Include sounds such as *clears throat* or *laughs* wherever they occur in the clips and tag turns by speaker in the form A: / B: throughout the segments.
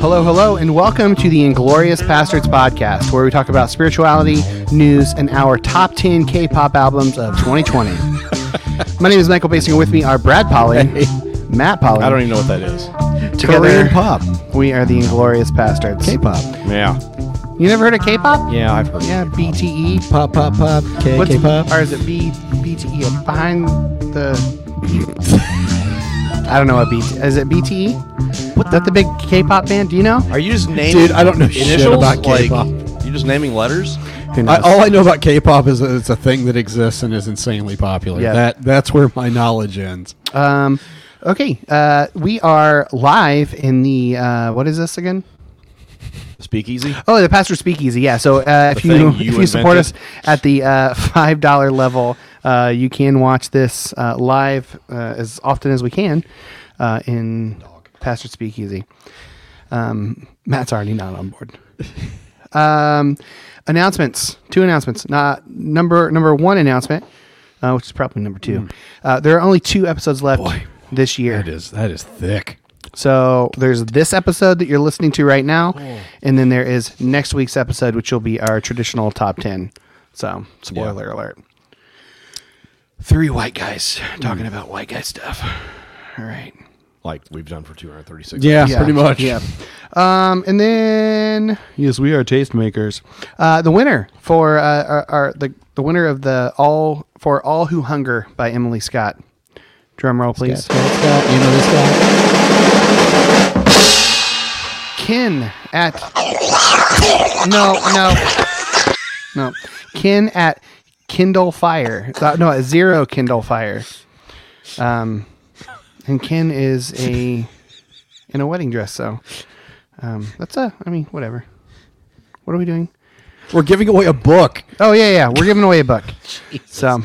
A: Hello, hello, and welcome to the Inglorious Bastards podcast, where we talk about spirituality, news, and our top 10 K pop albums of
B: *laughs*
A: 2020. My name is Michael Basinger. With me are Brad Polly, Matt Polly.
B: I don't even know what that is.
A: Korean
C: Korean pop,
A: We are the Inglorious Bastards.
C: K-pop,
B: Yeah.
A: You never heard of K pop?
B: Yeah, I've heard.
A: Yeah, BTE.
C: pop, pop, pop, K,
A: What's-
C: K-pop.
A: Or is it B, BTE? Behind the. *laughs* I don't know what BTE. Is it BTE? What that the big K pop band? Do you know?
B: Are you just naming?
C: Dude, I don't know shit
B: initials?
C: about
B: Like,
C: K-pop.
B: you just naming letters?
A: Who knows?
C: I, all I know about K-pop is that it's a thing that exists and is insanely popular.
A: Yeah.
C: That that's where my knowledge ends.
A: Um, okay, uh, we are live in the uh, what is this again?
B: Speakeasy.
A: Oh, the Pastor Speakeasy. Yeah. So uh, if
B: The
A: you,
B: thing
A: if
B: you
A: you support us
B: invented.
A: at the uh, *laughs* five dollar level, uh, you can watch this uh, live uh, as often as we can uh, in Pastor Speakeasy. Um, Matt's already not on
B: *laughs*
A: board. um, announcements. Two announcements. Not number number one announcement, uh, which is probably number
B: Hmm.
A: two. Uh, there are only two episodes left
C: Boy,
A: this year.
C: That is that is thick.
A: So there's this episode that you're listening to right now, and then there is next week's episode, which will be our traditional top ten. So spoiler alert. Three white guys talking about white guy stuff. All right.
B: Like we've done for 236.
C: Yeah,
A: Yeah.
C: pretty much.
A: Yeah. Um, and then yes, we are tastemakers. Uh, the winner for uh, our, our the the winner of the all for all who hunger by Emily Scott. Drum roll, please.
C: You know this guy?
A: Ken at no no no Ken at Kindle Fire Uh, no at zero Kindle Fire, um, and Ken is a in a wedding dress so um, that's a I mean whatever. What are we doing?
C: We're giving away a book.
A: Oh yeah yeah we're giving away a book. So all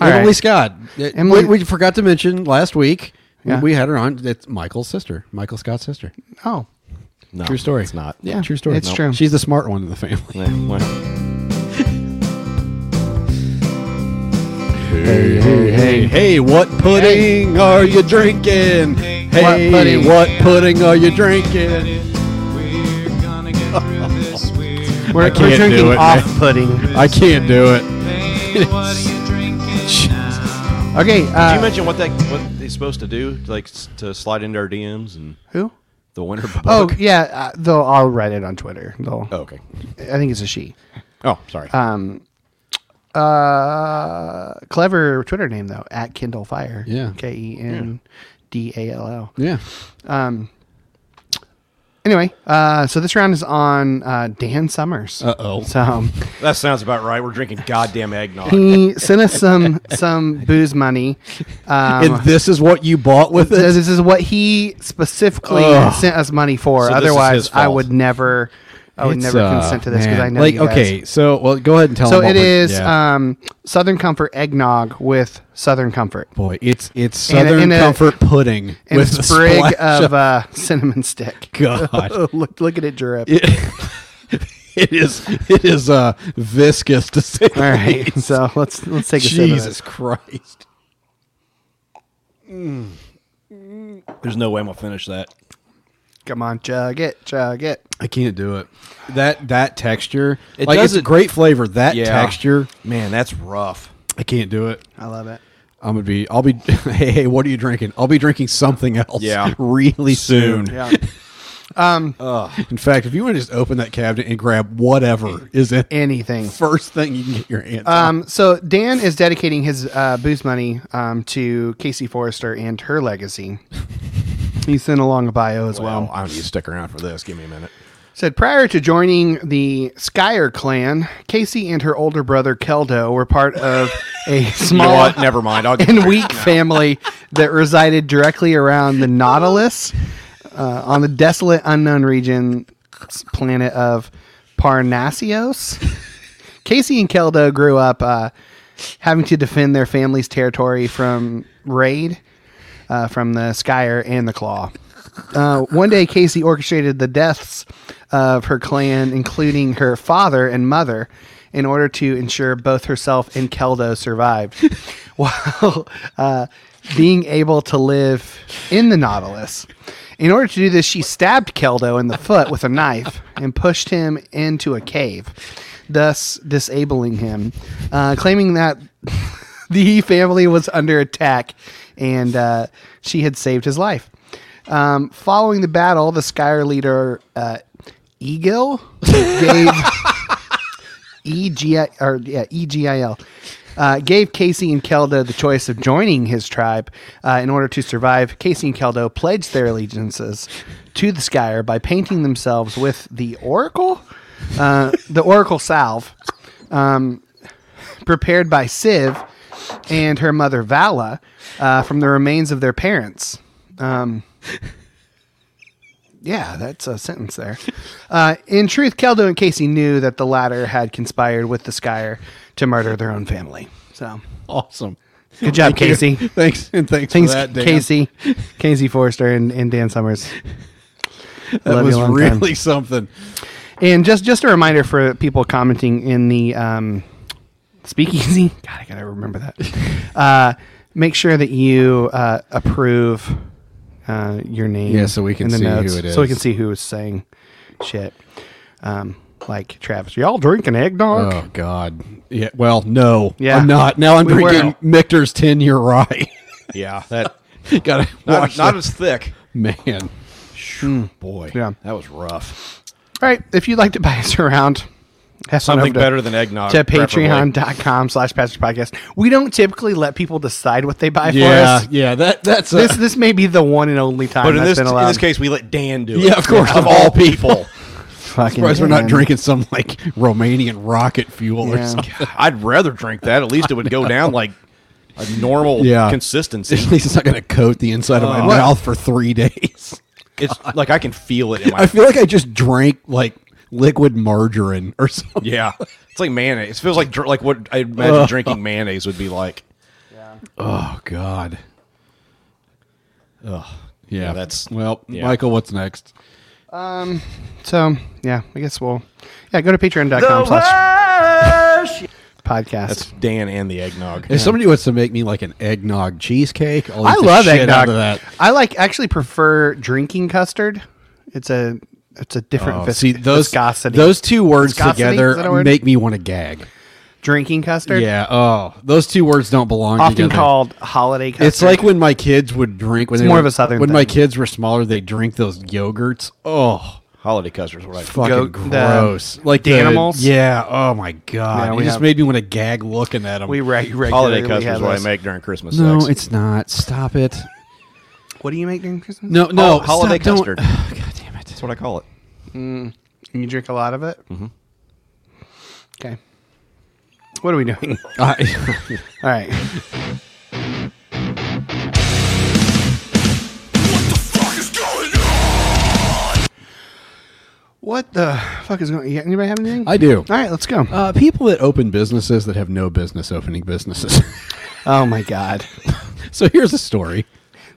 C: Emily
A: right.
C: Scott. Uh,
A: Emily-
C: we, we forgot to mention last week.
A: Yeah.
C: We had her on. It's Michael's sister, Michael Scott's sister.
A: oh
B: No,
C: True story.
B: It's not.
A: yeah
C: True story.
A: It's true.
C: She's the smart one in the family.
B: Yeah, well,
C: Hey, hey, hey, what pudding are you drinking? Hey, what
A: pudding?
C: pudding, are you drinking?
A: we're,
C: can't
A: we're
C: do
A: drinking
C: it, man.
A: off pudding.
C: I can't do it.
A: *laughs* Okay.
B: Did you
A: Uh,
B: mention what that what they're supposed to do? Like s- to slide into our DMs and
A: who?
B: the winner.
A: Oh
B: book?
A: yeah, uh, though I'll write it on Twitter. They'll-
B: Oh, okay.
A: I think it's a she.
B: Oh, sorry.
A: Um, uh, clever Twitter name though at Kindle Fire.
C: Yeah.
A: K E N D A L L.
C: Yeah.
A: Anyway, uh, so this round is on uh, Dan Summers.
C: Uh-oh.
A: So
B: that sounds about right. We're drinking
A: *laughs*
B: goddamn eggnog.
A: he sent us some some booze money. Um,
C: and this is what you bought with
A: so
C: it?
A: this is what he specifically
C: Ugh.
A: sent us money for.
B: So this is his
A: Otherwise, I
B: fault.
A: would never. I would
C: It's,
A: never
C: uh,
A: consent to this because
C: man.
A: I know
C: Like,
A: you guys.
C: okay, so, well, go ahead and tell
A: So
C: them
A: it
C: what we're-
A: is
C: yeah.
A: um, Southern Comfort eggnog with Southern Comfort.
C: Boy, it's it's
A: and a-
C: Southern
A: and a-
C: Comfort pudding
A: and
C: with
A: a
C: a
A: sprig
C: splash
A: of uh, cinnamon stick.
C: *laughs*
A: *laughs*
C: God.
A: look, look at it drip.
C: it is it is uh viscous to say. the
A: All right, *laughs*
C: least.
A: so let's let's take a
C: Jesus
A: sip
C: Christ.
B: There's no way I'm gonna finish that.
A: of this. Come on, chug it, chug it.
C: I can't do it. That that texture,
B: It
C: like it's
B: doesn't-
C: great flavor. That texture,
B: man, that's rough.
C: I can't do it.
A: I love it.
C: I'm gonna be. I'll be. *laughs* Hey, hey, what are you drinking? I'll be drinking something else.
B: Yeah.
C: *laughs* really soon.
A: Yeah.
C: In fact, if you want to just open that cabinet and grab whatever is in
A: *laughs* Anything.
C: *laughs* first thing you can get your hands. on.
A: Um, so Dan is dedicating his uh, booze money um, to Casey Forrester and her *laughs* legacy. he sent along a bio as well.
B: Well, I don't need to stick around for this. Give me a minute.
A: Said prior to joining the Skyer clan, Casey and her older brother Keldo were part of *laughs* a
B: You know
A: small
B: what? Never mind. I'll get
A: and Weak family that resided directly around the Nautilus uh, on the desolate unknown region s- planet of Parnassios. Casey and Keldo grew up uh, having to defend their family's territory from raid uh, from the Skyer and the Claw. Uh, one day, Casey orchestrated the deaths of her clan, including her father and mother, in order to ensure both herself and Keldo survived. *laughs* While uh, being able to live in the Nautilus. In order to do this, she stabbed Keldo in the foot with a knife and pushed him into a cave, thus disabling him, uh, claiming that *laughs* the family was under attack and uh, she had saved his life. Um, following the battle, the Skyr leader uh, Egil gave. EGI or yeah, E EGIL uh, gave Casey and Keldo the choice of joining his tribe uh, in order to survive. Casey and Keldo pledged their allegiances to the Skyer by painting themselves with the Oracle, uh, the Oracle salve, um, prepared by Siv and her mother Vala uh, from the remains of their parents. Um, yeah, that's a sentence there. Uh, in truth, Keldo and Casey knew that the latter had conspired with the Skyer to murder their own family. So,
C: Awesome.
A: good job, Casey.
C: *laughs* Thanks and thanks,
A: Thanks,
C: for that, Dan.
A: Casey, Casey Forrester, and, and Dan Summers.
C: That
A: Love you
C: was
A: a long time.
C: really something.
A: And just just a reminder for people commenting in the um, *laughs* speakeasy. God, I gotta remember
C: *laughs*
A: that. Uh, make sure that you uh, approve uh, your name.
C: Yeah, so we can
A: in the
C: see who
A: notes,
C: it
A: So we
C: is.
A: can see who is saying shit. Um, like Travis, y'all drinking eggnog?
C: Oh God. Yeah. Well, no.
A: Yeah.
C: I'm not. Now I'm
A: We were.
C: drinking Michter's ten year rye. *laughs*
B: Yeah, that
C: Gotta
B: not,
C: watch
B: not
C: that.
B: as thick.
C: man. Boy.
A: Yeah.
B: That was rough.
A: All right. If you'd like to buy us around, that's on
B: Something
A: over to-
B: better than eggnog.
A: to
B: preferably.
A: patreon.com slash pastor podcast we don't typically let people decide what they buy
C: Yeah.
A: for us
C: Yeah. That that's a,
A: this
C: *laughs*
A: this may be the one and only time
B: But in
A: that's
B: this,
A: been
B: in
A: allowed
B: this case, we let Dan do it.
C: Yeah, of course, of
B: Of all people.
A: Fucking
C: surprised we're not
A: Dan.
C: drinking some like Romanian rocket fuel or
A: Yeah.
C: something.
B: I'd rather drink that. At least it would go
C: *laughs*
B: down like a normal
C: Yeah.
B: consistency.
C: *laughs* At least it's not going to coat the inside of my
A: What?
C: mouth for three days. *laughs*
B: It's like I can feel it in my
C: I feel like I just drank like liquid margarine or
B: *laughs*
C: something.
B: Yeah, it's like mayonnaise. It feels like dr- like what I imagine drinking mayonnaise would be like.
C: *laughs* Oh God. Ugh. Yeah,
B: that's-
C: well,
B: yeah.
C: Michael. What's next?
A: so yeah i guess we'll yeah go to patreon.com slash podcast
B: That's Dan and the eggnog.
C: If somebody wants to make me like an eggnog cheesecake, I'll
A: i
C: eat the
A: love
C: shit
A: eggnog
C: out of that.
A: i like actually prefer drinking custard it's a it's a different vis-
C: Oh, See those
A: viscosity
C: those two words
A: Viscosity? Is that a
C: together
A: word?
C: make me want to gag.
A: drinking custard
C: Yeah. Oh, those two words don't belong.
A: often
C: together.
A: called holiday custard
C: It's like when my kids would drink when
A: It's
C: they
A: more
C: were-
A: of a southern
C: When my
A: thing.
C: kids were smaller, they drink those yogurts. Oh,
B: Holiday custards, what I
A: Go-
C: fucking
A: the-
C: gross! like
A: the animals?
C: Yeah. Oh my god!
A: Yeah,
C: it
A: we
C: just
A: have-
C: made me want to gag looking at them.
A: we re- regularly
B: holiday
A: have
B: custards what I
A: those.
B: make during Christmas.
C: no,
B: sex.
C: it's not. Stop it.
A: what do you make during christmas
C: No, no.
B: Hol- holiday
C: stop,
B: custard.
C: Don't, oh, *sighs* god damn it!
B: that's what I call it.
A: And you drink a lot of it? Mm-hmm. Okay. What are we doing?
C: I- *laughs*
A: All right. What the fuck is going on? Anybody have anything?
C: I do.
A: All right, let's go.
C: Uh, people that open businesses that have no business opening businesses. *laughs*
A: oh my God.
C: so here's a story.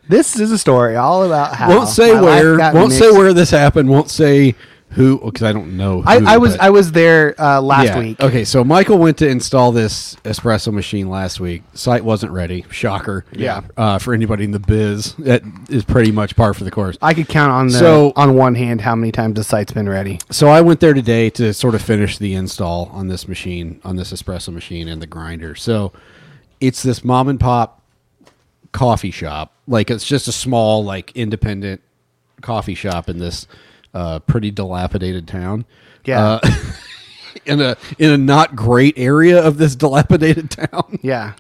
A: This is a story all about how.
C: Won't say
A: my life
C: where.
A: got
C: Won't say
A: mixed.
C: where this happened. Won't say who because I don't know. Who,
A: I, I was
C: but-
A: I was there uh, last
C: Yeah.
A: week.
C: Okay, so Michael went to install this espresso machine last week. Site wasn't ready. Shocker.
A: Yeah.
C: Uh, for anybody in the biz, that is pretty much par for the course.
A: I could count on the
C: So-
A: on one hand how many times the site's been ready.
C: So I went there today to sort of finish the install on this machine, on this espresso machine and the grinder. So it's this mom and pop coffee shop. Like it's just a small, like independent coffee shop in this uh, pretty dilapidated town.
A: Yeah.
C: Uh, *laughs* in a in a not great area of this dilapidated town. *laughs*
A: Yeah.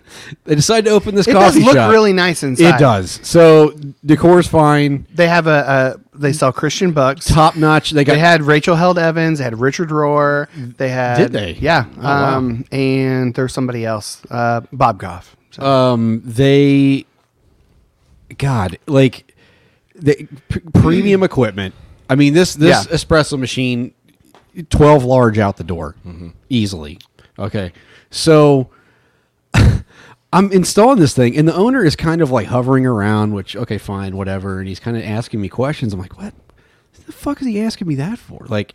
C: They decided to open this
A: It does
C: coffee
A: look
C: shop.
A: really nice inside.
C: It does. So decor's fine,
A: They have a, a they sell Christian books.
C: top notch. They got
A: They had Rachel Held Evans. They had Richard Rohr. They had
C: Did they?
A: Yeah.
C: Oh, wow.
A: um, and there's somebody else, uh, Bob Goff. So-
C: um they god like the p- premium equipment i mean this this
A: Yeah.
C: espresso machine 12 large out the door easily okay so *laughs* i'm installing this thing and the owner is kind of like hovering around which okay fine whatever and he's kind of asking me questions i'm like what the fuck is he asking me that for like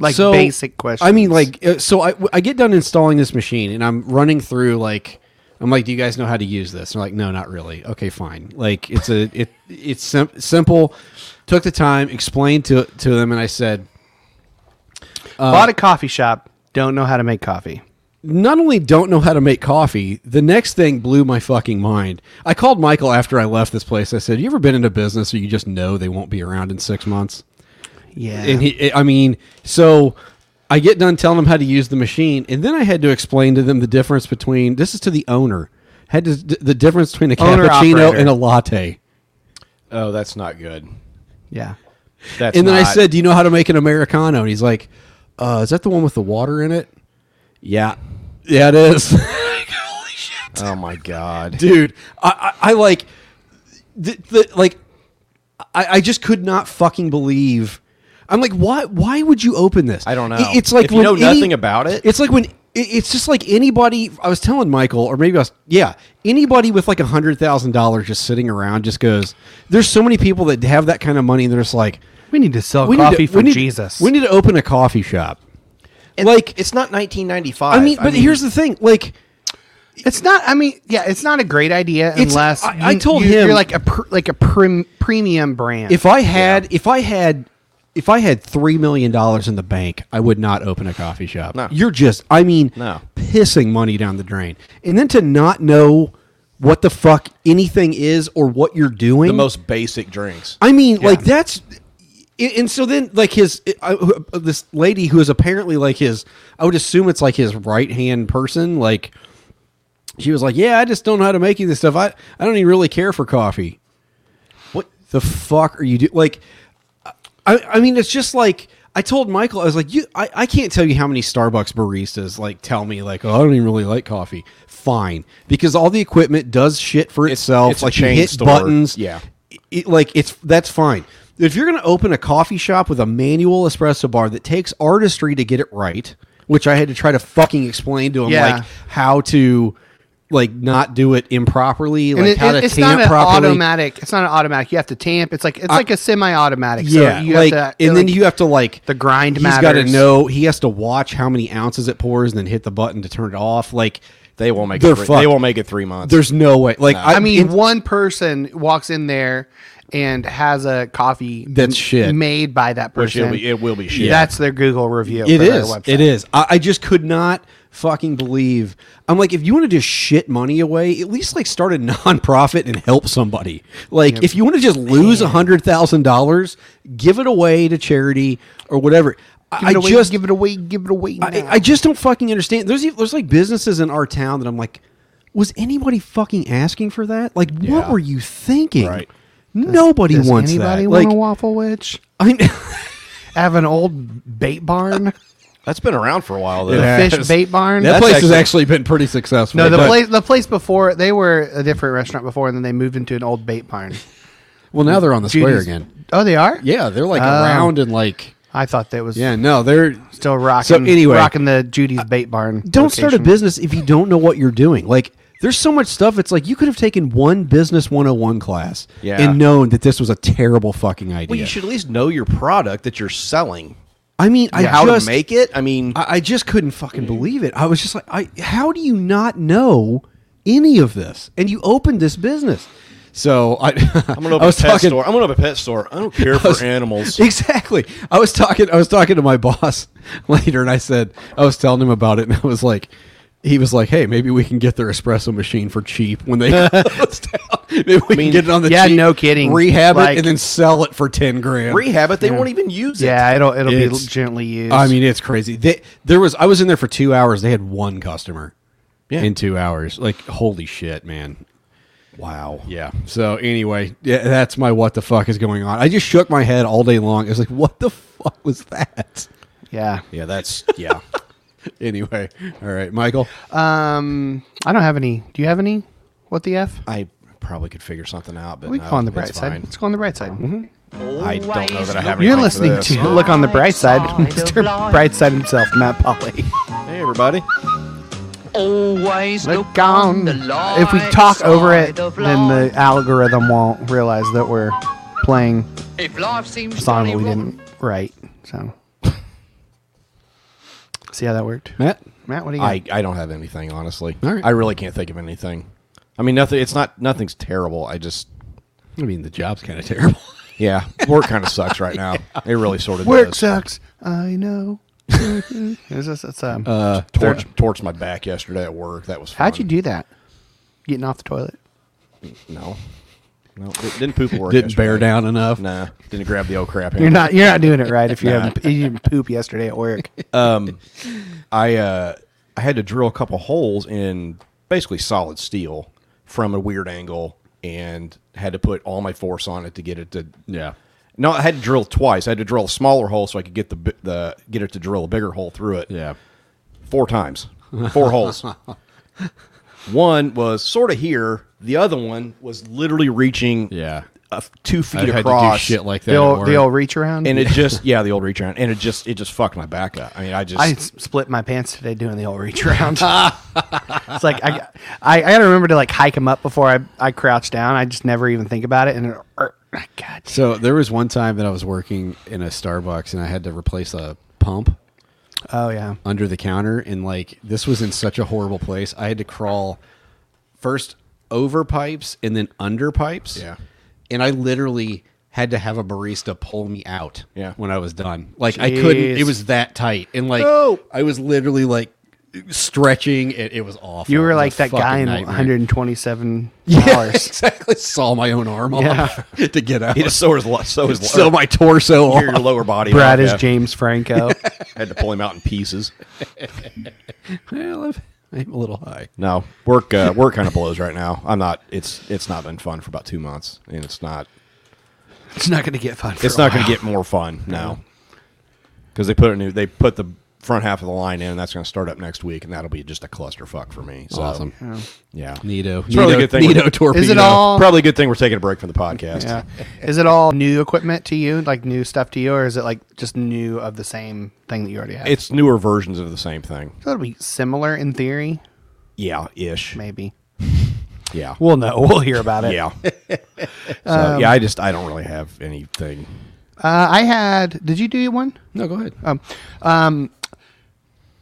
A: like
C: so,
A: basic questions.
C: I mean, like, uh, so I, I get done installing this machine and I'm running through like I'm like, do you guys know how to use this? They're like, no, not really. Okay, fine. Like it's a it it's sim- simple. Took the time, explained to to them, and I said, uh,
A: Bought a coffee shop. Don't know how to make coffee.
C: not only don't know how to make coffee, the next thing blew my fucking mind. I called Michael after I left this place. I said, "You ever been in a business where you just know they won't be around in six months?"
A: Yeah.
C: And he, I mean, so I get done telling them how to use the machine, and then I had to explain to them the difference between this is to the owner had to the difference between a
A: Owner
C: cappuccino
A: operator.
C: and a latte.
B: Oh, that's not good.
A: yeah.
B: That's
C: and then I
B: not-
C: said, "Do you know how to make an americano?" And he's like, uh, "Is that the one with the water in it?" Yeah, yeah, it is. *laughs* Like, Holy shit!
B: "Oh my god,
C: dude i i, I like the, the like I, I just could not fucking believe i'm like why why would you open this
B: I don't know.
C: It- it's like
B: If you
C: when
B: know
C: any-
B: nothing about it.
C: it's like when it- it's just like anybody i was telling michael or maybe i was yeah anybody with like a hundred thousand dollars just sitting around just goes there's so many people that have that kind of money and they're just like
A: We need to sell
C: we
A: coffee
C: need to,
A: for
C: we need-
A: Jesus.
C: we need to open a coffee shop like
B: it's not 1995."
C: i mean but here's the thing like
A: It's not. I mean, yeah, it's not a great idea unless
C: I- I told him-
A: you're like a pr- like a prim, premium brand.
C: If I had, if I had, if I had three million dollars in the bank, I would not open a coffee shop.
B: No.
C: You're just, I mean,
B: No.
C: pissing money down the drain, and then to not know what the fuck anything is or what you're doing.
B: the most basic drinks.
C: I mean, like that's, and and so then like his I- I- this lady who is apparently like his, I would assume it's like his right hand person. Like she was like, yeah, I just don't know how to make you this stuff. I I don't even really care for coffee. What the fuck are you do? Like, I I mean, it's just like. I told Michael, I was like, "You, I, I can't tell you how many Starbucks baristas like tell me like, oh, I don't even really like coffee." Fine, because all the equipment does shit for itself.
B: it's a
C: like you
B: chain
C: hit
B: store.
C: buttons,
B: Yeah.
C: it, like it's that's fine. If you're going to open a coffee shop with a manual espresso bar that takes artistry to get it right, which I had to try to fucking explain to him,
A: Yeah.
C: like how to like not do it improperly,
A: and
C: like
A: it-
C: how
A: it-
C: to
A: it's
C: tamp
A: not an
C: properly.
A: automatic. It's not an automatic. You have to tamp. It's like it's like a semi-automatic.
C: yeah,
A: so you
C: like,
A: have to,
C: and then
A: like,
C: you have to like
A: the grind
C: He's got to
A: matters.
C: know. He has to watch how many ounces it pours, and then hit the button to turn it off. Like
B: They won't make
C: They're
B: it. Three, they
C: fucked.
B: won't make it three months.
C: there's no way. Like
A: I mean,
C: it-
A: one person walks in there and has a coffee
C: That's shit.
A: made by that
B: Which
A: person.
B: it'll be- it will be shit.
A: That's their Google review.
C: It
A: for their
C: is.
A: website.
C: It is. I, I just could not fucking believe. I'm like, if you want to just shit money away, at least like start a *laughs* nonprofit and help somebody. Like, if you want to just lose a hundred thousand dollars, give it away to charity or whatever.
A: Give
C: I,
A: it
C: I
A: away,
C: just
A: give it away. Give it away.
C: I,
A: now.
C: I just don't fucking understand. There's even- there's like businesses in our town that I'm like, was anybody fucking asking for that? Like, what
B: Yeah.
C: were you thinking?
B: Right.
C: Nobody
A: Does
C: wants
A: anybody
C: that.
A: want
C: Like,
A: a waffle witch?
C: I mean, *laughs*
A: Have an old bait barn,
B: that's been around for a while though.
A: the fish bait barn.
C: that place has
B: actually-
C: actually been pretty successful.
A: No, the
C: but-
A: place the place before they were a different restaurant before, and then they moved into an old bait barn.
C: Well, now they're on the *laughs* square
A: Judy's-
C: again.
A: Oh, they are.
C: Yeah, they're like
A: Oh.
C: around and like
A: I thought that was
C: yeah, no, they're
A: still rocking.
C: So anyway,
A: rocking the Judy's bait barn.
C: don't start a
A: location.
C: business if you don't know what you're doing. Like there's so much stuff. It's like you could have taken one business 101 class
B: Yeah.
C: and known that this was a terrible fucking idea.
B: Well, you should at least know your product that you're selling.
C: I mean, I
B: How
C: just
B: to make it? I mean,
C: I, I just couldn't fucking believe it. I was just like, I how do you not know any of this? And you opened this business. So I,
B: I'm
C: *laughs*
B: gonna open
C: I
B: a
C: was
B: pet
C: talking,
B: store. I'm gonna open a pet store. I don't care
C: *laughs* I was-
B: for animals.
C: Exactly. I was talking. I was talking to my *laughs* boss later, and I said I was telling him about it, and I was like, he was like, "Hey, maybe we can get their espresso machine for cheap when they *laughs*
A: *laughs*
C: close down. Maybe we can get it on the
A: yeah,
C: cheap,
A: no kidding.
C: Rehab
A: Like-
C: it and then sell it for ten grand.
B: Rehab it. They won't even use it.
A: Yeah, it'll it'll
C: It's-
A: be gently used.
C: I mean, it's crazy. They, there was I was in there for two hours. They had one customer
B: Yeah.
C: in two hours. Like holy shit, man. Wow. Yeah. So anyway, yeah, that's my what the fuck is going on. I just shook my head all day long. I was like, what the fuck was that?
A: yeah.
B: Yeah, that's yeah.
C: *laughs* anyway, all right, Michael.
A: Um, I don't have any. Do you have any? What the f?
B: I probably could figure something out, but
A: We can
B: no,
A: go on the bright
B: it's
A: side.
B: fine.
A: Let's go on the bright side.
C: Mm-hmm.
B: I don't know that I have.
A: You're
B: anything for
A: listening
B: this.
A: to Look on the Bright Side, Mr. Bright Side himself, Matt Polly.
B: Hey, everybody.
D: Always
A: Look on. If we talk over it, then the algorithm won't realize that we're playing
D: if life seems
A: a song
D: jolly
A: that we
D: rotten,
A: didn't write. So See how that worked,
C: Matt?
A: Matt? What do you got?
B: I, I don't have anything honestly.
C: All right.
B: I really can't think of anything. I mean, nothing. It's not nothing's terrible. I just
C: I mean, the job's kind
B: *laughs*
C: of terrible.
B: yeah, work kind of sucks right *laughs* now. It really sort of
A: Work
B: does.
A: sucks. I know. *laughs* it's just, it's, um,
C: Uh,
B: Uh, Torch torched my back yesterday at work. That was fun.
A: how'd you do that? Getting off the toilet.
B: No, no, it didn't poop at work.
C: Didn't bear
B: yesterday.
C: down enough.
B: Nah, didn't grab the old crap.
A: You're
B: handle.
A: not you're not doing it right *laughs* if you haven't you didn't poop yesterday at *laughs* work.
B: I uh, I had to drill a couple holes in basically solid steel from a weird angle, and had to put all my force on it to get it to.
C: Yeah.
B: No, I had to drill twice. I had to drill a smaller hole so I could get the bi- the get it to drill a bigger hole through it.
C: Yeah.
B: four times, four
C: *laughs*
B: holes. One was sort of here. The other one was literally reaching
C: Yeah.
B: a f- two feet
C: I've had to do
B: across.
C: shit like that.
A: The
C: at
A: old,
C: work.
A: the old reach around.
C: *laughs*
B: and it just yeah, the old reach around, and it just it just fucked my back up. I mean, I just
A: I s- split my pants today doing the old reach *laughs* around. it's like I, got- I, I gotta remember to like hike them up before I, I crouch down. I just never even think about it. And it, er, God,
C: So there was one time that I was working in a Starbucks and I had to replace a pump
A: oh yeah,
C: under the counter and like this was in such a horrible place. I had to crawl first over pipes and then under pipes.
B: Yeah.
C: And I literally had to have a barista pull me out
B: Yeah.
C: when I was done. Like I couldn't
A: Jeez.
C: it was that tight. And like
A: No.
C: I was literally like stretching it, it was awful.
A: you
C: It was
A: were
C: a
A: like that
C: fucking
A: guy in *laughs*
C: nightmare.
A: 127
C: Yeah,
A: dollars.
C: *laughs* exactly. Saw my own arm off *laughs* to get
B: *laughs*
C: out.
B: it, so is lo- so is
C: Saw my torso
B: *laughs* your
C: *laughs* off.
B: lower body.
A: Brad
B: off,
A: is
B: yeah.
A: James Franco.
B: Had to pull him out in pieces.
C: Well, I'm- I'm a little high.
B: No, work uh, work kind of blows right now. I'm not. It's it's not been fun for about two months, and it's not.
A: *laughs* it's not gonna get fun. For
B: It's not going to get more fun now because they put a new. They put the front half of the line in, and that's going to start up next week, and that'll be just a clusterfuck for me. So,
C: Awesome.
B: Yeah.
C: Nito.
B: It's probably a good thing
C: Nito
B: we're-
C: torpedo.
A: Is it all?
B: Probably a good thing we're taking a break from the podcast.
A: *laughs* Yeah. Is it all new equipment to you, like new stuff to you, or is it like just new of the same thing that you already have?
B: It's newer versions of the same thing.
A: so it'll be similar in theory,
B: Yeah, ish.
A: maybe.
B: Yeah.
A: We'll know. *laughs* We'll hear about it.
B: Yeah. so, yeah, I just I don't really have anything.
A: Uh, I had. Did you do one?
C: No, go ahead.
A: Um, um,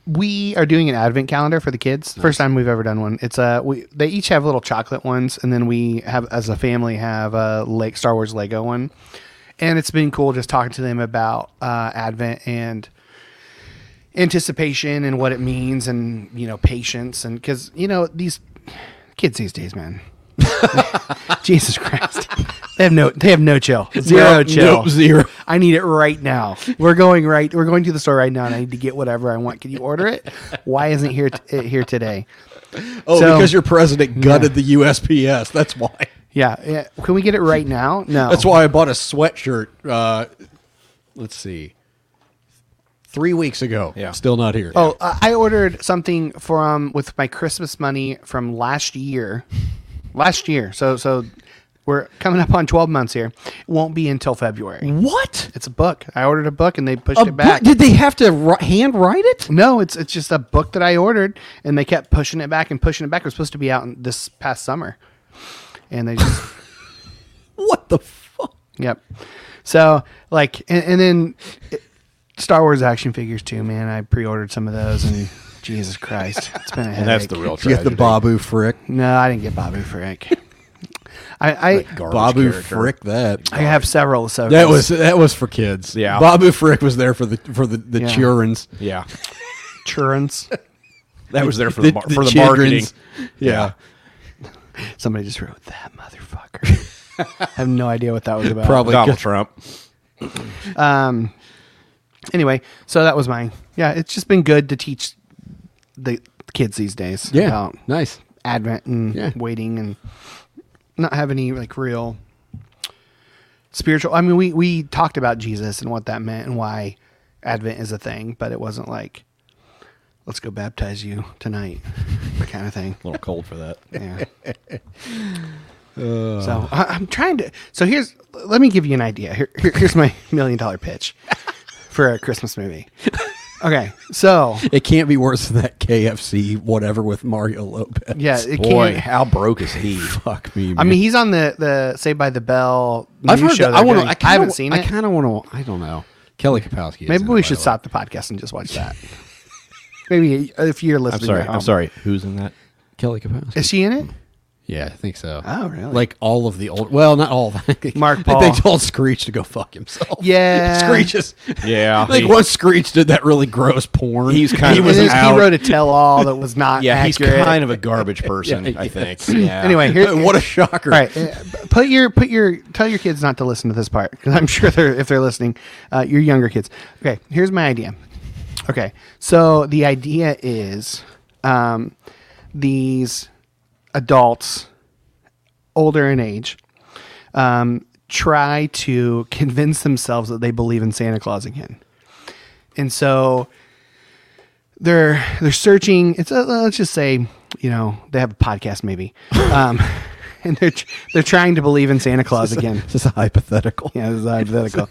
A: we are doing an advent calendar for the kids. First time we've ever done one. It's uh, we they each have little chocolate ones, and then we have as a family have a Lake Star Wars Lego one, and it's been cool just talking to them about uh, advent and anticipation and what it means, and you know patience, and because you know these kids these days, man. *laughs* Jesus Christ. They have no they have no chill. Zero
C: Yeah,
A: chill.
C: nope, zero.
A: I need it right now. We're going right. We're going to the store right now, and I need to get whatever I want. Can you order it? Why isn't it here t- it here today?
C: Oh,
A: So-
C: because your president gutted the USPS. That's why.
A: Yeah, yeah. Can we get it right now? No.
B: Oh.
C: That's why I bought a sweatshirt. Uh, let's see. Three weeks ago.
B: Yeah.
C: Still not here.
A: Oh, uh, I ordered something from with my Christmas money from last year. Last year. So so we're coming up on twelve months here. It won't be until February.
C: What?
A: It's a book. I ordered a book, and they pushed
C: A
A: it back.
C: book- Did they have to ri- handwrite it?
A: No, it's it's just a book that I ordered, and they kept pushing it back and pushing it back. It was supposed to be out in this past summer, and they just
C: What the fuck?
A: yep. So like, and, and then it- Star Wars action figures too. Man, I pre-ordered some of those, and Jesus Christ, it's been a headache.
B: And that's the real
C: Did you
B: tragedy.
C: get the Babu Frick?
A: No, I didn't get Babu Frick. I I,
B: Garbage
C: Babu
B: character.
C: Frick that.
A: I have several. So
C: That was that was for kids.
B: Yeah.
C: Babu Frick was there for the for the, the
A: Yeah.
C: childrens.
B: Yeah,
C: *laughs*
A: insurance.
B: that was there for the, mar- for the marketing.
C: childrens. Yeah.
A: Somebody just wrote that motherfucker. I have no idea what that was about.
C: Probably
B: Donald Trump.
A: um anyway so that was mine yeah it's just been good to teach the kids these days
C: Yeah.
A: about
C: Nice.
A: advent and
C: Yeah.
A: waiting and not have any like real spiritual i mean we we talked about jesus and what that meant and why advent is a thing but it wasn't like let's go baptize you tonight kind of thing
B: A little cold for that.
C: *laughs*
A: yeah. so I, I'm trying to. So here's. Let me give you an idea. Here, here- here's my *laughs* million dollar pitch for a Christmas movie. Okay, so
C: It can't be worse than that KFC whatever with Mario Lopez.
A: yeah, it
B: Boy,
A: can't.
B: how broke is he?
C: *laughs* Fuck me. Man.
A: I mean, he's on the the Saved by the Bell.
C: I've
A: news
C: heard
A: show
C: that. I
A: they're
C: want
A: doing.
C: to.
A: I haven't seen
C: I
A: it.
C: kind of want to. I don't know. Kelly Kapowski. is
A: Maybe
C: in
A: we
C: it, by
A: should
C: the way.
A: stop the podcast and just watch that. *laughs* Maybe uh, if you're
B: I'm
A: listening.
B: sorry.
A: at
B: I'm
A: home.
B: sorry. Who's in that?
C: Kelly Kapowski.
A: Is she in it?
C: Yeah, I think so.
A: Oh, really?
C: Like all of the old. Well, not all. of them. *laughs*
A: Mark
C: I think
A: Paul.
C: They told Screech to go fuck himself.
A: Yeah.
C: *laughs* Screech is.
B: Yeah,
C: *laughs* I think
B: he-
C: once Screech did that really gross porn.
B: He's kind
C: *laughs*
A: He,
B: of was
A: he
B: out.
A: wrote a tell-all that was not
B: *laughs* Yeah, he's
A: accurate.
B: kind of a garbage person. I think. Yeah.
A: Anyway, here,
C: what a shocker!
A: All right, uh, put your put your tell your kids not to listen to this part because I'm *laughs* sure they're if they're listening, uh, your younger kids. Okay, here's my idea. Okay, so the idea is um, these adults, older in age, um, try to convince themselves that they believe in Santa Claus again, and so they're they're searching. It's uh, let's just say you know they have a podcast
C: *laughs*
A: maybe, um, *laughs* and they're tr- they're trying to believe in Santa
C: *laughs*
A: Claus again.
C: This is a hypothetical.
A: Yeah, this is
C: *laughs*
A: hypothetical.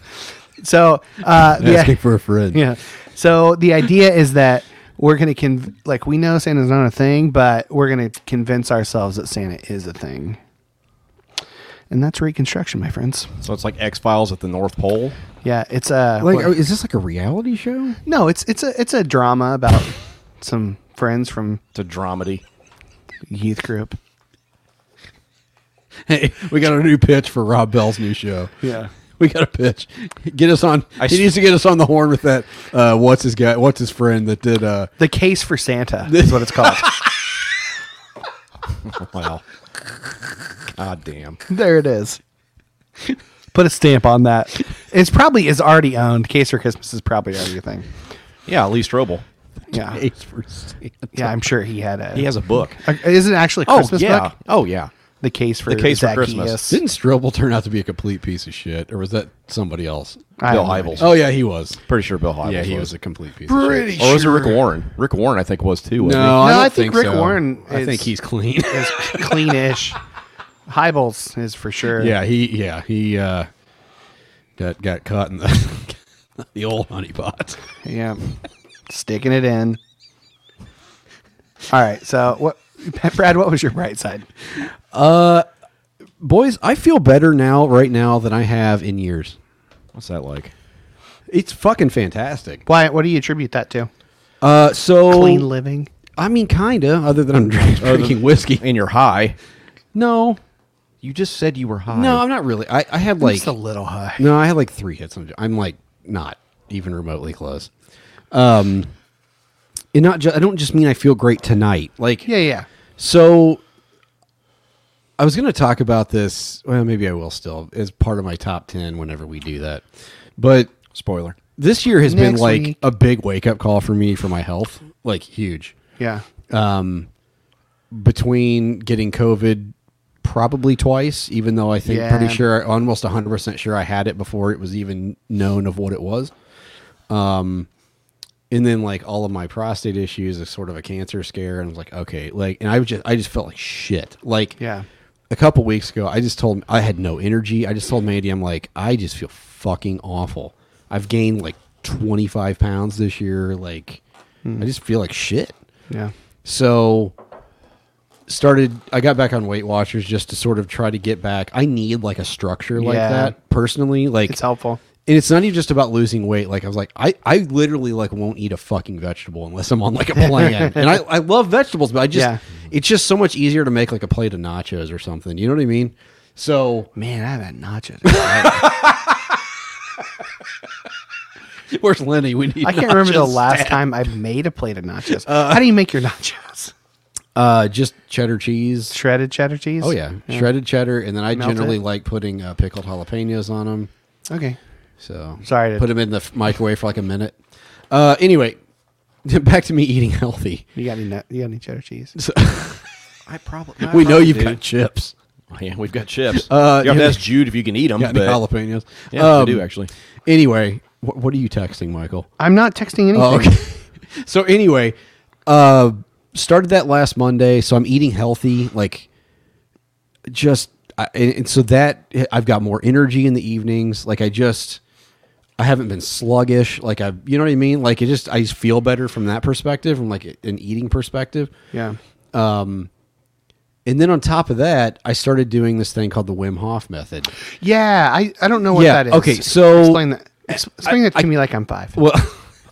A: So uh, yeah,
C: Asking for a
A: *laughs*
C: friend.
A: yeah. So the idea is that we're gonna conv- like we know Santa's not a thing, but we're gonna convince ourselves that Santa is a thing. And that's Reconstruction, my friends.
B: so it's like X Files at the North Pole.
A: Yeah, it's a
C: Like, oh, is this like a reality show?
A: no, it's it's a it's a drama about some friends from
B: It's a dramedy. *laughs*
A: youth group.
C: Hey, we got a new pitch for Rob Bell's new show.
A: Yeah.
C: We got a pitch. Get us on.
B: I
C: he
B: s-
C: needs to get us on the horn with that. Uh, what's his guy? What's his friend that did? Uh,
A: The Case for Santa is what it's
B: *laughs*
A: called.
B: Wow. Ah, damn.
A: there it is. *laughs* Put a stamp on that. It's probably is already owned. Case for Christmas is probably already a
B: *laughs*
A: thing.
B: Yeah, Lee Strobel.
A: Yeah,
C: Ace for Santa.
A: yeah. I'm sure he had a.
B: He has a book.
A: a- is it actually a Christmas
B: yeah.
A: book?
B: Oh yeah.
A: The case for
B: The Case for
A: Zacchaeus.
B: Christmas.
C: Didn't Strobel turn out to be a complete piece of shit, or was that somebody else?
A: I
B: Bill
A: don't know.
B: Hybels.
C: Oh yeah, he was.
B: Pretty sure Bill Hybels.
C: Yeah, he was a complete piece. of shit.
B: Or was it Rick Warren? Rick Warren, I think, was too. wasn't *laughs*
C: No, I,
A: No,
C: don't
A: I think Rick
C: so.
A: Warren
C: I
A: is-
C: think he's clean.
A: It's cleanish. Hybels is for sure.
C: yeah, he. Yeah, he. Uh, got got caught in the *laughs* the old honey pot.
A: yeah. Sticking it in. All right. So what, *laughs* Brad? What was your bright side?
C: Boys, I feel better now, right now, than I have in years.
B: he? What's that like?
C: It's fucking fantastic.
A: Why? What do you attribute that to?
C: Uh, so
A: Clean living.
C: I mean, kinda. Other than I'm *laughs* drink- drinking whiskey.
B: And you're high.
C: No,
B: You just said you were high.
C: no, I'm not really. I, I had like
A: Just a little high.
C: no, I had like three hits. I'm, I'm like not even remotely close. Um, and not. Ju- I don't just mean I feel great tonight. Like
A: Yeah, yeah.
C: So I was going to talk about this. Well, maybe I will still as part of my top 10 whenever we do that. But
B: Spoiler.
C: this year has been
A: Next
C: like
A: week.
C: a big wake up call for me for my health, like huge.
A: Yeah.
C: Between getting COVID probably twice, even though I think
A: Yeah.
C: pretty sure, almost 100% sure I had it before it was even known of what it was. Um, and then like all of my prostate issues, a sort of a cancer scare, and I was like, okay, like, and I was just, I just felt like shit. Like,
A: Yeah.
C: a couple weeks ago, I just told I had no energy. I just told Mandy, I'm like, I just feel fucking awful. I've gained like 25 pounds this year. Like,
A: Hmm.
C: I just feel like shit.
A: Yeah.
C: So, started. I got back on Weight Watchers just to sort of try to get back. I need like a structure like
A: Yeah.
C: that personally. Like,
A: It's helpful.
C: and it's not even just about losing weight. Like I was like, I, I literally like won't eat a fucking vegetable unless I'm on like
A: *laughs*
C: a plan. and I, I love vegetables, but I just
A: Yeah.
C: it's just so much easier to make like a plate of nachos or something. You know what I mean? So *laughs*
A: Man, I haven't *laughs* nachos.
C: where's Lenny? We need
A: I can't remember the
C: nachos.
A: last time I made a plate of nachos. How do you make your nachos?
C: *laughs* uh just cheddar cheese.
A: Shredded cheddar cheese.
C: Oh yeah, shredded cheddar, and then I
A: Melt
C: generally
A: it.
C: like putting uh, pickled jalapenos on them.
A: Okay.
C: So
A: Sorry to-
C: put them in the f- microwave for like a minute. Uh, anyway, *laughs* back to me eating healthy.
A: You got any? nut- You got any cheddar cheese? *laughs*
B: I
C: *laughs*
B: probably.
C: we know you've got chips.
B: Yeah, we've got chips.
C: Uh,
B: you have
C: yeah.
B: to ask Jude if you can eat them.
C: Got any
B: but
C: jalapenos? Um,
B: yeah, I do actually.
C: Anyway, wh- what are you texting, Michael?
A: I'm not texting anything.
C: Oh, okay. *laughs* so anyway, uh, started that last Monday, so I'm eating healthy. Like, just I, and, and so that I've got more energy in the evenings. Like, I just I haven't been sluggish. Like, I you know what I mean. Like, it just I just feel better from that perspective, from like an eating perspective.
A: Yeah.
C: And then on top of that, I started doing this thing called the Wim Hof method.
A: Yeah. I, I don't know what
C: Yeah,
A: that is.
C: okay, so-
A: explain that. Ex- Explain that to me like I'm five.
C: Well,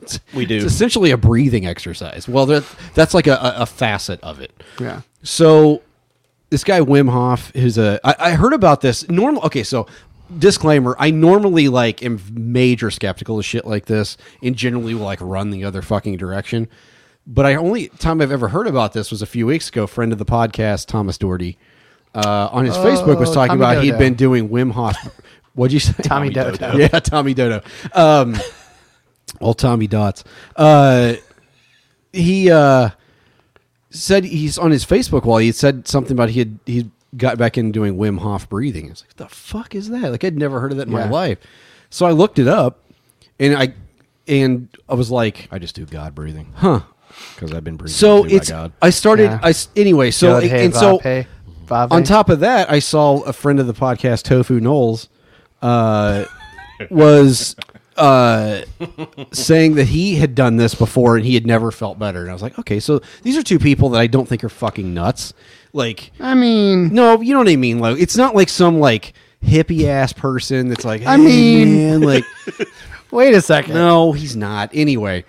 C: it's-
B: We do.
C: *laughs* It's essentially a breathing exercise. Well, that that's like a, a, a facet of it.
A: Yeah.
C: So this guy Wim Hof is a. I, I heard about this. Normal. Okay, so disclaimer: I normally like am major skeptical of shit like this, and generally will like run the other fucking direction. But I only time I've ever heard about this was a few weeks ago. Friend of the podcast, Thomas Doherty, uh, on his Facebook was talking
A: Oh, Tommy
C: about he'd
A: Dodo.
C: been doing Wim Hof. *laughs* What'd you say?
A: Tommy Dodo.
C: Yeah, Tommy Dodo. Um, *laughs* old Tommy Dots. Uh, he uh, said he's on his Facebook wall. He said something about he had he got back in doing Wim Hof breathing. I was like, the fuck is that? Like I'd never heard of that in my
A: Yeah.
C: life. So I looked it up, and I and I was like,
B: I just do God breathing.
C: huh.
B: Because I've been breathing.
C: So
B: too, by
C: it's
B: God.
C: I started.
A: Yeah.
C: I s I anyway. So
A: God, hey,
C: and so
A: vape, vape.
C: on top of that, I saw a friend of the podcast, Tofu Knowles, uh, was uh, saying that he had done this before and he had never felt better. And I was like, okay, so these are two people that I don't think are fucking nuts. Like,
A: I mean,
C: no, you know what I mean. Like, it's not like some like hippie ass person that's like, I
A: mean-
C: man, like.
A: wait a second.
C: No, he's not. Anyway,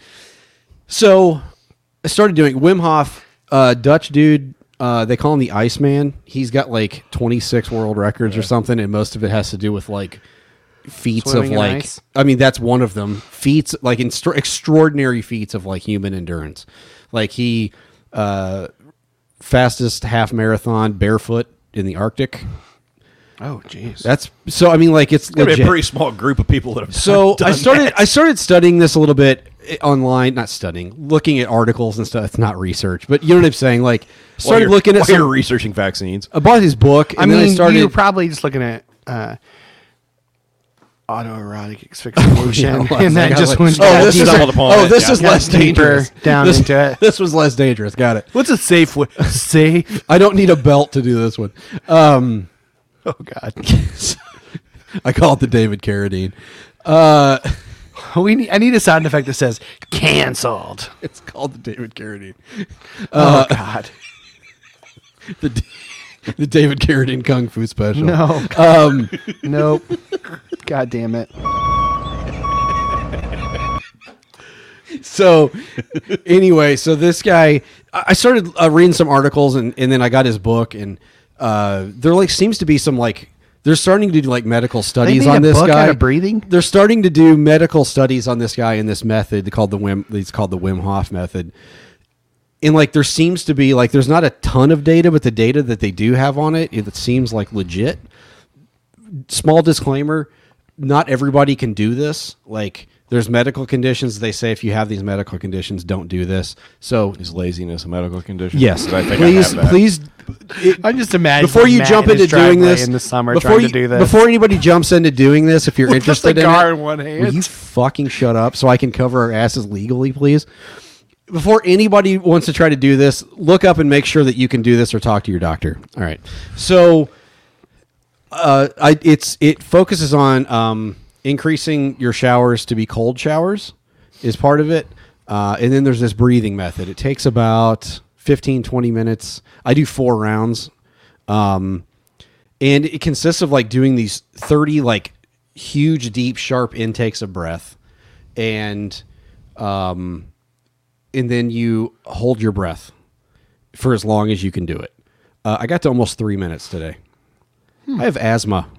C: so I started doing Wim Hof, uh, Dutch dude. Uh, they call him the Iceman. He's got like 26 world records or something, and most of it has to do with like feats
A: Swimming
C: of
A: in
C: like.
A: ice?
C: I mean, that's one of them. Feats like instr- extraordinary feats of like human endurance. Like he uh, fastest half marathon barefoot in the Arctic.
A: Oh, jeez.
C: That's so. I mean, like it's
B: There'd be
C: legit.
B: a pretty small group of people that have
C: So
B: *laughs* done
C: I started
B: that.
C: I started studying this a little bit eh, online, not studying, looking at articles and stuff. It's not research, but you know what I'm saying. Like
B: While
C: started
B: you're-
C: looking at
B: while you're
C: some. Oh.
B: researching vaccines.
C: I bought his book, and
A: I mean,
C: then I
A: you're
C: started.
A: probably just looking at uh,
C: *laughs*
A: autoerotic asphyxiation,
C: *laughs* Oh, Yeah,
A: and
C: I
A: that
C: got
A: just
C: like-
A: went.
C: oh,
A: down
C: this is
A: deeper.
B: stumbled upon
C: oh,
B: it,
C: this
B: yeah.
C: is
A: Got
C: less
A: deeper
C: dangerous.
A: down
C: this,
A: into it.
C: this was less dangerous. Got it.
A: What's a safe way? *laughs* Safe?
C: I don't need a belt to do this one. *laughs* Um,
A: Oh
C: *laughs*
A: God,
C: I call it the David Carradine. Uh,
A: we need. I need a sound effect that says "canceled."
C: it's called the David Carradine. Uh,
A: Oh God,
C: The, D- *laughs* the David Carradine Kung Fu Special.
A: no, *laughs*
C: Um,
A: nope. God damn it!
C: so anyway, so this guy, I I started uh, reading some articles and, and then I got his book and uh, there like seems to be some like they're starting to do like medical studies
A: made
C: on
A: a
C: this
A: book
C: guy.
A: out of breathing?
C: They're starting to do medical studies on this guy and this method called the Wim. It's called the Wim Hof method. And like there seems to be like there's not a ton of data, but the data that they do have on it, it seems like legit small disclaimer not everybody can do this like there's medical conditions they say if you have these medical conditions don't do this so
B: Is laziness a medical condition?
C: yes
B: 'Cause I think I
C: please
B: have that.
C: please it-
A: I'm just imagining
C: before you
A: Matt
C: jump
A: in his
C: into doing
A: driveway
C: this
A: in the summer
C: before
A: trying
C: you,
A: to do this.
C: before anybody jumps into doing this if you're
A: With a
C: interested
A: cigar
C: in, it,
A: in one
C: will
A: hand.
C: you fucking shut up so i can cover our asses legally please before anybody wants to try to do this look up and make sure that you can do this or talk to your doctor all right so uh, I, it's it focuses on um, increasing your showers to be cold showers is part of it uh, and then there's this breathing method it takes about 15 20 minutes i do four rounds um, and it consists of like doing these 30 like huge deep sharp intakes of breath and um, and then you hold your breath for as long as you can do it uh, i got to almost three minutes today I have asthma.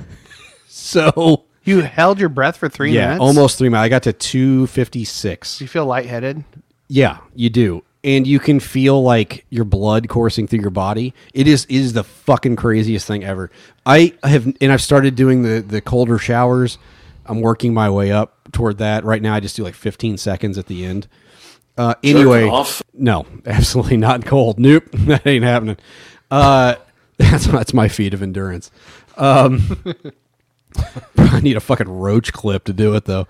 C: *laughs* so
A: You held your breath for three minutes.
C: almost three miles. I got to two fifty six.
A: Do you feel lightheaded?
C: Yeah, you do, and you can feel like your blood coursing through your body. It is it is the fucking craziest thing ever. I have and I've started doing the the colder showers. I'm working my way up toward that. Right now, I just do like fifteen seconds at the end. Uh, anyway,
D: off?
C: no, *laughs* absolutely not cold. Nope, *laughs* that ain't happening. Uh, *laughs* that's that's my feat of endurance. Um, *laughs* I need a fucking roach clip to do it though.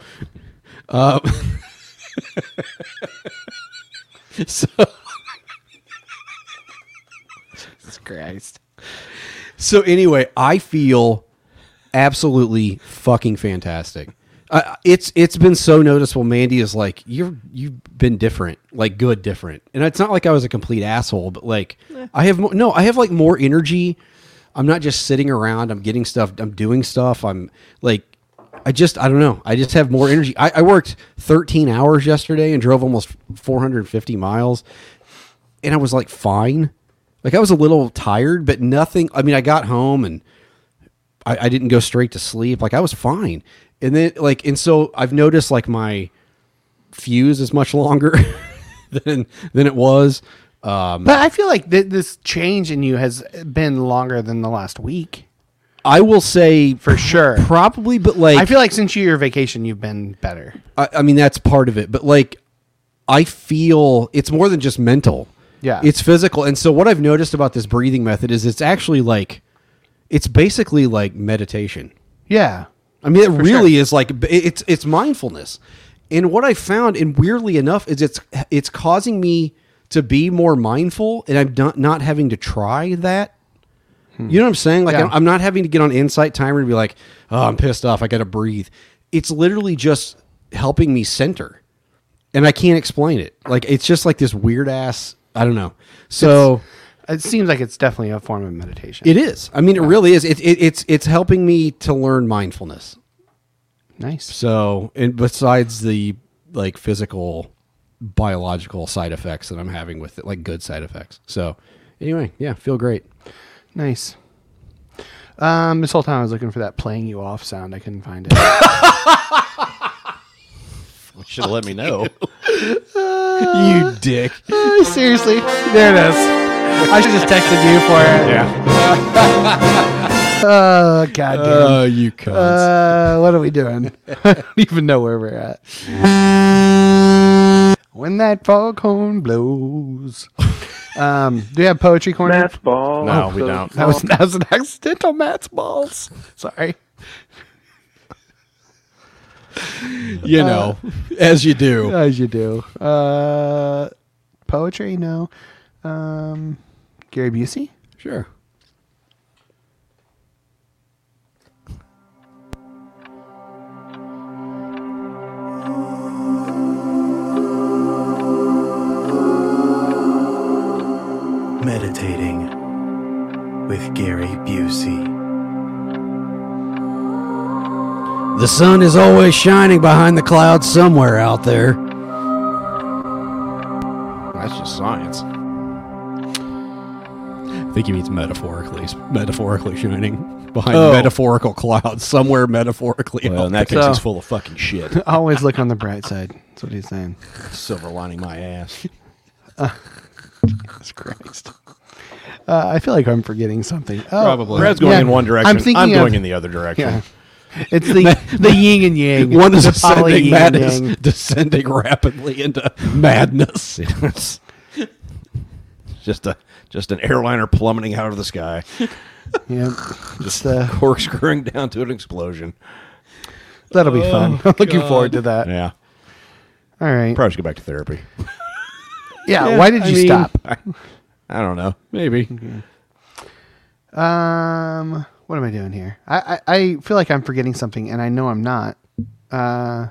C: Um, so
A: Christ.
C: so anyway, I feel absolutely fucking fantastic. Uh, it's it's been so noticeable. Mandy is like you're you've been different, like good different, and it's not like I was a complete asshole, but like I have mo- no, I have like more energy. I'm not just sitting around. I'm getting stuff. I'm doing stuff. I'm like I just I don't know. I just have more energy. I, I worked 13 hours yesterday and drove almost 450 miles, and I was like fine. Like I was a little tired, but nothing. I mean, I got home and I, I didn't go straight to sleep. Like I was fine. And then like and so I've noticed like my fuse is much longer *laughs* than than it was. Um,
A: But I feel like th- this change in you has been longer than the last week
C: I will say *laughs*
A: for sure.
C: probably, but like
A: I feel like since your vacation, you've been better.
C: I, I mean that's part of it but like i feel it's more than just mental
A: Yeah.
C: it's physical and so what i've noticed about this breathing method is it's actually like it's basically like meditation
A: Yeah.
C: i mean it really is like b- it's it's mindfulness and what i found and weirdly enough is it's it's causing me to be more mindful and i'm not not having to try that you know what I'm saying? Like
A: Yeah.
C: I'm- I'm not having to get on Insight Timer and be like, "Oh, I'm pissed off. I got to breathe." It's literally just helping me center, and I can't explain it. Like it's just like this weird ass. I don't know. So
A: It seems like it's definitely a form of meditation.
C: it is. I mean, it really is. It, it, it's it's helping me to learn mindfulness.
A: nice.
C: So, and besides the like physical, biological side effects that I'm having with it, like good side effects. So, anyway, yeah, feel great.
A: Nice. Um, this whole time I was looking for that playing you off sound. I couldn't find it.
B: Should have let me *laughs*
C: *laughs*
B: know.
C: you *laughs* dick.
A: Uh, Seriously, there it is. I should just texted you for it.
B: Yeah.
A: *laughs* Oh goddamn.
C: Oh, you cunts.
A: Uh, what are we doing? *laughs* I don't even know where we're at. When that foghorn blows. Um, do you have poetry corner?
D: That's ball.
B: No, we don't.
A: That was that was an accidental Matt's balls. Sorry.
C: you know, as you do.
A: As you do. Uh, poetry? No. Um, Gary Busey?
C: Sure.
E: Meditating with Gary Busey.
C: The sun is always shining behind the clouds somewhere out there.
B: That's just science.
C: I think he means metaphorically, metaphorically shining behind
B: Oh.
C: metaphorical clouds somewhere metaphorically.
B: Well, uh,
C: out
B: in that
C: there.
B: case,
A: So-
B: he's full of fucking shit.
A: *laughs* Always look on the bright side. That's what he's saying.
B: *laughs* Silver lining my
C: *laughs*
B: ass.
A: Jesus Christ. *laughs* Uh, I feel like I'm forgetting something. Oh,
B: Probably. Brad's going
A: yeah.
B: in one direction.
A: I'm thinking
B: I'm going
A: of-
B: in the other direction. *laughs*
A: Yeah. It's the the yin and yang.
C: one is
A: The poly
C: ascending,
A: yin
C: that
A: and
C: is
A: yang.
C: descending rapidly into
B: *laughs*
C: madness.
B: It's just a just an airliner plummeting out of the sky,
C: *laughs*
A: Yep. Just uh,
B: *laughs* corkscrewing down to an explosion.
A: that'll be fun. *laughs* I'm looking forward to that.
B: Yeah,
A: All right.
B: probably should go back to therapy.
A: yeah, Why did
C: I
A: you
C: mean-
A: stop?
B: I don't know.
C: Maybe.
A: Um. What am I doing here? I, I I feel like I'm forgetting something, and I know I'm not. Uh.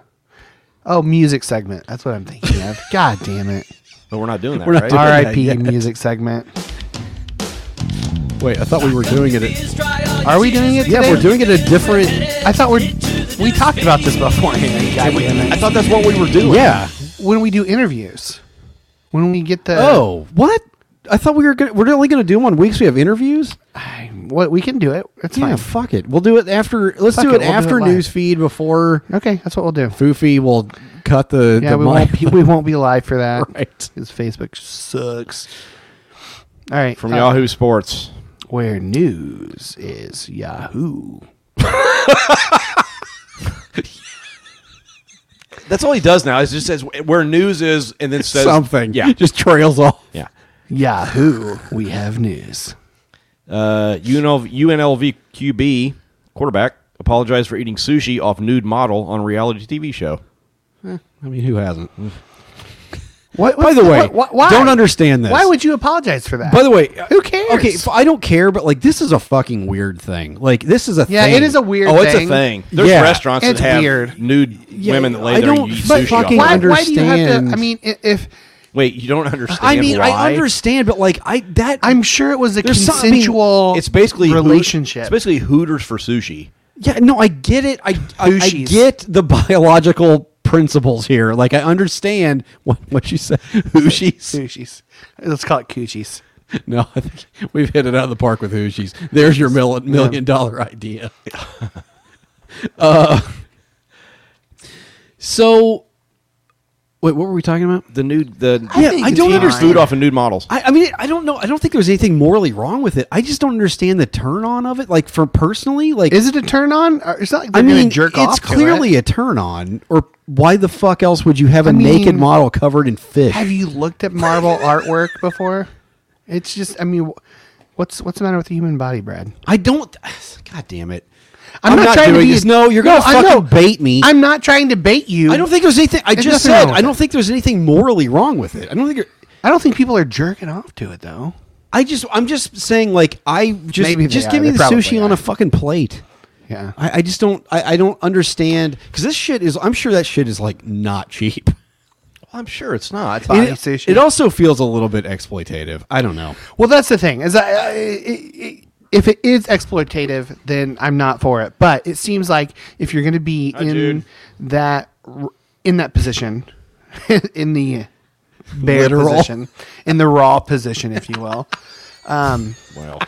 A: Oh, music segment. That's what I'm thinking of. God damn it.
B: But we're not
C: *laughs*
B: doing that,
C: We're not
B: right?
C: doing-
A: R.I.P.
C: yet.
A: music segment.
C: Wait, I thought we were doing it. At,
A: Are we doing it?
C: yeah,
A: today?
C: we're doing it a different.
A: I thought we we talked about this beforehand. God damn it.
B: I thought that's what we were doing.
C: Yeah.
A: when we do interviews, when we get the
C: Oh, what? I thought we were gonna, we're only going to do one weeks. We have interviews.
A: what we can do it. It's
C: Yeah,
A: fine.
C: fuck it. We'll do it after. Let's
A: Fuck
C: do
A: it,
C: it,
A: we'll do
C: after
A: it live.
C: news feed before
A: Okay, that's what we'll do.
C: Foofy will cut the
A: Yeah,
C: the
A: we
C: mic.
A: won't,
C: *laughs*
A: be, we won't be live for that.
C: Right.
A: Because Facebook sucks. All right.
B: From
A: uh,
B: Yahoo Sports.
A: Where news is Yahoo.
B: That's all he does now. Is just says where news is, and then says
C: something.
B: Yeah,
C: *laughs* just trails off.
B: yeah.
A: Yahoo, we have news.
B: Uh, UNLV, UNLV QB quarterback apologized for eating sushi off nude model on reality TV show.
C: I mean, who hasn't?
A: What,
C: By
A: what's
C: the way,
A: what- why?
C: don't understand this.
A: Why would you apologize for that?
C: By the way, uh,
A: Who cares?
C: Okay, f- I don't care, but like this is a fucking weird thing. Like this is a
A: Yeah,
C: thing.
A: it is a weird
B: oh, it's a
A: thing.
B: thing. There's
C: Yeah.
B: restaurants
A: It's
B: that have
A: weird.
B: nude
C: Yeah,
B: women that lay
C: I
B: there
C: don't
B: and eat
C: but
B: sushi.
C: fucking
B: off
A: why,
B: them.
A: why do you have
C: understand.
A: to? I mean, i- if
B: Wait, you don't understand.
C: I mean,
B: why?
C: I understand, but like I that
A: I'm sure it was a
C: There's something-
A: consensual
B: It's basically Hoot-
A: relationship.
B: it's basically Hooters for sushi.
C: Yeah, no, I get it. I I, I
A: Hooshies.
C: get the biological principles here. Like I understand what what you said. *laughs* Hooshies.
A: Coochies. Let's call it coochies.
C: No, I think we've hit it out of the park with hooshies. There's your mil- million dollar *laughs* idea. uh, so, wait, what were we talking about?
B: The nude, the
A: I
C: Yeah,
A: think
C: I
A: it's
C: don't
A: fine.
C: understand-
B: food off of nude models.
C: I, I mean, I don't know. I don't think there's anything morally wrong with it. I just don't understand the turn on of it. Like for personally, like
A: Is it a turn on? Or It's not like they're
C: I mean,
A: gonna jerk
C: it's
A: off. to it.
C: clearly a turn on. Or why the fuck else would you have a
A: I mean-
C: naked model covered in
A: *laughs*
C: fish?
A: Have you looked at Marvel artwork before? It's just, I mean, wh- what's what's the matter with the human body, Brad?
C: I don't. God damn it!
A: I'm not trying to
C: doing
A: be-
C: this. No, you're gonna
A: No, I know.
C: fucking bait me.
A: I'm not trying to bait you.
C: I don't think there's anything. I
A: There's
C: just
A: nothing wrong
C: said
A: with
C: I don't
A: it.
C: think there's anything morally wrong with it. I don't think. You're,
A: I don't think people are jerking off to it though.
C: I just. I'm just saying. Like I just.
A: Maybe they
C: just
A: are.
C: give me
A: They
C: the
A: probably
C: sushi on
A: are.
C: a fucking plate.
A: Yeah.
C: I, I just don't. I, I don't understand because this shit is. I'm sure that shit is like not cheap.
B: I'm sure it's not.
A: Body
C: It,
A: sushi.
C: it also feels a little bit exploitative. I don't know.
A: Well, that's the thing is, I, I, i if it is exploitative, then I'm not for it. But it seems like if you're going to be in
B: dude.
A: that r- in that position, *laughs* in the bare
C: Literal.
A: position, in the raw position, if you will, *laughs*
B: Well,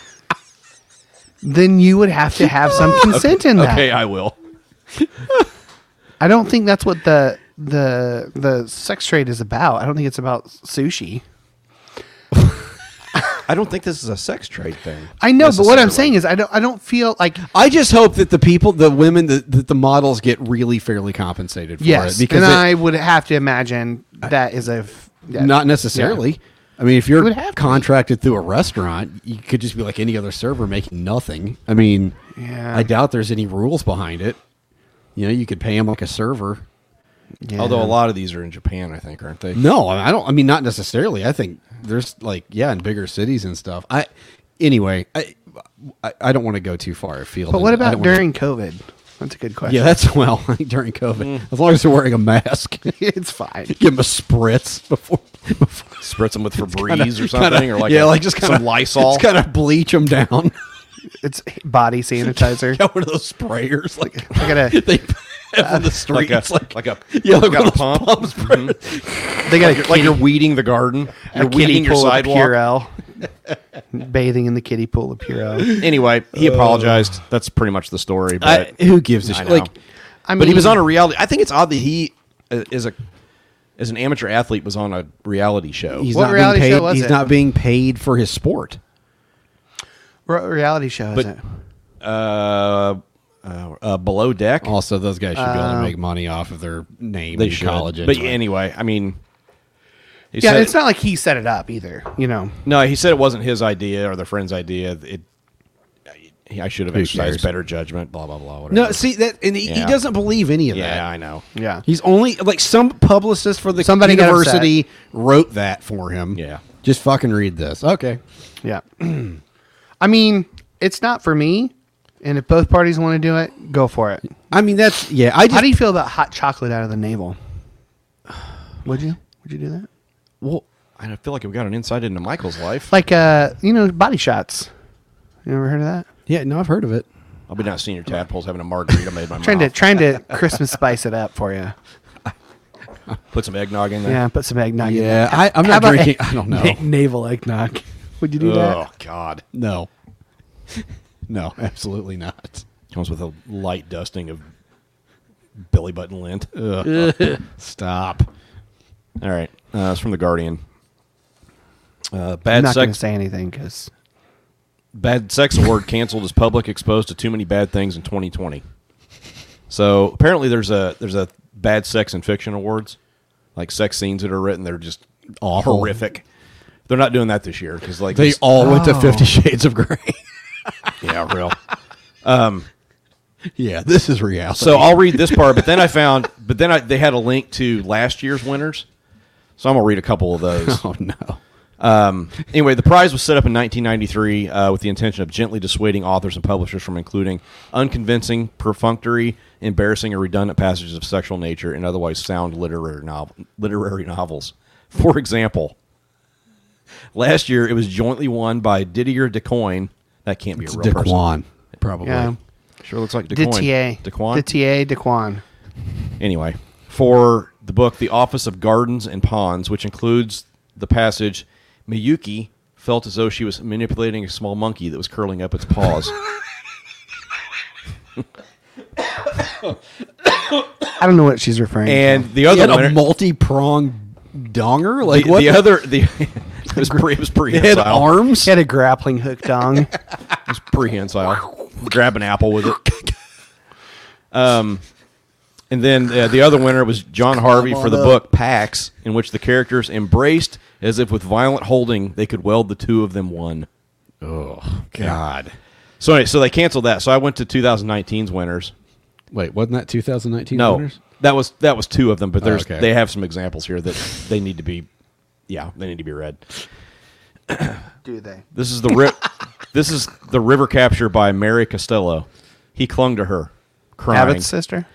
A: then you would have to have
B: *laughs*
A: some consent in that.
B: okay, I will.
A: I don't think that's what the the the sex trade is about. I don't think it's about sushi.
B: I don't think this is a sex trade thing.
A: I know, but what I'm saying is, I don't I don't feel like
C: I just hope that the people, the women, that that the models get really fairly compensated for
A: yes,
C: it because
A: and
C: it-
A: I would have to imagine that is a f- that-
C: not necessarily. I mean, if you're
A: would have to be.
C: contracted through a restaurant, you could just be like any other server making nothing. I mean,
A: Yeah.
C: I doubt there's any rules behind it. You know, you could pay them like a server.
A: Yeah.
B: Although a lot of these are in Japan, I think, aren't they?
C: No, I don't. I mean, not necessarily. I think there's like yeah, in bigger cities and stuff. I anyway, I I, I don't want to go too far afield.
A: But what
C: I
A: about
C: don't wanna-
A: during COVID? That's a good question.
C: Yeah, that's well *laughs* during COVID.
B: Mm.
C: As long as they're wearing a mask, *laughs*
A: *laughs* it's fine.
C: give them a spritz before. before
B: Spritz them with
C: *laughs*
B: Febreze or something,
C: kinda-
B: or like
C: yeah,
B: a-
C: like just kind of
B: some Lysol.
C: just kind of bleach them down. *laughs*
A: It's body
B: *laughs*
A: sanitizer.
C: Got one of those sprayers, like
A: I gotta-
C: *laughs* they have on
B: *laughs*
C: the
B: like
C: streets,
B: a
C: like,
B: like a
C: yeah, like
B: like
C: one
B: a
C: of
B: pump.
C: those
B: Mm-hmm.
C: pump sprayers.
A: They got
B: Like, you're, like you're weeding the garden. You're weeding your sidewalk.
C: uh,
B: *laughs*
A: Purell, bathing in the kiddie pool of Purell.
B: Anyway, he apologized. That's pretty much the story. But
C: uh, I- who gives a
B: I
C: shit?
B: know.
C: Like,
A: I
B: but he was
A: mean-
B: on a reality. I think it's odd that he uh, is a as an amateur athlete was on a reality show.
C: he's
A: What
C: not being
A: reality show
C: paid.
A: was
C: he's
A: it?
C: not being paid for his sport.
A: Re- reality show, is
B: But-
A: it?
B: uh, uh, uh, below deck.
C: Also, those guys should be
B: Uh,
C: able to make money off of their name.
B: they
C: and
B: should.
C: collagen.
B: but
C: Like,
B: anyway, I mean, he
A: Yeah,
B: said-
A: it's not like he set it up either. You know,
B: No, he said it wasn't his idea or the friend's idea. It. I- I should have
C: Who
B: exercised
C: cares?
B: better judgment. Blah blah blah. Whatever.
C: no, see that, and he, he
B: Yeah.
C: doesn't believe any of that.
B: Yeah, I know.
A: yeah.
C: He's only like some publicist for the
A: Somebody got
C: university wrote that for him.
B: Yeah.
C: Just fucking read this. Okay.
A: Yeah. *clears throat* I mean, it's not for me. And if both parties want to do it, go for it.
C: I mean that's yeah, I
A: How
C: just
A: do you feel about hot chocolate out of the navel? *sighs* Would you? Would you do that?
B: Well, I feel like we got an insight into Michael's life.
A: Like, uh, you know, body shots. You ever heard of that?
C: Yeah, no, I've heard of it.
B: I'll be not senior tadpoles having a margarita made by my
A: Trying to
B: mouth.
A: trying *laughs* to Christmas spice it up for you.
B: Put some eggnog in there.
A: Yeah, put some eggnog. in there.
C: Yeah, I, I'm
A: How
C: not
A: about
C: drinking.
A: a-
C: *laughs*
A: *laughs*
C: I don't know.
A: na- navel eggnog. Would you do
B: Oh
A: that?
B: God!
C: No, no, absolutely not.
A: *laughs*
B: Comes with a light dusting of belly button lint.
C: Stop.
B: All right, uh, it's from the Guardian. Uh,
A: I'm
B: bad
A: not going to
B: sex,
A: say anything because
B: bad sex award canceled as public exposed to too many bad things in 2020. So apparently, there's a there's a bad sex and fiction awards, like sex scenes that are written. They're just
C: Awful.
B: horrific. They're not doing that this year because like
C: They
B: this-
C: all went to
A: Oh.
C: Fifty Shades of Grey.
B: *laughs*
C: *laughs*
B: yeah real.
C: yeah, this is reality.
B: So I'll read this part, but then I found, but then I, they had a link to last year's winners. So I'm gonna read a couple of those.
C: *laughs* oh no.
B: Anyway, the prize was set up in 1993 uh, with the intention of gently dissuading authors and publishers from including unconvincing, perfunctory, embarrassing, or redundant passages of sexual nature in otherwise sound literary novel literary novels. For example, last year it was jointly won by Didier DeCoin. That can't be a real person.
C: DeQuan, probably.
A: yeah,
B: Sure looks like DeQuan.
A: Dittier.
B: DeQuan?
A: Dittier DeQuan.
B: anyway, for the book The Office of Gardens and Ponds, which includes the passage Miyuki felt as though she was manipulating a small monkey that was curling up its
C: *laughs*
B: paws.
A: I don't know what she's referring
B: and the
C: He
B: other
C: had a
B: winner-
C: multi-pronged donger. Like
B: the,
C: what?
B: the other the *laughs* it was pre it was *laughs*
C: It had
B: prehensile.
A: to.
C: arms.
A: She had a grappling hook *laughs* dong.
B: It was prehensile. Grab an apple with it. Um and then uh, the other winner was John Harvey for the book Pax, in which the characters embraced as if with violent holding they could weld the two of them one.
C: Oh God!
B: So anyway, so they canceled that. So I went to 2019's winners.
C: Wait, wasn't that 2019?
B: No,
C: winners? Oh,
B: that was that was two of them, but there's
C: okay.
B: they have some examples here that they need to be, yeah, they need to be read.
A: Do they?
B: This is the rip. *laughs* this is the river capture by Mary Costello. He clung to her, crying.
A: Abbott's sister?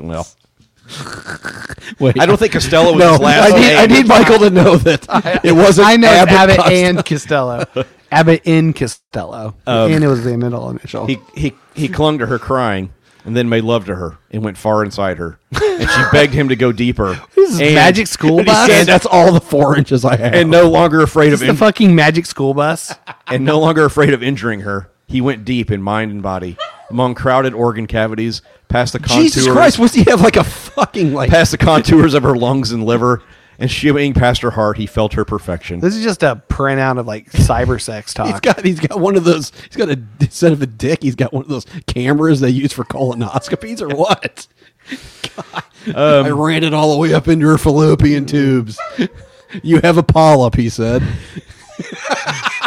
B: well,
C: Wait,
B: I don't think
A: *laughs*
B: Costello was
C: No,
B: his last
C: I need,
B: name.
C: I need Michael to know that it wasn't.
A: I know
C: Abbott
A: Abbott,
C: Costello.
A: and Costello.
B: *laughs*
A: Abbott in Costello. and it was the middle initial.
B: Um, he he he clung to her, crying, and then made love to her and went far inside her, and she begged him to go deeper.
A: *laughs* This is
B: *laughs* And-
A: Magic School Bus?
C: And that's all the four inches I have.
B: and no longer afraid
A: Is
B: of
A: this the
B: in-
A: fucking magic school
B: *laughs*
A: bus?
B: and no longer afraid of injuring her, he went deep in mind and body, among crowded organ cavities, past the contours,
C: Jesus Christ, was he have like a fucking like?
B: past the contours of her lungs and liver, and shimmying past her heart, he felt her perfection.
A: This is just a printout of like cyber
B: *laughs*
A: sex
C: He's
A: talk.
C: got he's got one of those. He's got a instead of a dick, he's got one of those cameras they use for colonoscopies or
B: *laughs*
C: what? God,
B: Um,
C: I ran it all the way up into her fallopian tubes. you have a polyp, he said.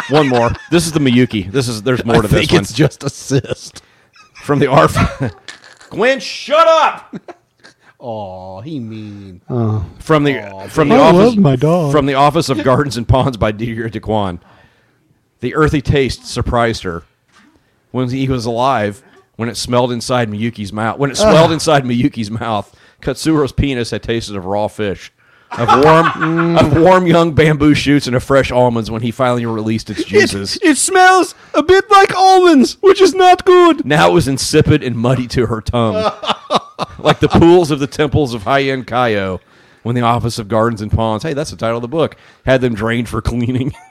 B: one more. This is the Miyuki. This is there's more
C: I
B: to
C: think
B: this one.
C: it's just a cyst.
B: From the R. Gwen, shut up.
C: Oh, he mean.
B: From the from the
A: I
B: office
A: love my dog.
B: from the
A: *laughs*
B: office of Gardens and Ponds by Didier Dequan. The earthy taste surprised her when he was alive. When it smelled inside Miyuki's mouth, when it smelled inside Miyuki's mouth, Katsuro's penis had tasted of raw fish,
A: *laughs*
B: of
A: Mm.
B: warm, of warm young bamboo shoots, and of fresh almonds. When he finally released its juices,
C: It smells a bit like almonds, which is not good.
B: Now it was insipid and muddy to her
C: *laughs*
B: tongue, like the pools of the temples of high-end Kaio, when the Office of Gardens and Ponds, hey, that's the title of the book, had them drained for cleaning. *laughs*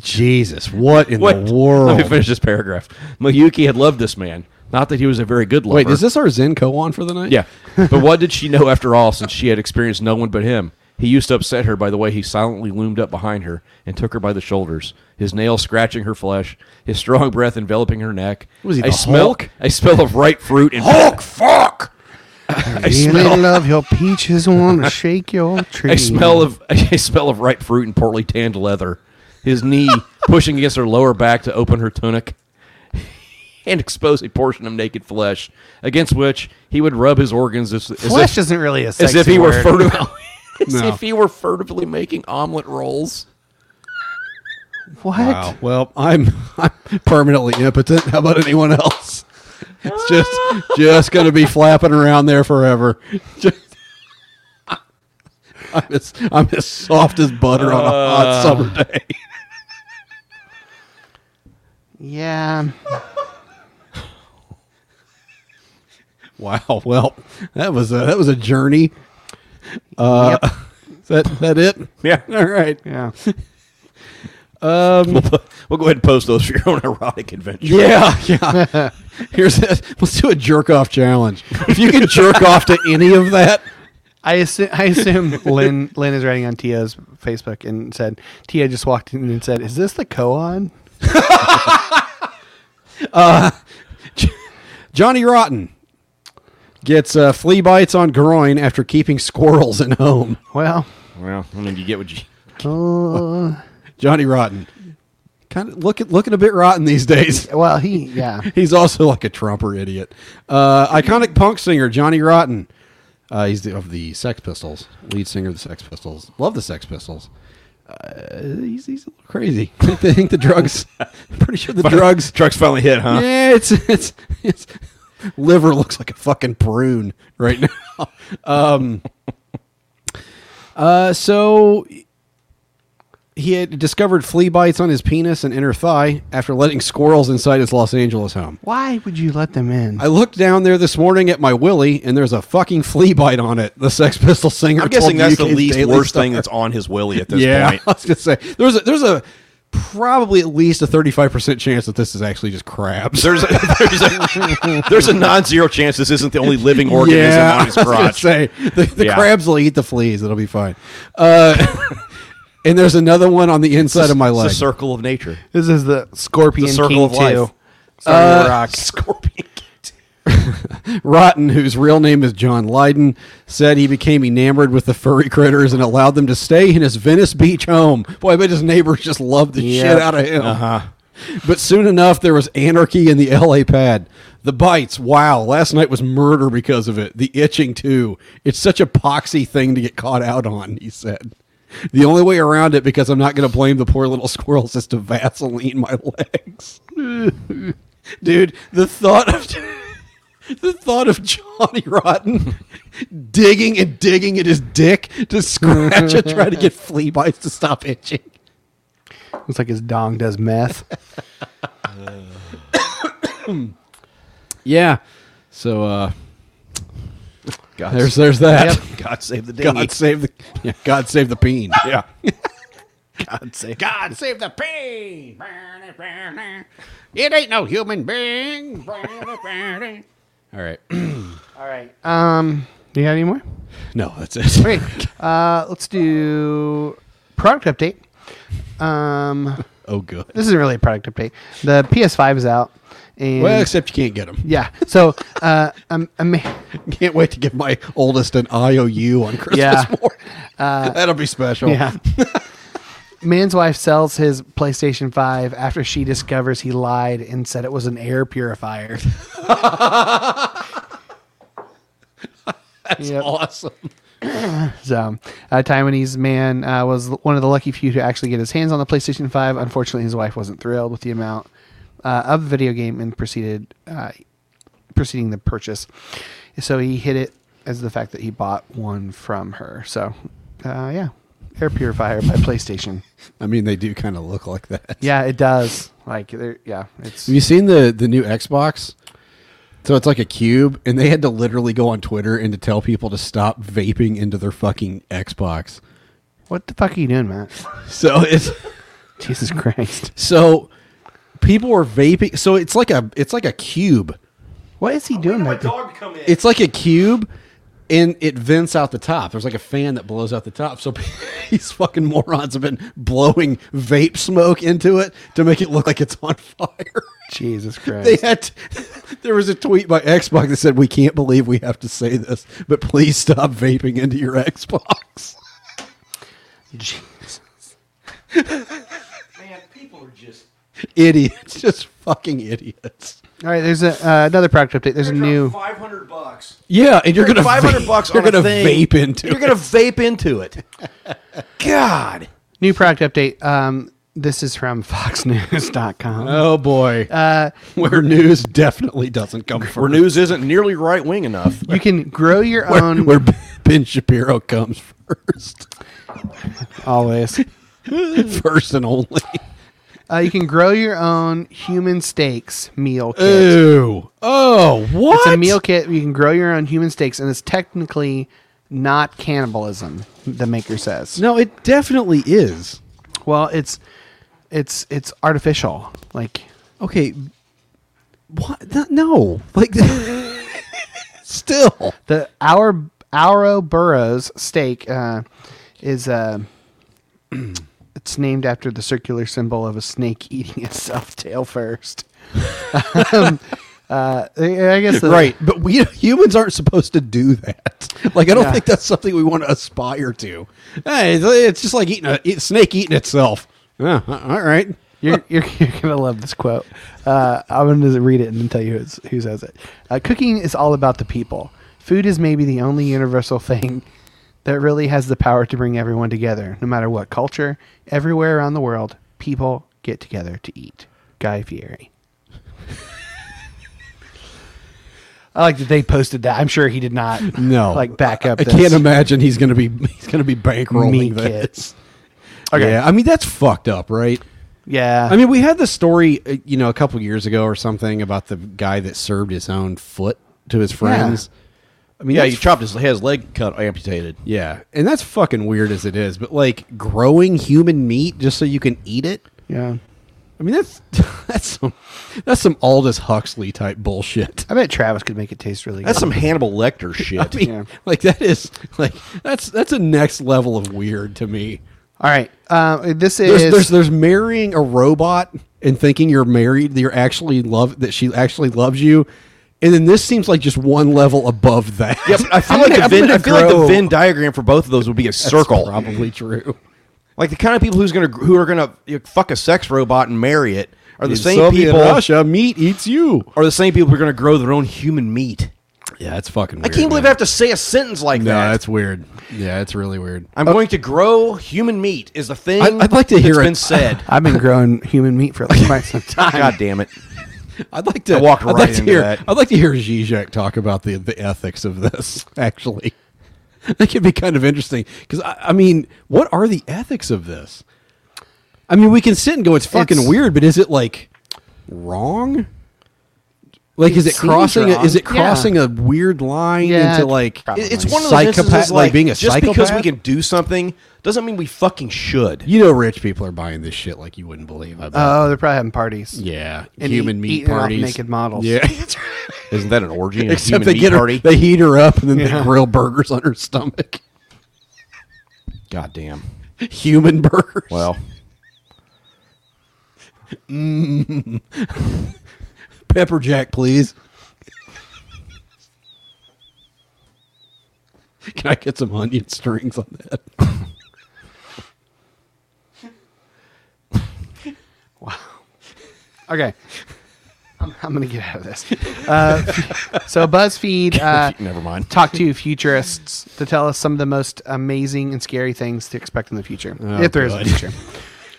C: Jesus, what in
B: Wait,
C: the
B: Let me
C: world?
B: finish this paragraph. Miyuki had loved this man. Not that he was a very good lover.
C: Wait, is this our Zen koan for the night? *laughs*
B: Yeah. But what did she know after all since she had experienced no one but him? He used to upset her by the way he silently loomed up behind her and took her by the shoulders, his nails scratching her flesh, his strong breath enveloping her neck.
C: Was he
B: a
C: the
B: smell,
C: Hulk?
B: A smell of ripe fruit and
C: Hulk, fuck.
B: I
A: Really
B: smell, *laughs*
A: love your peaches, want to shake your tree.
B: a smell of *laughs* a smell of ripe fruit and poorly tanned leather. His *laughs* knee pushing against her lower back to open her tunic *laughs* and expose a portion of naked flesh against which he would rub his organs as, as
A: flesh
B: if,
A: isn't really a sexy
B: as if he were
A: word.
B: furtively *laughs* as
C: No.
B: if he were furtively making omelet rolls. *laughs*
A: What?
C: Wow. Well, I'm *laughs* I'm permanently impotent. How about anyone else? It's just *laughs* just gonna be flapping around there forever. Just, I'm as I'm as soft as butter on a
B: Uh.
C: hot summer day.
A: Yeah.
C: Wow. Well, that was a that was a journey.
A: yep.
C: Is *laughs* that that it?
B: Yeah.
C: All right.
A: Yeah.
B: We'll, pu- we'll go ahead and post those for your own erotic adventure.
C: Yeah, yeah. Here's a, let's do a jerk off challenge. If you can jerk off to any of that,
A: I assume, I
B: *laughs*
A: assume Lynn Lynn is writing on Tia's Facebook and said Tia just walked in and said, "Is this the koan?"
C: Johnny Rotten gets uh, flea bites on groin after keeping squirrels in home.
A: Well,
B: *laughs* Well, I mean, you get what you.
A: uh,
C: Johnny Rotten, kind of looking looking a bit rotten these days.
A: well, he yeah.
C: He's also like a Trumper idiot. Uh, iconic punk singer Johnny Rotten. Uh, he's the, of the Sex Pistols, lead singer of the Sex Pistols. Love the Sex Pistols. Uh, he's, he's a little crazy. I think, I think the drugs. pretty sure
B: uh, *laughs*
C: the drugs.
B: Trucks finally hit, huh?
C: Yeah, it's it's it's liver looks like a fucking prune right now. *laughs* Um uh so he had discovered flea bites on his penis and inner thigh after letting squirrels inside his Los Angeles home.
A: Why would you let them in?
C: I looked down there this morning at my willy, and there's a fucking flea bite on it. The Sex Pistols singer.
B: I'm guessing
C: told
B: that's the
C: UK's
B: least
C: Daily
B: worst
C: Star.
B: thing that's on his willy at this *laughs*
C: yeah,
B: point.
C: *laughs* I was gonna say there's a, there's a probably at least a 35 percent chance that this is actually just crabs.
B: There's a, *laughs* there's a, there's a non-zero chance this isn't the only living organism on his
C: *laughs* I was gonna
B: crotch.
C: Say the, the
B: Yeah.
C: crabs will eat the fleas. It'll be fine. Uh, *laughs* and there's another one on the inside of my
B: It's
C: leg.
B: a circle of nature.
A: this is the Scorpion
B: The circle
A: King
B: of life.
A: too. Sorry, The Rock.
B: Scorpion.
C: Rotten, whose real name is John Lydon, said he became enamored with the furry critters and allowed them to stay in his Venice Beach home. Boy, I bet his neighbors just loved the
A: Yep.
C: shit out of him. But soon enough, there was anarchy in the LA pad. The bites, wow, last night was murder because of it. The itching, too. It's such a poxy thing to get caught out on, he said. The only way around it, because I'm not going to blame the poor little squirrels, is to Vaseline my *laughs* legs. Dude, the thought of. *laughs* The thought of Johnny Rotten digging and digging at his dick to scratch and try to *laughs* get flea bites to stop itching.
A: Looks like his dong does meth.
C: Yeah. So uh
B: God,
C: there's there's that.
B: God save the dingy.
C: *laughs* God save the yeah, God save the peen.
B: *laughs* yeah.
A: God save.
D: God save the pain. It ain't no human being.
C: All
D: *clears throat*
C: right.
A: All right. *laughs* Um, do you have any more?
C: No, that's it.
A: Great. Uh, let's do product update. Um,
C: *laughs*
A: *laughs*
C: Oh good.
A: this isn't really a product update. The PS5 is out, and
C: Well, except you can't get them.
A: yeah. So, uh, um, ama-
C: *laughs* Can't wait to give my oldest an IOU on Christmas
A: Yeah. Uh,
C: morning. *laughs* That'll be special. *laughs*
A: yeah. *laughs* Man's wife sells his PlayStation 5 after she discovers he lied and said it was an air purifier. *laughs* That's
C: Awesome.
A: So, um, a Taiwanese man uh, was one of the lucky few to actually get his hands on the PlayStation 5. Unfortunately, his wife wasn't thrilled with the amount uh, of the video game and proceeded uh, preceding the purchase. So he hid it as the fact that he bought one from her. So, uh, yeah, air purifier by PlayStation.
C: I mean they do kind of look like that.
A: Yeah, it does. Like, there- yeah, it's
C: Have you seen the the new Xbox? So it's like a cube, and they had to literally go on Twitter and to tell people to stop vaping into their fucking Xbox.
A: what the fuck are you doing, Matt? *laughs*
C: So it's
A: Jesus Christ,
C: *laughs* so people were vaping. So it's like a it's like a cube.
A: what is he doing? Back there?
C: It's like a cube, and it vents out the top. There's like a fan that blows out the top. So *laughs* these fucking morons have been blowing vape smoke into it to make it look like it's on fire. *laughs*
A: Jesus Christ.
C: They had *laughs* there was a tweet by Xbox that said, "We can't believe we have to say this, but please stop vaping into your Xbox." *laughs*
A: Jesus.
B: Man, people are just
C: idiots, just fucking idiots.
A: All right, there's a uh, another product update. There's a new.
B: five hundred bucks.
C: Yeah, and you're gonna
B: Five hundred bucks.
C: You're
B: on a
C: gonna
B: thing.
C: vape into.
B: You're gonna vape into it. God.
A: New product update. Um, this is from *laughs* FoxNews.com.
C: Oh boy, uh, where news definitely doesn't come from.
B: Where news isn't nearly right wing enough.
A: You can grow your
C: where,
A: own
C: where Ben Shapiro comes first,
A: *laughs* always.
C: first and only.
A: Uh, you can grow your own human steaks meal kit.
C: Ew. Oh, Uh, what?
A: it's a meal kit. You can grow your own human steaks, and it's technically not cannibalism. The maker says.
C: No, it definitely is.
A: Well, it's it's it's artificial. Like
C: Okay. What? Th- No. Like, *laughs* still.
A: the our Auro Burrows steak uh, is uh, *clears throat* it's named after the circular symbol of a snake eating *laughs* itself tail first. *laughs* um, uh, I I guess the-
C: right. But we humans aren't supposed to do that. Like, I don't
A: Yeah.
C: think that's something we want to aspire to. Hey, it's- it's just like eating a eat, snake eating itself. Yeah, a- all right.
A: You're, you're, *laughs* you're going to love this quote. Uh, I'm going to read it and then tell you who's, who says it. Uh, Cooking is all about the people. Food is maybe the only universal thing that really has the power to bring everyone together. No matter what culture, everywhere around the world, people get together to eat. Guy Fieri. *laughs* I like that they posted that. I'm sure he did not.
C: No,
A: like back up.
C: I
A: this.
C: can't imagine he's going to be he's going to be bankrolling
A: Meat
C: this.
A: kits. Okay.
C: Yeah, I mean that's fucked up, right?
A: Yeah.
C: I mean, we had the story, uh, you know, a couple years ago or something about the guy that served his own foot to his friends. I mean,
B: Yeah,
C: that's
B: he chopped his, his leg cut amputated.
C: Yeah, and that's fucking weird as it is, but like growing human meat just so you can eat it.
A: yeah.
C: I mean, that's *laughs* that's some that's some Aldous Huxley type bullshit. *laughs*
A: I bet Travis could make it taste really
B: That's
A: good.
B: some Hannibal Lecter shit.
C: I mean,
A: Yeah.
C: like that is like that's that's a next level of weird to me.
A: All right. Uh, this
C: There's,
A: is
C: there's there's marrying a robot and thinking you're married, that you're actually love that she actually loves you, and then this seems like just one level above that.
B: Yeah, but I feel
C: I'm
B: like
C: gonna-
B: the
C: I'm
B: Venn,
C: gonna
B: I feel like the
C: grow-
B: Venn diagram for both of those would be a
C: That's
B: circle.
C: probably true.
B: Like the kind of people who's gonna who are gonna you know, fuck a sex robot and marry it are the
C: In
B: same
C: Soviet
B: people
C: Russia meat eats you.
B: are the same people who are gonna grow their own human meat.
C: Yeah, that's
B: I
C: fucking. Weird,
B: can't believe
C: man.
B: I have to say a sentence like
C: No,
B: that.
C: that's weird. Yeah, it's really weird.
B: I'm going to grow human meat is the thing.
C: I- I'd like to
B: that's
C: hear it.
B: been
C: *laughs*
B: said.
A: I've been growing human meat for *laughs* like quite some time.
B: God damn it!
C: I'd like to
B: I walked
C: I'd
B: right
C: like to
B: into
C: hear,
B: that.
C: I'd like to hear Zizek talk about the the ethics of this. *laughs* Actually, that could be kind of interesting because I, I mean, what are the ethics of this? I mean, we can sit and go, it's fucking
A: It's-
C: weird, but is it like wrong? Like, is
A: It
C: it crossing?
A: seems
C: A, is it
A: wrong. Yeah.
C: crossing a weird line
A: Yeah,
C: into like
A: probably.
B: It- It's one of those instances
C: psychopath, like, being a
B: just
C: psychopath?
B: because we can do something doesn't mean we fucking should.
C: *laughs* you know, rich people are buying this shit like you wouldn't believe. I bet.
A: Oh, they're probably having parties.
C: yeah,
A: And
C: human
A: eat-
C: meat
A: eating off
C: parties,
A: naked models.
B: *laughs*
C: Yeah, *laughs*
B: Isn't that an orgy? and a
C: Except
B: human
C: they
B: meat
C: get her,
B: party?
C: they heat her up, and then
A: Yeah.
C: they grill burgers on her stomach. *laughs*
B: God damn.
C: Human burgers.
B: Well,
C: pepper jack, please. Can I get some onion strings on that?
A: Okay. I'm, I'm going to get out of this. Uh, so, *laughs* BuzzFeed uh,
B: never mind.
A: talked to futurists to tell us some of the most amazing and scary things to expect in the future,
C: Oh,
A: if there is a
C: God.
A: future.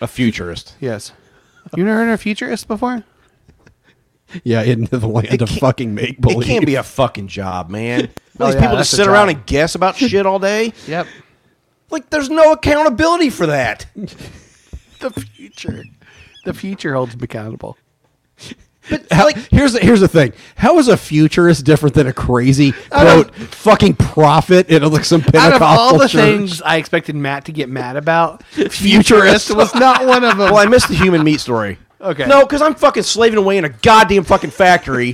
B: A futurist.
A: Yes. You never heard of futurist before?
C: Yeah, into the land of
B: can't-
C: fucking make
B: It
C: believe.
B: can't be a fucking job,
A: *laughs*
B: man. All
A: Oh,
B: these
A: yeah,
B: people
A: that's
B: just
A: a
B: sit around
A: job.
B: and
A: *laughs*
B: guess about shit all day.
A: Yep.
B: Like, there's no accountability for that.
A: The future. The future holds me accountable.
C: *laughs* How- here's the, here's the thing. How is a futurist different than a crazy
A: Out of-
C: quote fucking prophet in like some
A: Out
C: Pentecostal
A: of all the
C: church?
A: things I expected Matt to get mad about, futurist
B: *laughs*
A: was not one of them.
B: Well, I missed the human meat story.
A: Okay.
B: No, because I'm fucking slaving away in a goddamn fucking
A: *laughs*
B: factory,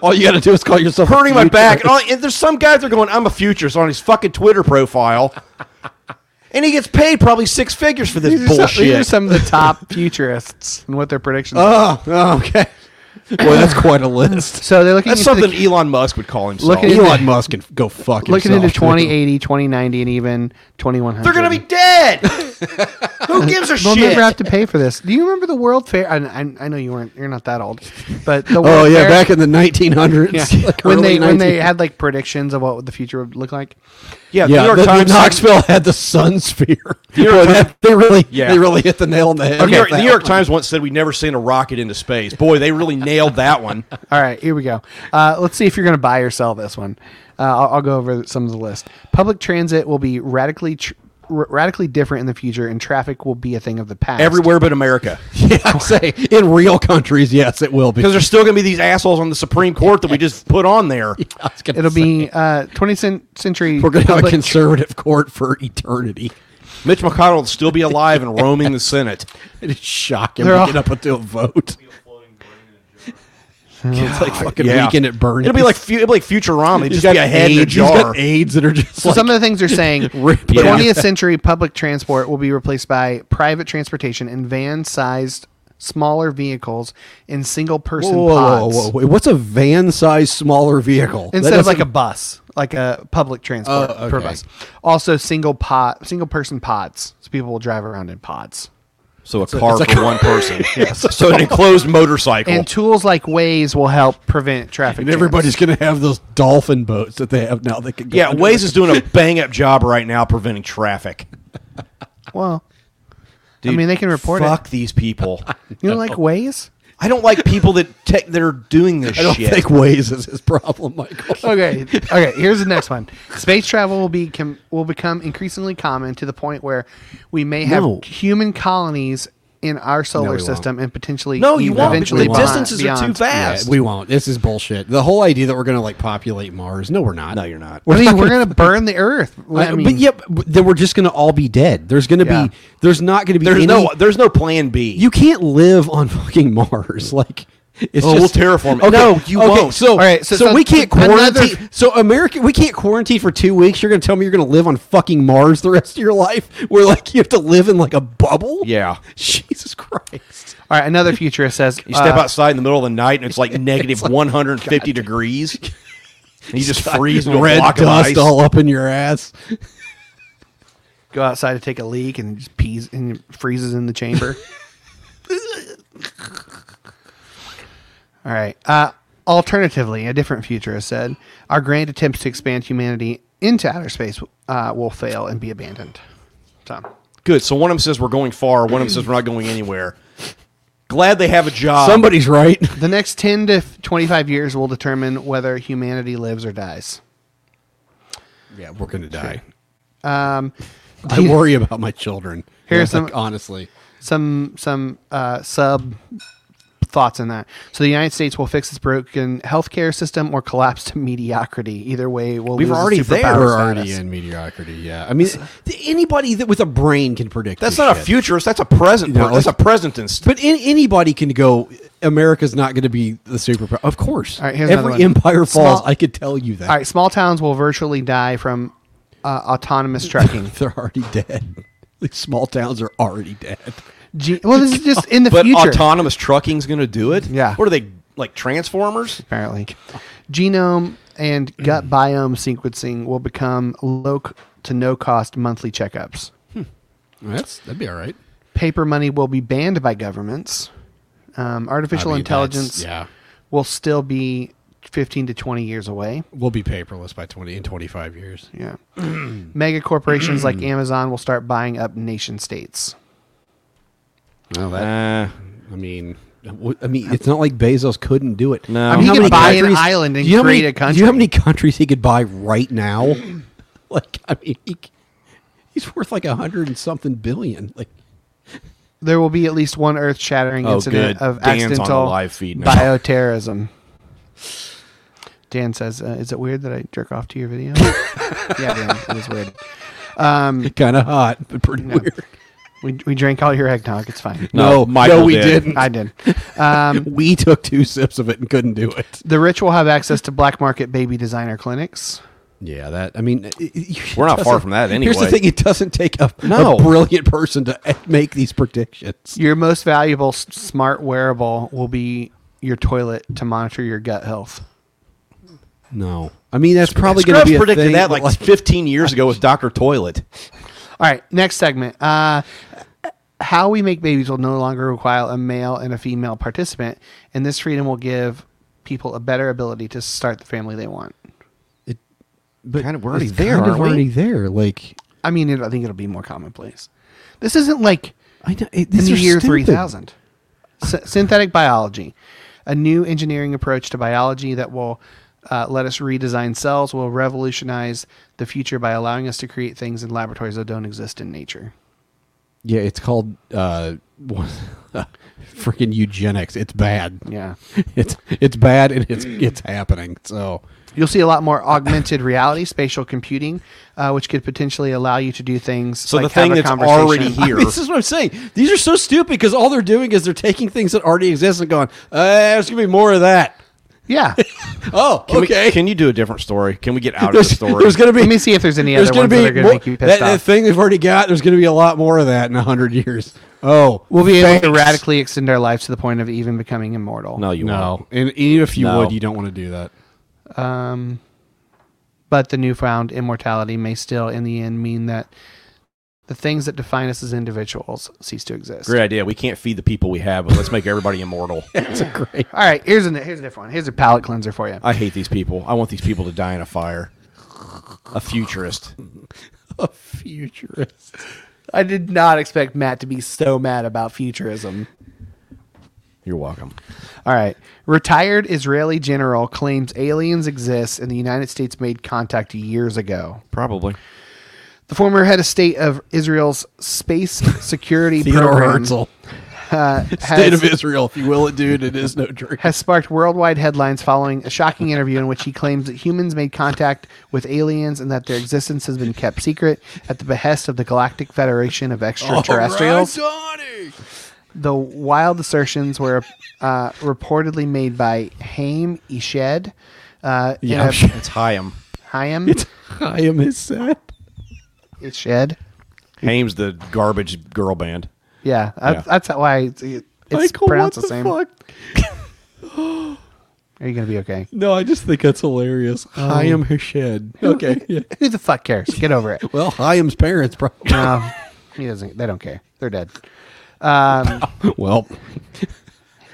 C: All you got to do is call yourself a
B: hurting my back.
C: futurist.
B: And, all, and there's some guy out there going, I'm a futurist on his fucking Twitter profile. And he gets paid probably six figures for this
A: These are some- these are
B: bullshit.
A: some of the top *laughs* futurists and what their predictions are.
C: Oh, oh, okay. Boy, that's quite
A: *laughs*
C: a list.
A: So they're looking
B: That's
A: into the-
B: something Elon Musk would call himself.
A: Look at-
C: Elon Musk can go fuck himself.
A: looking into 2080, 2090, and even 2100.
B: They're
A: *laughs*
B: going to be dead. Who gives a
A: They'll
B: shit?
A: never have to pay for this. Do you remember the World Fair? I, I, I know you weren't. You're not that old, but the
C: *laughs* Oh
A: World
C: yeah,
A: Fair,
C: back in the
A: *laughs*
C: 1900s.
A: yeah,
C: *laughs* like
A: when
C: early
A: they when they
C: 1900s.
A: had like predictions of what the future would look like.
B: yeah,
C: yeah,
B: New York
C: the- the
B: Times.
C: Knoxville had the Sun Sphere.
B: *laughs* New York
C: Boy,
B: Times-
C: that- they really
B: Yeah.
C: they really hit the nail on the head.
B: The New, York,
C: with that
B: the New York
C: one. *laughs*
B: Times once said we'd never seen a rocket into space. Boy, they really nailed that
C: *laughs*
B: one.
A: All right, here we go. Uh, let's see if you're going to buy or sell this one. Uh, I'll, I'll go over some of the list. Public transit will be radically tr- r- radically different in the future, and traffic will be a thing of the past.
B: Everywhere but America.
C: Yeah, I'm saying in real countries, yes, it will be.
B: Because there's still going to be these assholes on the Supreme Court that we just put on
C: *laughs*
B: there.
C: *laughs* I was gonna
A: it'll
C: say,
A: be uh, 20th cen- century.
C: we're going to have a
A: public-
C: conservative court for eternity. *laughs*
B: Mitch McConnell will still be alive and roaming the Senate.
C: It is shocking.
A: They're
C: We
A: all-
C: get up until a vote. *laughs* it's like fucking
B: Yeah.
C: weekend at Bernie.
B: It'll be like fu- it'll be like Futurama. They
C: He's
B: just be a
C: got
B: head in a
C: AIDS- he's got
B: jar.
C: AIDS that are just
A: So
C: like,
A: some of the things they're saying
C: *laughs* Rip it
A: 20th century public transport will be replaced by private transportation and van sized smaller vehicles in single person
C: whoa, whoa,
A: pods
C: whoa, whoa. What's a van-sized smaller vehicle? That
A: instead of like
C: doesn't-
A: a bus like a public transport
C: Oh,
A: per
C: okay.
A: bus also single pod single person pods so people will drive around in pods
B: So a car
C: it's a
B: for one
C: *laughs*
B: person. yes. *laughs* So an enclosed motorcycle.
A: and tools like Waze will help prevent traffic
C: And
A: jams.
C: everybody's going to have those dolphin boats that they have now. They can go *laughs*
B: yeah,
C: under
B: Waze is doing a bang up job right now preventing traffic.
A: well I mean, they can report it.
B: fuck these people.
A: you don't like Waze
B: I don't like people that te- that are doing this
C: *laughs* I don't
B: shit.
C: think Waze is his problem, Michael.
A: okay, okay. Here's the next one. Space travel will be com- will become increasingly common to the point where we may have
C: No.
A: human colonies in our solar
C: won't.
A: system and potentially
B: no, you
A: ev-
B: won't.
A: eventually
B: Eventually,
C: we
A: beyond-
B: distances are too
A: beyond.
C: Yeah,
B: fast.
C: we won't. This is bullshit. The whole idea that we're going to like populate Mars. No, we're not.
B: no, you're not.
A: I mean, we're
B: *laughs*
A: gonna burn the Earth.
C: *laughs*
A: I, mean,
C: but yep, then we're just going to all be dead. There's going to
A: Yeah.
C: be. There's not going to be.
B: There's
C: any-
B: no there's no plan B.
C: You can't live on *laughs* fucking Mars. Like it's
B: Oh, we'll
C: just
B: terraform it.
C: Okay,
B: No, you
C: okay,
B: won't.
C: So,
A: All right, so-
C: so,
A: so
C: we can't
A: another-
C: quarantine. so America, we can't quarantine for two weeks. You're going to tell me you're going to live on fucking Mars the rest of your life? Where like you have to live in like a bubble?
B: Yeah.
C: Jesus Christ.
A: all right. Another futurist says
B: You step
A: uh,
B: outside in the middle of the night and it's like negative 150 degrees. And you just *laughs*
C: *laughs*
B: freeze into a
C: Red
B: block of
C: dust
B: ice.
C: all up in your ass.
A: Go outside to take a leak and just pees and it freezes in the chamber. All right. Uh, alternatively, a different futurist said, "Our grand attempts to expand humanity into outer space uh, will fail and be abandoned." So,
B: Good. So one of them says we're going far. One of them says we're not going anywhere. Glad they have a job.
C: Somebody's right. *laughs*
A: the next ten to twenty-five years will determine whether humanity lives or dies.
C: Yeah, we're going to die.
A: Um,
C: I worry about my children.
A: Here's
C: Like,
A: some-
C: honestly.
A: some some uh, sub thoughts on that. So the United States will fix its broken healthcare system or collapse to *laughs* mediocrity. Either way, we'll
B: We've
A: lose
B: already
A: its
B: there.
A: superpower
C: We're already
A: status.
C: in mediocrity. Yeah, I mean, anybody that with a brain can predict.
B: That's
C: this
B: not a
C: shit.
B: futurist. That's a present.
C: No,
B: per- that's a
C: like-
B: present inst-
C: But in, anybody can go. America's not going to be the superpower. Of course,
A: All right, here's another
C: every
A: one.
C: empire falls.
A: Small-
C: I could tell you that
A: All
C: *laughs*
A: right, small towns will virtually die from uh, autonomous
B: *laughs*
A: trucking.
C: they're already dead. These small towns are already dead.
A: Gee, well, this is just in the
B: But
A: future.
B: autonomous trucking's going to do it.
A: Yeah.
B: What are they like Transformers?
A: apparently. Genome and gut biome sequencing will become low c- to no cost monthly checkups.
C: That's that'd be all right.
A: Paper money will be banned by governments. Um, artificial
C: I mean,
A: intelligence
C: that's-
A: will still be 15 to 20 years away.
C: We'll be paperless by twenty in twenty five years.
A: Yeah. *clears throat* Mega corporations
B: *clears throat*
A: like Amazon will start buying up nation states.
C: Well, that
B: Uh,
C: I mean, w- I mean, it's not like Bezos couldn't do it.
B: No. I mean,
C: Do you
B: he
C: know
A: could
C: how
A: buy
C: many
A: an
C: countries-
A: island and
C: do you know how
A: create
C: many-
A: a
C: Do you know
A: country.
C: how many countries he could buy right now? *laughs* like, I mean, he, c- he's worth like a hundred and something billion. Like.
A: There will be at least one earth shattering
B: Oh,
A: incident
B: good.
A: of
B: Dan's on the
A: accidental
B: live feed now.
A: bioterrorism. Dan says, uh, Is it weird that I jerk off to your
B: *laughs*
A: video? yeah, Dan, it is weird.
C: kind of hot, but pretty weird.
A: We, we drank all your eggnog. It's
B: *laughs*
A: fine.
B: No, Michael
C: we
B: did.
C: didn't.
A: I did. Um,
C: *laughs* we took two sips of it and couldn't do it.
A: the rich will have access to black market baby designer clinics.
C: Yeah, that. I mean, it- it-
B: We're not
C: it
B: far
C: doesn't-
B: from that
C: Here's the
B: anyway.
C: thing: it doesn't take a, a
B: No.
C: brilliant person to *laughs* make these predictions.
A: Your most valuable s- smart wearable will be your toilet to monitor your gut health.
C: No, I mean that's probably going to
B: Scrubs
C: be a
B: predicted
C: thing,
B: that
C: but,
B: like 15 years ago with Doctor Toilet.
A: All right, next segment. Uh, how we make babies will no longer require a male and a female participant, and this freedom will give people a better ability to start the family they want.
C: but
B: kind of- we're
C: it's
B: already there,
C: Kind of
B: aren't we?
C: already there. Like
A: I mean, it, I think it'll be more commonplace. This isn't like
C: I know it,
A: in
C: these
A: the
C: are
A: year
C: stupid.
A: 3000. S- synthetic biology, a new engineering approach to biology that will uh, let us redesign cells, will revolutionize the future by allowing us to create things in laboratories that don't exist in nature.
C: Yeah, it's called uh, *laughs* freaking eugenics. It's bad.
A: Yeah.
C: *laughs* It's it's bad and it's it's happening. So
A: You'll see a lot more augmented
C: *laughs*
A: reality, spatial computing, uh, which could potentially allow you to do things.
B: So
A: like
B: the thing
A: have a
B: that's
A: conversation. *laughs*
B: already here.
C: This is what I'm saying. These are so stupid because all they're doing is they're taking things that already exist and going, uh, there's going to be more of that.
A: Yeah.
C: Oh,
B: Can we-
C: okay. *laughs*
B: can you do a different story? Can we get out of
C: there's
B: the story?
C: there's going to be.
A: Let me see if there's any
C: there's
A: other ones
C: going to
A: that are
C: be
A: going to
C: more,
A: make you
C: that,
A: pissed
C: that
A: off.
C: thing they've already got. There's going to be a lot more of that in hundred years. Oh,
A: We'll be able
C: thanks.
A: to radically extend our lives to the point of even becoming immortal.
B: no, you
C: No,
B: won't.
C: and even if you
B: No.
C: would, you don't want to do that.
A: Um, but the newfound immortality may still, in the end, mean that the things that define us as individuals cease to exist.
B: Great idea. We can't feed the people we have, but let's make everybody
C: *laughs*
B: immortal.
C: That's a great.
A: All right, here's a here's a different one. Here's a palate cleanser for you.
B: I hate these people. I want these people to die in a fire. A futurist.
C: A futurist.
A: I did not expect Matt to be so mad about futurism.
B: You're welcome.
A: All right. Retired Israeli general claims aliens exist and the United States made contact years ago.
B: Probably.
A: The former head of state of Israel's space security
C: *laughs* Theodore
A: program
C: Herzl.
A: uh,
C: State
A: has,
C: of Israel, if you will it, dude.
A: *laughs*
C: It is no dream.
A: has sparked worldwide headlines following a shocking interview in which he claims that humans made contact with aliens and that their existence has been kept secret at the behest of the Galactic Federation of
C: Oh,
A: Extraterrestrials. The wild assertions were uh, reportedly made by Haim Ished. Uh, in a-
B: Oh,
C: Yeah, *laughs*
B: It's Hayam.
A: Haim
C: I am his son.
A: Ished.
B: Haim's the garbage girl band.
A: Yeah, that,
B: Yeah.
A: that's why it's, it's
C: Michael, what
A: pronounced
C: the,
A: the same.
C: fuck?
A: Are you gonna be okay?
C: No, I just think that's hilarious. I am his shed. Okay. *laughs* yeah.
A: Who the fuck cares? Get over
C: *laughs*
A: it.
C: Well, I am's parents,
A: *laughs*
C: bro.
A: Um, he doesn't. They don't care. They're dead.
C: well,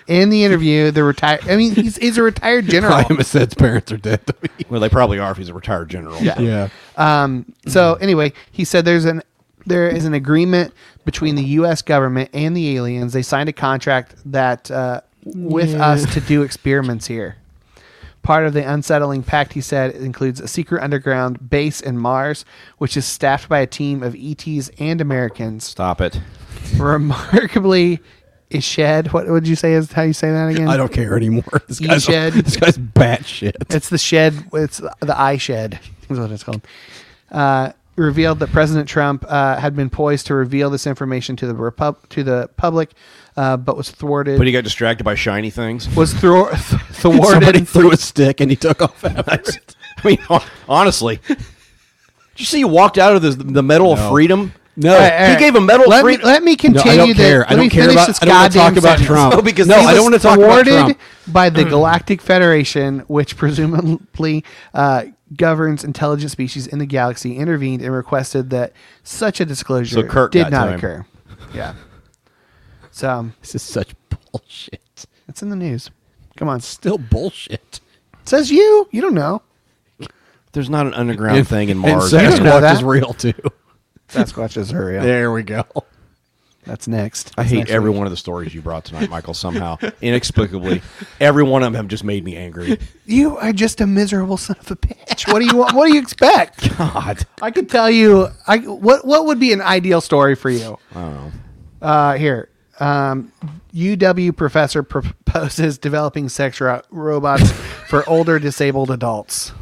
A: In the interview, the retired. I mean, he's he's a retired general.
C: *laughs* I am his said's parents are dead *laughs* to me.
B: Well, they probably are if he's a retired general. Yeah.
C: Yeah.
A: So anyway, he said there's an there is an agreement between the U.S. government and the aliens. They signed a contract that uh, with us to do experiments here. Part of the unsettling pact, he said, includes a secret underground base in Mars, which is staffed by a team of ETs and Americans.
B: Stop it.
A: Remarkably, Ished. What would you say is how you say that again?
C: I don't care anymore. This
A: You
C: guy's,
A: shed.
C: this guy's bat shit.
A: It's the shed. It's the eye shed. Is what it's called. Uh, revealed that President Trump uh, had been poised to reveal this information to the repub- to the public, uh, but was thwarted.
B: But he got distracted by shiny things. *laughs*
A: was thwar- *laughs*
C: *laughs* Somebody
A: thwarted.
C: threw a stick and he took
A: *laughs*
C: off afterwards.
B: I mean, hon- honestly. Did you see he walked out of the, the Medal
C: No.
B: of Freedom?
C: No.
A: All right, all
B: He
A: right.
B: gave a medal
A: Let
B: free-
A: me, let me
C: No,
A: continue.
C: I don't
A: that-
C: care. I
A: let me
C: don't care
A: finish
C: about.
A: this
C: I don't want to
A: goddamn
C: talk about
A: sentence.
C: Trump.
B: No, because
C: no,
B: he
C: I
B: was
C: don't want to talk about
A: thwarted
C: Trump. Hmm.
A: by the Galactic Federation, which presumably uh, governs intelligent species in the galaxy, intervened and requested that such a disclosure
B: So Kirk
A: did
B: got
A: not
B: time. *laughs*
A: occur. Yeah. So um,
C: This is such bullshit.
A: it's in the news. Come on, it
C: Still bullshit.
A: says you. You don't know
B: There's not an underground thing in Mars.
A: You don't know
C: Sasquatch
A: that.
C: is real too.
A: Sasquatches are
B: *laughs*
A: real.
C: There we go.
A: That's next.
B: I
A: That's
B: hate
A: next
B: every
A: week.
B: one of the stories you brought tonight, *laughs* Michael, somehow. Inexplicably. Every one of them have just made me angry.
A: You are just a miserable son of a bitch. What do you want? What do you
B: *laughs*
A: expect?
B: God.
A: I could tell you. I what what would be an ideal story for you?
B: I don't know.
A: Uh, here, um, UW professor *laughs* proposes developing sex ro- robots for older disabled adults.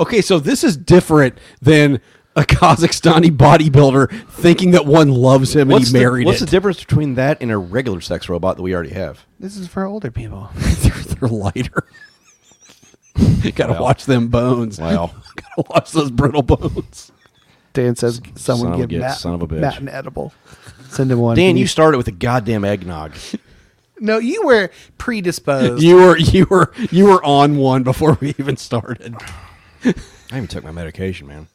C: Okay, so this is different than a Kazakhstani bodybuilder thinking that one loves him and
B: What's,
C: he
B: the,
C: married
B: what's the
C: it.
B: difference between that and a regular sex robot that we already have?
A: This is for older people. *laughs*
C: *laughs* they're, they're lighter. *laughs* Gotta
B: Well.
C: watch them bones. *laughs*
B: Well.
C: Gotta watch those brittle bones.
A: Dan says someone
B: of a
A: give
B: git-
A: Matt,
B: son of a bitch.
A: Matt an edible. Send him one.
B: Dan,
A: He-
B: you started with a goddamn eggnog.
A: no, you were
C: *laughs*
A: predisposed.
C: You were you were you were on one before we even started.
B: *laughs* I even took my medication, man.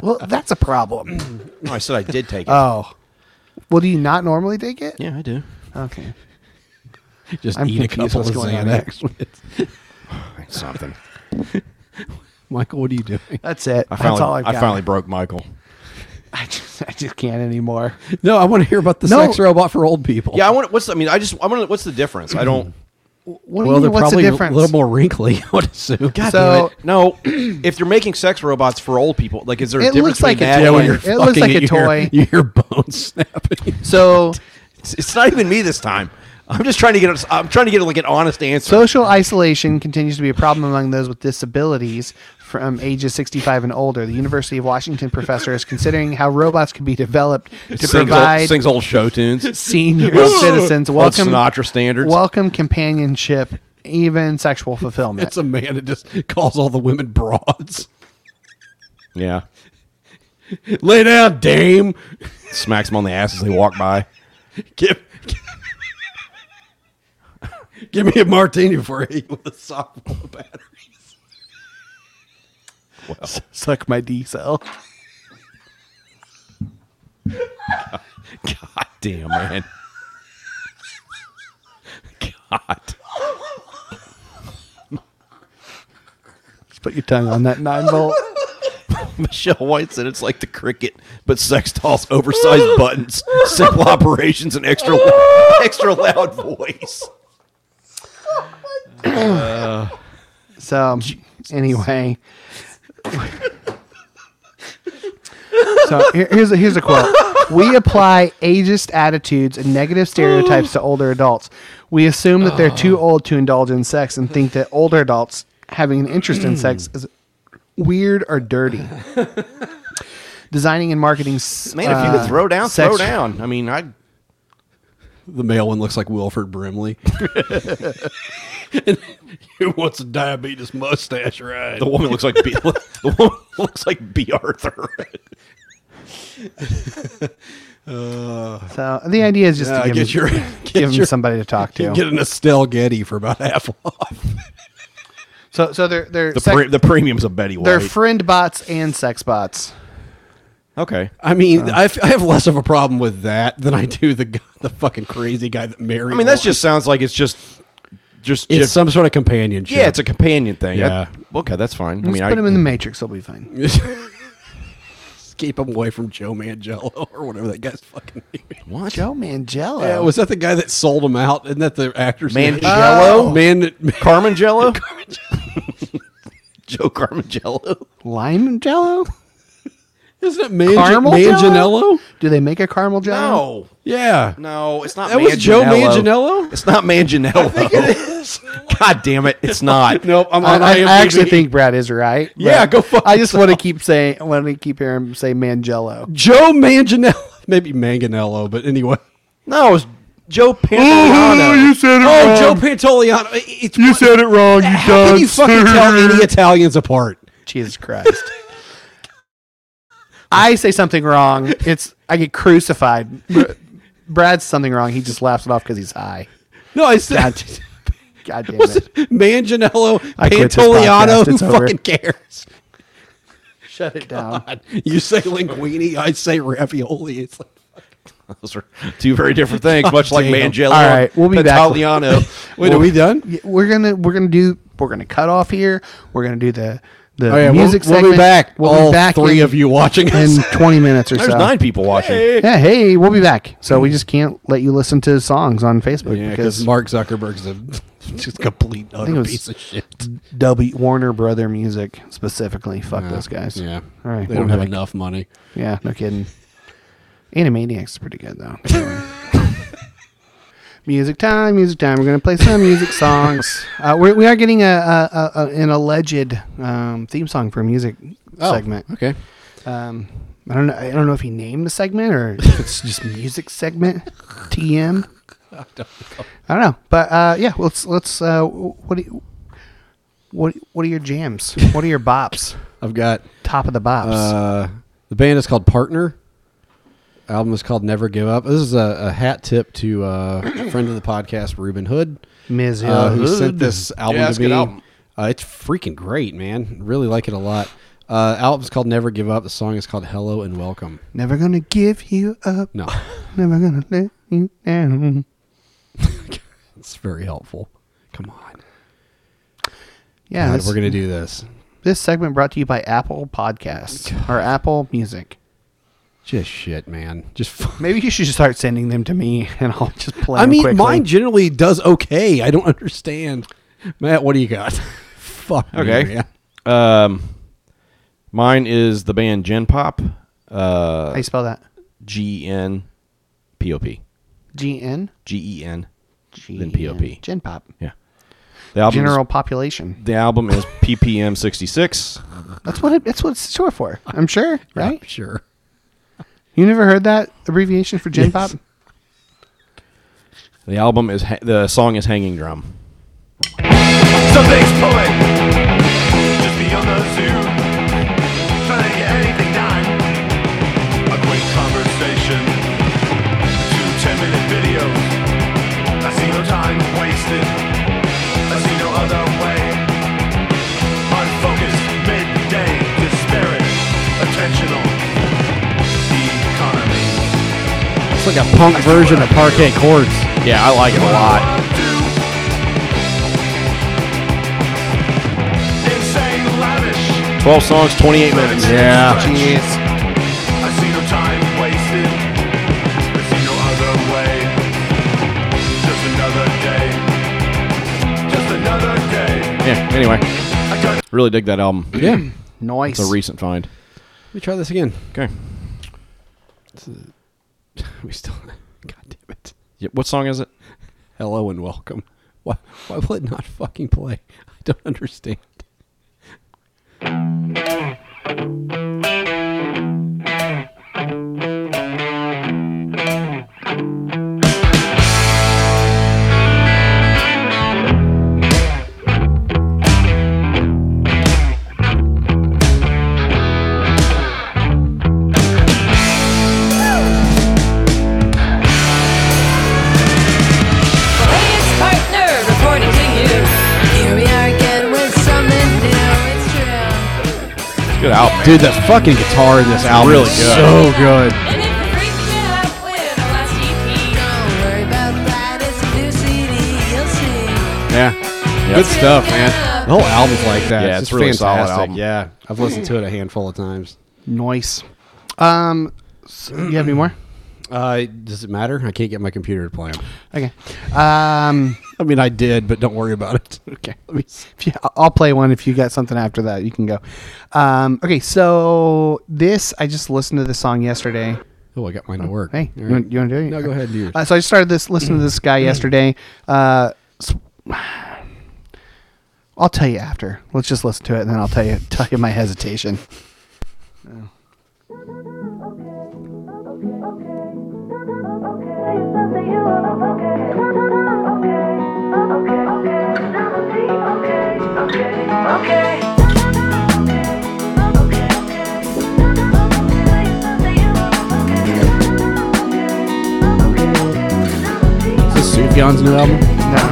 A: well, that's a
C: *clears throat*
A: problem.
B: No, I said I did take it.
A: Oh, well, do you not normally take it?
B: yeah, I do.
A: Okay.
C: Just
A: I'm
C: eat a
A: confused
C: couple
A: what's
C: of
A: going on here.
C: Xanax. with-
B: Something.
C: Michael, what are you doing?
A: That's it.
B: I finally,
A: that's all I've
B: I
A: got.
B: finally broke Michael.
A: *laughs* I just, I just can't anymore.
C: No, I want to hear about the
A: No.
C: sex robot for old people.
B: Yeah, I want. What's? I mean, I just. I want. What's the difference? I *clears throat* don't.
A: What do
C: well,
A: you
C: they're
A: mean, what's the
C: probably a
A: difference?
C: little more wrinkly. *laughs* I would assume. God
A: so
B: No, *clears throat* if you're making sex robots for old people, like, is there a
A: It
B: difference
A: looks like
B: between
A: a
B: that
A: toy.
B: and-
A: It looks like a
C: *laughs*
A: toy.
C: You hear bones snapping. *laughs*
A: so
B: It's, it's not even me this time. I'm just trying to get. A, I'm trying to get like an honest answer.
A: Social isolation continues to be a problem among those with disabilities from ages 65 and older. The University of Washington professor is considering how robots can be developed to
B: sings,
A: provide
B: old, sings old
A: *laughs*
B: show tunes.
A: senior citizens
B: Old
A: welcome
B: Sinatra standards.
A: welcome companionship, even sexual fulfillment.
C: It's a man that just calls all the women broads.
B: yeah,
C: Lay down, dame.
B: smacks them on the ass as they walk by.
C: Give, give me a martini before I eat with a sock full of batteries.
A: *laughs* Suck my D cell.
B: God damn, man. God.
A: Just put your tongue on that nine volt.
B: Michelle White said it's like the cricket, but sex dolls,
A: *laughs*
B: oversized buttons, simple operations, and extra extra loud voice.
A: So anyway, so here- here's a, here's a quote: We apply ageist attitudes and negative stereotypes to older adults. We assume that they're too old to indulge in sex and think that older adults having an interest in sex is weird or dirty. Designing and marketing. s-
B: Man, if you
A: uh,
B: could throw down,
A: sex-
B: throw down. I mean, I
C: The male one looks like
A: *laughs*
C: Wilford Brimley. *laughs* Who wants a diabetes mustache ride?
B: the woman looks like
A: *laughs*
B: B, the woman looks like B
C: *laughs*
B: Arthur.
A: So the idea is just
C: Uh,
A: to give,
C: get
A: them,
C: your- get
A: give them
C: your-
A: somebody to talk to.
C: Get an Estelle Getty for about half off.
A: so so they're they're
B: The,
A: sex-
B: pre, the premiums of Betty White.
A: they're friend bots and sex bots.
B: okay.
C: I mean, I f- I have less of a problem with that than I do the g- the fucking crazy guy that married.
B: I mean, that just sounds like it's just just
C: it's
B: just-
C: some sort of companionship.
B: yeah, it's a companion thing.
C: Yeah.
B: I- okay, that's fine. I
A: Let's
B: mean,
A: put
B: I,
A: him in the Matrix. He'll be fine.
C: *laughs* keep him away from Joe Mangello *laughs* or whatever that guy's fucking name.
A: What? Joe Mangello.
C: Yeah, was that the guy that sold him out? Isn't that the actor's name?
B: Mangello?
C: Oh, Man, *laughs* man,
B: Carmen Jello. Joe Carmen Jello.
A: lime jello?
C: isn't it Man-
A: Caramel
C: Manganiello?
A: *laughs* Do they make a caramel jello?
B: No,
C: Yeah,
B: no, it's not.
C: That was Joe Manganiello?
B: It's not Manganiello. I think it is. *laughs* God damn it, it's not.
C: nope. I'm
A: I,
C: on
A: I,
C: IMDb.
A: actually think Brad is right. but
C: Yeah, go fuck
A: I just want to keep saying, I want to keep hearing him say Mangello.
C: Joe Manganiello, *laughs* maybe Manganiello, but anyway.
B: No, it's Joe Pantoliano.
A: said it
C: Oh, Joe Pantoliano. It's
A: you said it wrong. You
C: how can you fucking tell any Italians apart?
A: Jesus
C: *laughs*
A: Christ. I say something wrong. It's I get crucified. Br- Brad's something wrong. He just laughs it off because he's high.
C: No, *laughs* I said
A: God damn
C: was
A: it.
C: it Manganiello,
A: I quit this
C: Pantoliano.
A: podcast.
C: Who
A: It's over.
C: fucking cares? *laughs*
A: Shut it down.
C: You say linguine, I say ravioli. It's like
B: *laughs* Those are two very different things, much like
C: damn.
B: Mangello.
A: All right,
B: and
A: we'll be back. *laughs*
B: Pantoliano.
C: wait, are we done?
A: Yeah, we're gonna we're gonna do we're gonna cut off here. We're gonna do the the
C: Oh, yeah, we'll-
A: music
C: we'll,
A: segment.
C: be back.
A: We'll
C: all
A: be back.
C: three
A: in,
C: of you watching us.
A: in
C: *laughs*
A: twenty minutes or
B: There's
A: so.
B: nine people watching.
A: Yeah, hey, we'll be back. So we just can't let you listen to songs on Facebook because
C: Mark Zuckerberg's a *laughs* just complete
A: think it
C: utter
A: was-
C: piece of shit.
A: W Warner Brother Music specifically. Fuck those guys.
C: Yeah,
A: All right,
C: They
A: we'll
C: don't
A: be
C: have
A: back.
C: enough money.
A: Yeah, no kidding. Animaniacs is pretty good though.
C: *laughs*
A: Anyway. music time, music time. We're gonna play some music songs. Uh, we're, we are getting a, a, a, a an alleged um, theme song for music
C: Oh.
A: segment.
C: Okay.
A: Um, I don't know. I don't know if he named the segment or if it's just music segment. TM. I don't know. But uh, yeah, let's let's. Uh, what do you, what what are your jams? What are your bops?
C: I've got
A: Top of the bops.
C: uh, the band is called Partner. Album is called Never Give Up. This is a, a hat tip to uh, a friend of the podcast, Ruben Hood.
A: Ms.
C: uh, who
A: Hood.
C: sent this album
B: Yeah, it's
C: to
B: a good
C: me.
B: album.
C: Uh, it's freaking great, man. Really like it a lot. Uh, album's called Never Give Up. The song is called Hello and Welcome.
A: Never gonna give you up.
B: *laughs*
C: No,
A: Never gonna let you down.
C: it's very helpful. Come on.
A: Yeah,
C: God,
A: this,
C: we're going to do this.
A: this segment brought to you by Apple Podcasts or Apple Music.
C: Just shit, man. Just *laughs* fu-
A: Maybe you should start sending them to me, *laughs* and I'll just play.
C: I
A: them
C: mean,
A: quickly.
C: mine generally does okay. I don't *laughs* understand. Matt, what do you got? *laughs* Fuck. me,
B: Okay.
C: man.
B: Um, mine is the band Gen Pop.
A: How
B: Uh,
A: you spell that?
B: G E N P O P.
A: G N.
B: G E N.
A: G
B: Then POP.
A: Gen Pop.
B: Yeah. The album.
A: General
B: Is,
A: population.
B: *laughs* the album is PPM sixty six.
A: That's what it, that's what it's short for. I'm sure, right?
C: Sure.
A: You never heard that abbreviation for Gen Pop?
B: The album is ha- the song is Hanging Drum.
F: Something's pulling just beyond the zoo. Trying to get anything done. A quick conversation, two 10 minute videos. I see no time wasted. I see no other way. Unfocused midday, disparate, attentional economy.
C: It's like a punk version of Parquet Chords.
B: Yeah, I like it a lot.
F: Insane, lavish.
B: Twelve songs, twenty eight minutes.
F: Jeez. I see no time wasted. I see no other way. Just another day. Just another
B: Anyway, really dig that album.
C: Yeah. Let
A: Nice.
B: It's a recent find.
C: me try this again.
B: Okay.
C: We still. *laughs* God damn it.
B: Yeah, what song is it?
C: Hello and welcome. Why, why will it not fucking play? I don't understand.
G: Hey, it's partner reporting to you. Here we are again with something new. It's true.
B: It's a good album.
C: Dude, that fucking guitar in this album
B: really
C: is
B: good.
C: so good.
G: And if you freak me out with our last EP, don't worry about that. It's a new CD. You'll see.
C: Yeah.
B: Good stuff,
C: The whole album's like that.
B: Yeah, it's
C: just
B: really solid
C: fantastic.
B: album.
C: Yeah. I've listened to it a handful of times.
A: Nice. Um, so you have any
C: *clears throat*
A: more?
C: Uh, does it matter? I can't get my computer to play 'em.
A: Okay. Um,
C: I mean, I did, but don't worry about it. *laughs*
A: okay. *laughs* Let me. If you, I'll play one. If you got something after that, you can go. Um, okay. So this, I just listened to this song yesterday.
C: Oh, I got mine to work.
A: Hey,
C: All
A: you, want,
C: right.
A: you want to do it?
C: No, go ahead and do yours.
A: Uh, so I just started this listening to this
C: *clears throat*
A: guy yesterday. Uh, s- I'll tell you after. Let's just listen to it, and then I'll tell you tell you my hesitation.
C: Is this Sufjan's new album?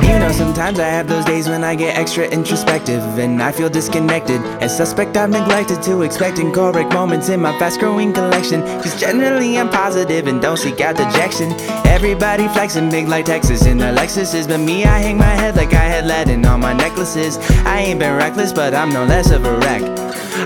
H: You know, sometimes I have those days when I get extra introspective and I feel disconnected. And suspect I've neglected to expect incorrect moments in my fast growing collection. Cause generally I'm positive and don't seek out dejection. Everybody flexing big like Texas in their Lexuses. But me, I hang my head like I had Latin on my necklaces. I ain't been reckless, but I'm no less of a wreck.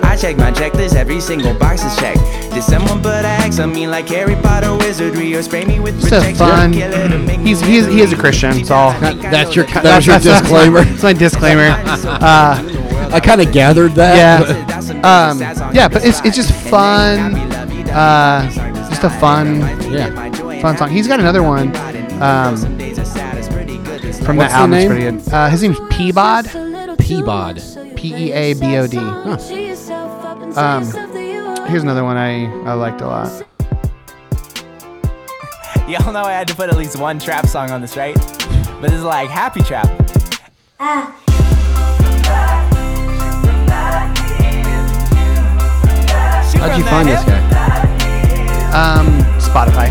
H: I check my checklist, every single box is checked. Did someone put an X on me like Harry Potter wizardry or spray me with
A: Just have fun.
H: killer to make me
A: He's he's he is a Christian. So I'll,
C: That's your, that
A: That's- *laughs*
C: was your
A: that's- that's my-
C: disclaimer.
A: That's my disclaimer.
H: *laughs*
A: Uh,
C: I kind of gathered that. *laughs*
A: yeah. Um, yeah, but it's, it's just fun. Uh, just a fun,
H: yeah.
A: fun song. He's got another one um, from that
C: What's the
A: album. It's
C: name?
A: pretty good. Uh, his name's Peabod. E
C: Peabod.
A: P-E-A-B-O-D.
I: Um,
A: Here's another one I, I liked a lot.
H: Y'all know I had to put at least one trap song on this, right? But this is like happy trap.
C: How'd you find this guy?
A: Um, Spotify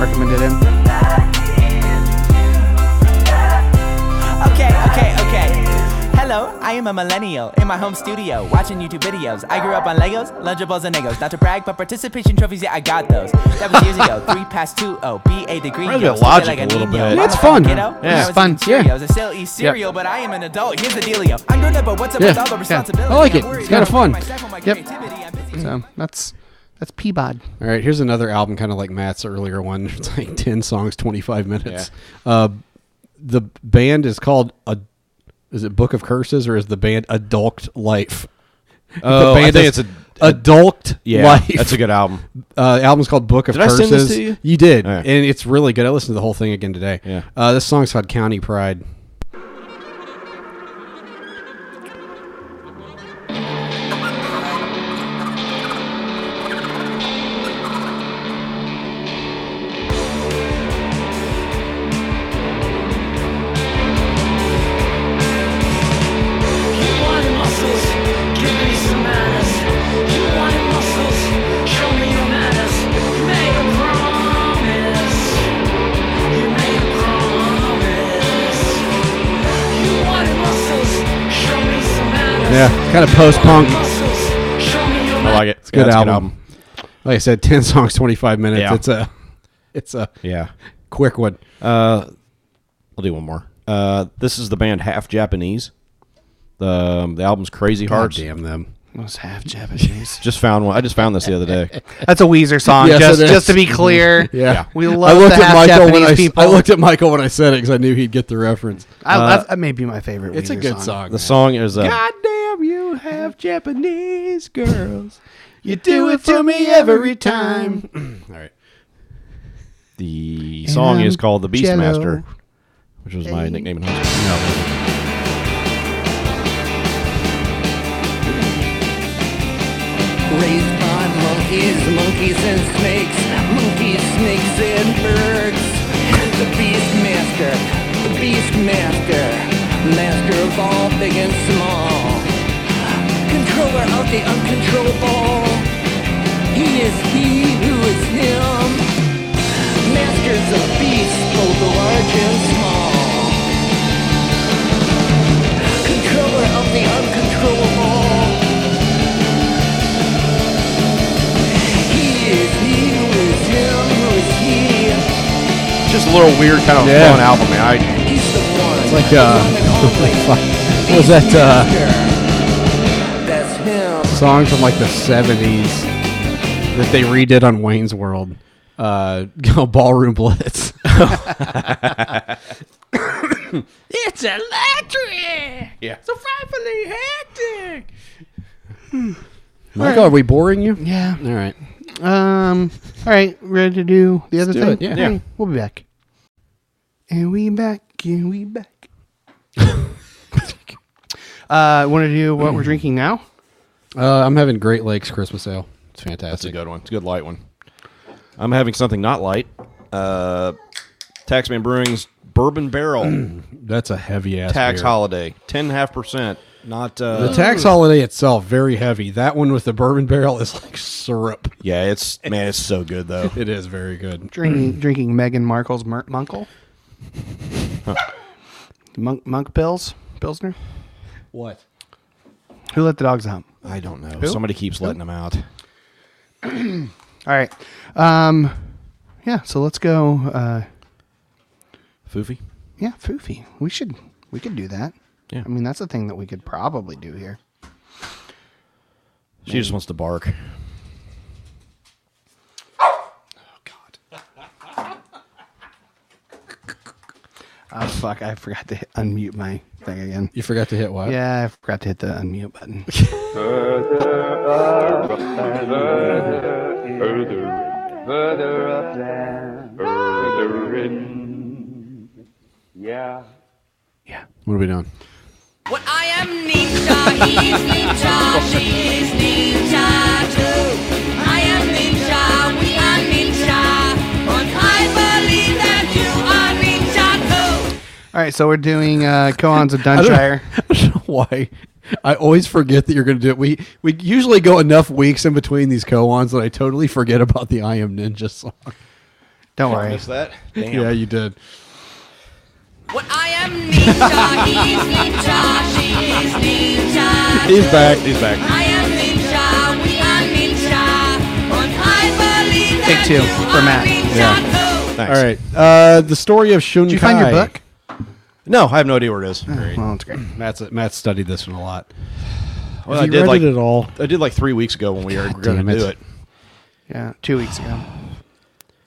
A: recommended him.
H: Okay, okay, okay. Hello, I am a millennial in my home studio watching YouTube videos. I grew up on Legos, Lunchables, and Legos. Not to brag, but participation trophies, yeah, I got those. That was years ago. Three past two, oh, BA degree.
B: Probably
H: yo,
B: a
H: still feel
B: logic a little
H: Nino.
B: bit.
H: I'm
B: That's
H: a
C: fun.
H: fucking Kiddo.
B: Yeah.
H: I
B: It's
H: was
A: fun,
H: eating
A: yeah.
H: Cheerios. I still eat cereal, but I am an adult. Here's the dealio. I'm grown up, but what's up
C: Yeah,
H: with all the
C: yeah.
H: responsibility?
C: I like
H: I'm
C: it. It's
H: worried
C: kinda
H: about
C: fun.
H: myself and my
A: Yep.
H: creativity. I'm busy.
A: So that's that's Peabod.
C: All right, here's another album, kind of like Matt's earlier one. *laughs* It's like 10 songs, 25 minutes. Uh, the band is called, a, is it Book of Curses or is the band Adult Life?
B: Oh,
C: the
B: I think
C: is
B: it's a-
C: Adult
B: Yeah,
C: Life.
B: that's a good album.
C: uh, album's called Book of
B: Did I
C: Curses.
B: send this to you?
C: You did,
B: All right.
C: and it's really good. I listened to the whole thing again today.
B: Yeah.
C: uh, this song's called County Pride. Yeah, kind of post punk.
B: I like it. It's
C: good album. Like I said, *laughs* ten songs, twenty five minutes.
B: Yeah.
C: It's a, it's a
B: Yeah.
C: quick one.
B: I'll do one more. Uh, this is the band Half Japanese. The, um, the album's Crazy
C: God
B: Hearts.
C: damn them.
A: was half Japanese.
B: Just found one. I just found this the other
C: *laughs*
B: day.
A: That's a Weezer song.
C: Yes,
A: just
C: it is.
A: just to be clear,
C: *laughs* Yeah.
A: we
C: I
A: love
C: looked
A: the
C: at
A: half
C: Michael
A: Japanese
C: when I, s-
A: people.
C: I looked at Michael when I said it because I knew he'd get the reference.
A: I-
C: Uh,
A: that's- that may be my favorite.
C: it's a
A: Weezer
C: good song.
B: The song is uh,
A: God damn, you have
C: *laughs*
A: Japanese girls. You do it to me every time.
C: *clears throat* All right.
B: the song is
A: I'm
B: called the
A: Jello.
B: Beastmaster, which was my nickname in high school.
I: Raised by monkeys, monkeys and snakes, monkeys, snakes and birds. The beast master, the beast master, master of all big and small. Controller of the uncontrollable. He is he who is him. Masters of beasts, both large and small. Controller of the uncontrollable. He is he who is him who is he.
B: Just a little weird kind of
C: Yeah.
B: fun album, man. I,
I: He's the one. It's
C: like, uh, what was that, uh,
I: That's him.
C: Song from like the seventies that they redid on Wayne's World. Uh, *laughs* ballroom blitz. *laughs*
I: It's electric.
B: yeah.
I: Frightfully hectic.
C: Michael, are we boring you?
A: Yeah.
C: All right.
A: Um. All right. Ready to do the other
C: do
A: thing?
C: it, yeah.
A: Okay,
B: Yeah.
A: We'll be back. And we back. And we
C: *laughs*
A: back. uh, want to do what
C: Mm.
A: we're drinking now?
C: Uh, I'm having Great Lakes Christmas Ale. It's fantastic.
B: That's a good one. It's a good light one. I'm having something not light. Uh, Taxman Brewing's Bourbon Barrel
C: *clears throat* That's a heavy ass
B: Tax
C: beer.
B: Holiday, ten half percent. Not uh,
C: The tax holiday itself very heavy. That one with the bourbon barrel is like syrup.
B: yeah. It's man, it's so good though.
C: It is very good.
A: Drinking drinking Meghan Markle's Mer- Munkle. Monk Monk Pills Pilsner.
C: *laughs* What?
A: Who let the dogs out?
B: I don't know. Somebody keeps letting them out.
A: All right. Um. Yeah. So let's go. Uh.
B: Foofy.
A: Yeah. Foofy. We should. We could do that.
B: Yeah.
A: I mean, that's a thing that we could probably do here.
B: She just wants to bark.
A: *laughs* Oh fuck! I forgot to hit, unmute my thing again.
C: You forgot to hit what?
A: Yeah, I forgot to hit the unmute button.
C: What are we doing?
G: What I am ninja, he's ninja, she's ninja too. I am ninja, we are ninja, but I believe that you are ninja too.
A: All right, so we're doing uh, Coans of Dunshire.
C: *laughs* I don't know why. I always forget that you're going to do it. We we usually go enough weeks in between these koans that I totally forget about the I Am Ninja song.
A: Don't worry.
B: Is that? Damn.
C: Yeah, you did.
G: What I am ninja, he's ninja, she's ninja
C: He's back.
B: He's back.
G: I am ninja, we are ninja, but I believe that
A: Take two
G: you
A: for
G: are
A: Matt.
G: ninja too.
B: Thanks.
C: All right. Uh, the story of Shunkai.
A: Did you find your book?
B: No, I have no idea where it is.
A: Well, it's great.
C: Matt's Matt studied this one a lot.
B: Well,
C: Have
B: I
C: you
B: did
C: read
B: like
C: it at all?
B: I did like three weeks ago when we were going
C: damn
B: to
C: it.
B: do it.
A: Yeah, two weeks ago.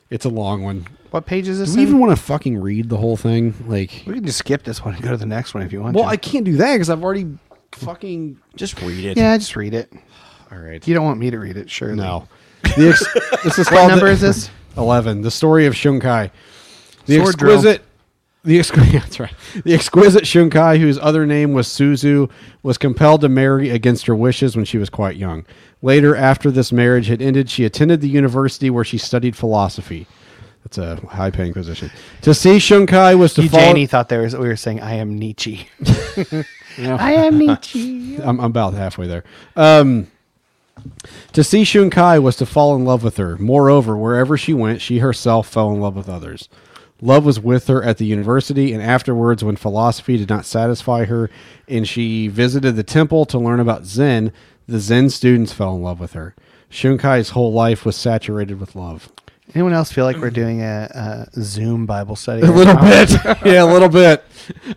C: It's a long one.
A: What page is this?
C: Do we
A: in?
C: even want to fucking read the whole thing? Like,
A: we can just skip this one and go to the next one if you want.
C: well,
A: to.
C: I can't do that because I've already fucking
B: Just read it.
A: yeah, just read it.
B: All right.
A: You don't want me to read it, sure? *laughs*
C: No. The ex- this is
A: What
C: called
A: number
C: the-
A: is this?
C: Eleven. The story of Shunkai. The
A: Sword drill.
C: exquisite. The *laughs* exquisite. that's right. The exquisite Shunkai, whose other name was Suzu, was compelled to marry against her wishes when she was quite young. Later, after this marriage had ended, she attended the university where she studied philosophy. That's a high-paying position. To see Shunkai was to
A: You
C: follow.
A: Janie thought there was we were saying I am Nietzsche. *laughs* I am Nietzsche.
C: I'm, I'm about halfway there. Um, to see Shun Kai was to fall in love with her. Moreover, wherever she went, she herself fell in love with others. Love was with her at the university, and afterwards, when philosophy did not satisfy her and she visited the temple to learn about Zen, the Zen students fell in love with her. Shunkai's whole life was saturated with love.
A: Anyone else feel like we're doing a, a Zoom Bible study?
C: *laughs* A
A: right
C: little
A: now?
C: bit. yeah, a little bit.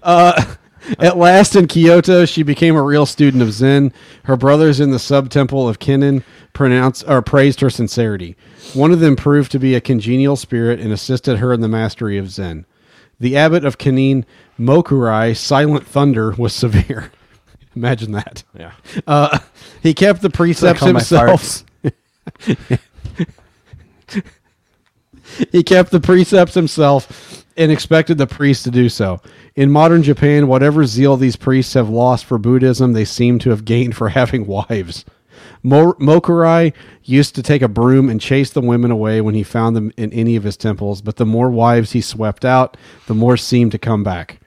C: Uh, *laughs* At last in Kyoto, she became a real student of Zen. Her brothers in the sub temple of Kennen pronounced or praised her sincerity. One of them proved to be a congenial spirit and assisted her in the mastery of Zen. The abbot of Kenin, Mokurai, Silent Thunder, was severe. *laughs* Imagine that.
B: Yeah.
C: Uh, he kept the precepts
A: call my
C: himself. *laughs* he kept the precepts himself and expected the priests to do so. In modern Japan, whatever zeal these priests have lost for Buddhism, they seem to have gained for *laughs* having wives. Mo- Mokurai used to take a broom and chase the women away when he found them in any of his temples, but the more wives he swept out, the more seemed to come back.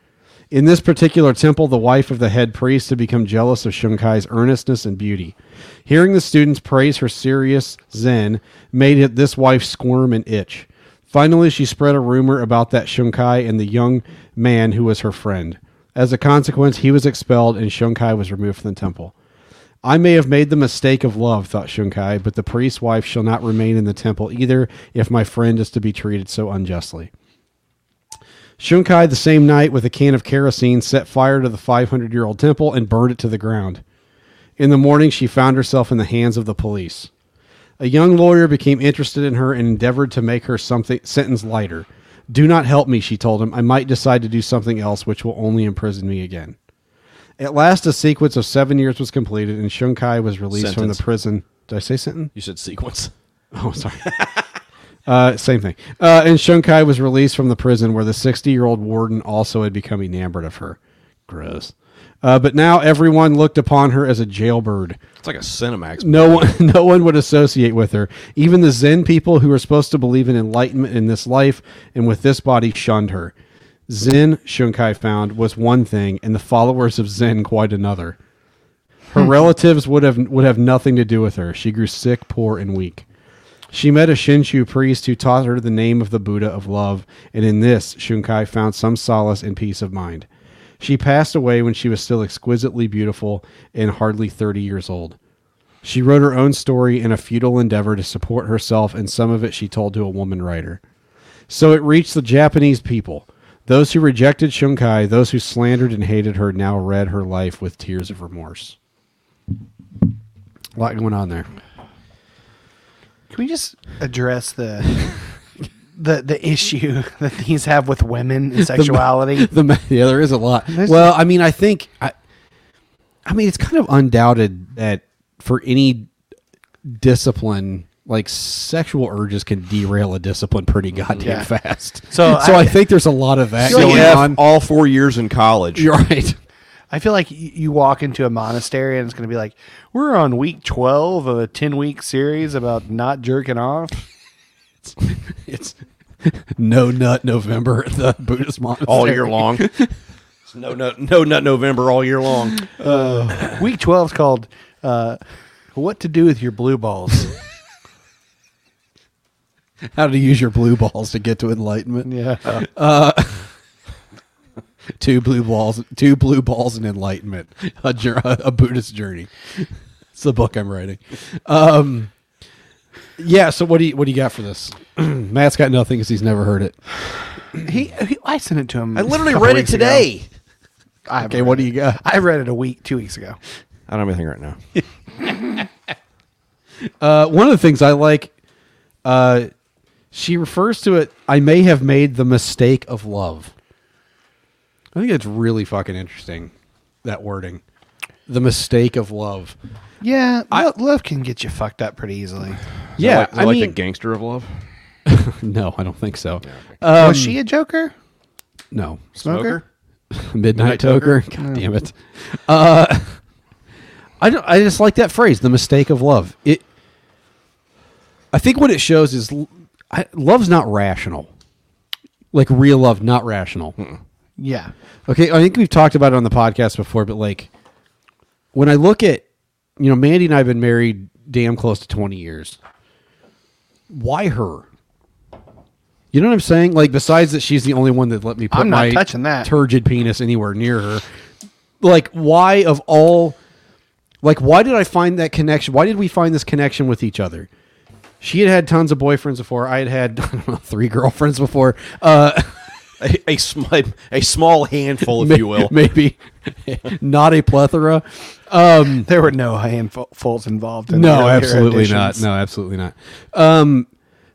C: In this particular temple, the wife of the head priest had become jealous of Shunkai's earnestness and beauty. Hearing the students praise her serious zen made it this wife squirm and itch. Finally, she spread a rumor about that Shunkai and the young man who was her friend. As a consequence, he was expelled and Shunkai was removed from the temple. I may have made the mistake of love, thought Shunkai, but the priest's wife shall not remain in the temple either if my friend is to be treated so unjustly. Shunkai, the same night, with a can of kerosene, set fire to the 500 year old temple and burned it to the ground. In the morning, she found herself in the hands of the police. A young lawyer became interested in her and endeavored to make her something sentence lighter. Do not help me, she told him. I might decide to do something else, which will only imprison me again. At last, a sequence of seven years was completed, and Shunkai was released from the
B: Sentence.
C: prison. Did I say sentence?
B: You said sequence.
C: Oh, sorry. *laughs* uh, same thing. Uh, and Shunkai was released from the prison where the 60 year old warden also had become enamored of her. Gross. Uh, but now everyone looked upon her as a jailbird.
B: It's like a Cinemax.
C: No one, *laughs* no one would associate with her. Even the Zen people who were supposed to believe in enlightenment in this life and with this body shunned her. Zen, Shunkai found, was one thing, and the followers of Zen quite another. Her relatives would have would have nothing to do with her. She grew sick, poor, and weak. She met a Shinshu priest who taught her the name of the Buddha of love, and in this Shunkai found some solace and peace of mind. She passed away when she was still exquisitely beautiful and hardly 30 years old. She wrote her own story in a futile endeavor to support herself, and some of it she told to a woman writer. So it reached the Japanese people. Those who rejected Shunkai, those who slandered and hated her, now read her life with tears of remorse. A lot going on there.
A: Can we just address the the the issue *laughs* that these have with
B: *laughs*
A: women and sexuality?
C: *laughs* The, ma- yeah, there is a lot. well, I mean, I think, I, I mean, it's kind of undoubted that for any discipline, like sexual urges can derail a discipline pretty
B: Mm-hmm.
C: goddamn
A: Yeah.
C: fast.
A: So
C: *laughs* so I,
A: I-
C: think there's a lot of that
A: So
C: going
A: if-
C: on.
B: all four years in college.
C: You're right. *laughs*
A: I feel like y- you walk into a monastery and it's going to be like, we're on week 12 of a 10 week series about not jerking off.
C: It's *laughs* no nut November at the Buddhist monastery.
B: all year long.
C: *laughs*
B: It's no nut, no nut November all year long.
A: Week 12 is called uh, What to Do with Your Blue Balls.
B: *laughs*
C: How to use your blue balls to get to enlightenment.
A: yeah.
C: Two blue balls, two blue balls and enlightenment. A, jour- a Buddhist journey. It's the book I'm writing. Um, yeah. So what do you what do you got for this? *clears throat* Matt's got nothing because he's never heard it.
A: he, he, I sent it to him.
B: I literally
A: a couple
B: read it
A: weeks ago.
B: today.
A: I haven't
C: Okay. What
A: read
C: do you
A: it.
C: got?
A: I read it a week, two weeks ago.
B: I don't have anything right now.
C: Uh, one of the things I like, uh, she refers to it. I may have made the mistake of love. I think it's really fucking interesting that wording, the mistake of love.
A: Yeah. lo- love can get you fucked up pretty easily.
C: yeah,
B: like,
C: I
B: like the
C: mean,
B: gangster of love.
C: no, I don't think so.
B: Um,
A: Was she a joker?
C: No,
A: Smoker?
C: Midnight Toker. God damn it. Uh, *laughs* I don't. I just like that phrase, the mistake of love. It. I think what it shows is, l I love's not rational. Like real love, not rational.
A: Yeah.
C: Okay, I think we've talked about it on the podcast before, but like when I look at, you know, Mandy and I have been married damn close to 20 years. Why her? You know what I'm saying? Like besides that she's the only one that let me put
A: I'm not
C: my
A: touching that.
C: turgid penis anywhere near her. Like why of all like why did I find that connection? Why did we find this connection with each other? *laughs* She had had tons of boyfriends before. I had had I don't know, three girlfriends before. Uh
B: a, a, sm- a small handful,
C: *laughs*
B: if you will.
C: Maybe *laughs* not a plethora.
A: There were no handfuls involved. In the
C: no,
A: earlier
C: absolutely
A: editions.
C: not. No, absolutely not. Um,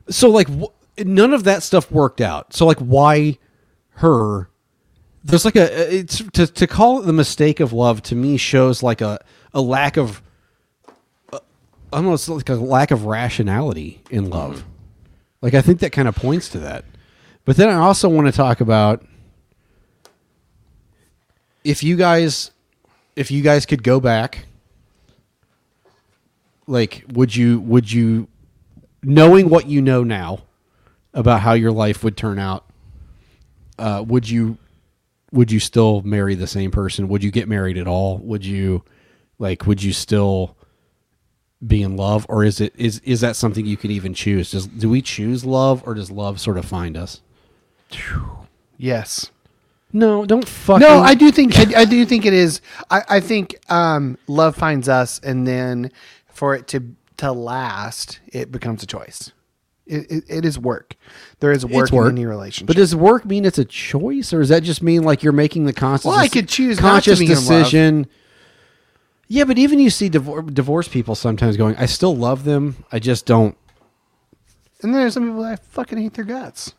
C: so like wh- none of that stuff worked out. So like why her? There's like a uh, it's to to call it the mistake of love to me shows like a a lack of I don't know. It's like a lack of rationality in love.
A: Mm-hmm.
C: Like I think that kind of points to that. But then I also want to talk about if you guys if you guys could go back like would you would you knowing what you know now about how your life would turn out uh would you would you still marry the same person would you get married at all would you like would you still be in love or is it is is that something you could even choose does do we choose love or does love sort of find us
A: Yes.
C: no don't fucking
A: No, I do think I, I do think it is. I, I think um, love finds us, and then for it to to last, it becomes a choice. It, it, it is work. There is work,
C: It's work.
A: in any relationship.
C: But does work mean it's a choice, or does that just mean like you're making the conscious?
A: Well, I could choose not to
C: conscious
A: be in love.
C: decision. Yeah, but even you see divor- divorce people sometimes going, "I still love them. I just don't."
A: and then there's some people that I fucking hate their guts.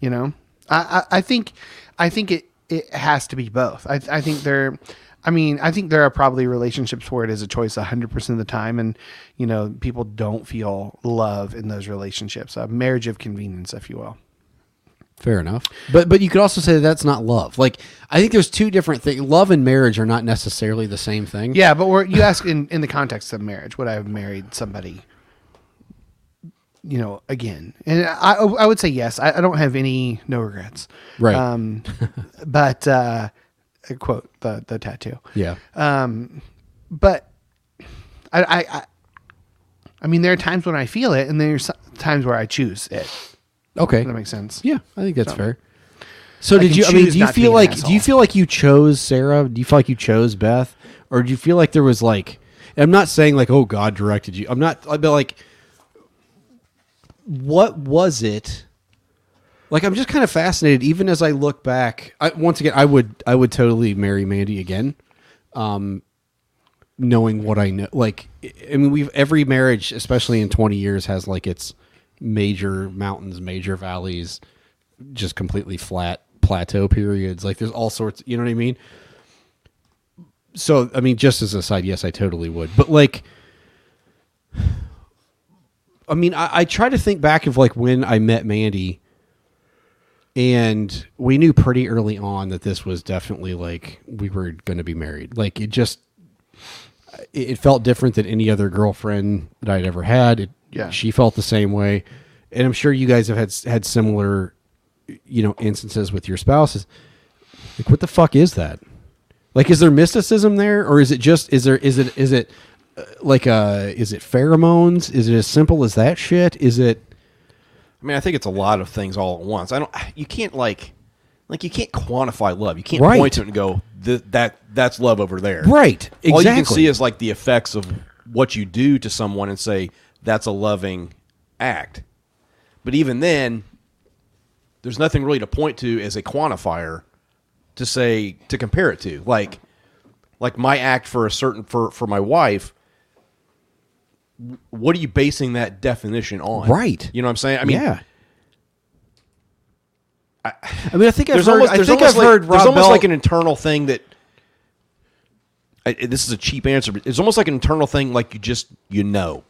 A: You know, I I, I think I think it it has to be both. I I think there, I mean, I think there are probably relationships where it is a choice 100% of the time and you know, people don't feel love in those relationships. A marriage of convenience, if you will.
C: Fair enough. But but you could also say that's not love. Like I think there's two different things. Love and marriage are not necessarily the same thing.
A: Yeah, but we're, you ask in, in the context of marriage, would I have married somebody, you know, again? And I, I would say yes. I, I don't have any, no regrets.
C: Right.
A: Um,
C: *laughs*
A: but, uh, quote the, the tattoo.
C: Yeah.
A: But I, I, I, I mean, there are times when I feel it and there's times where I choose it.
C: okay.
A: If that makes sense.
C: Yeah, I think that's fair. So
A: I
C: did
A: can
C: you? I mean,
A: choose
C: do you
A: not to be
C: feel
A: an
C: like do you
A: asshole.
C: feel like you chose Sarah? Do you feel like you chose Beth, or do you feel like there was like? and I'm not saying like oh God directed you. I'm not. But like, what was it? Like I'm just kind of fascinated. Even as I look back, I, once again, I would I would totally marry Mandy again um, knowing what I know. Like, I mean, we've every marriage, especially in 20 years, has like its major mountains, major valleys, just completely flat plateau periods. Like, there's all sorts, you know what I mean? So, I mean, just as a side, yes, I totally would. But like, *sighs* I mean, I, I try to think back of like when I met Mandy. And we knew pretty early on that this was definitely like we were going to be married. Like it just it, it felt different than any other girlfriend that I'd ever had. It,
A: Yeah.
C: she felt the same way, and I'm sure you guys have had had similar, you know, instances with your spouses. Like, what the fuck is that? Like, is there mysticism there, or is it just is there is it is it uh, like uh is it pheromones? Is it as simple as that shit? Is it
B: I mean, I think it's a lot of things all at once. I don't. You can't like, like you can't quantify love. You can't
C: Right.
B: point to it and go "Th- that that's love over there.
C: right? Exactly.
B: All you can see is like the effects of what you do to someone and say that's a loving act. But even then, there's nothing really to point to as a quantifier to say to compare it to. Like, like my act for a certain for for my wife. What are you basing that definition on?
C: Right.
B: You know what I'm saying? I mean,
C: yeah. I, mean, I think I've
B: there's
C: heard,
B: almost,
C: I
B: there's
C: think I've
B: almost like,
C: heard
B: there's
C: Rob
B: almost
C: Bell-
B: like an internal thing that I, I- this is a cheap answer, but it's almost like an internal thing. Like you just you know,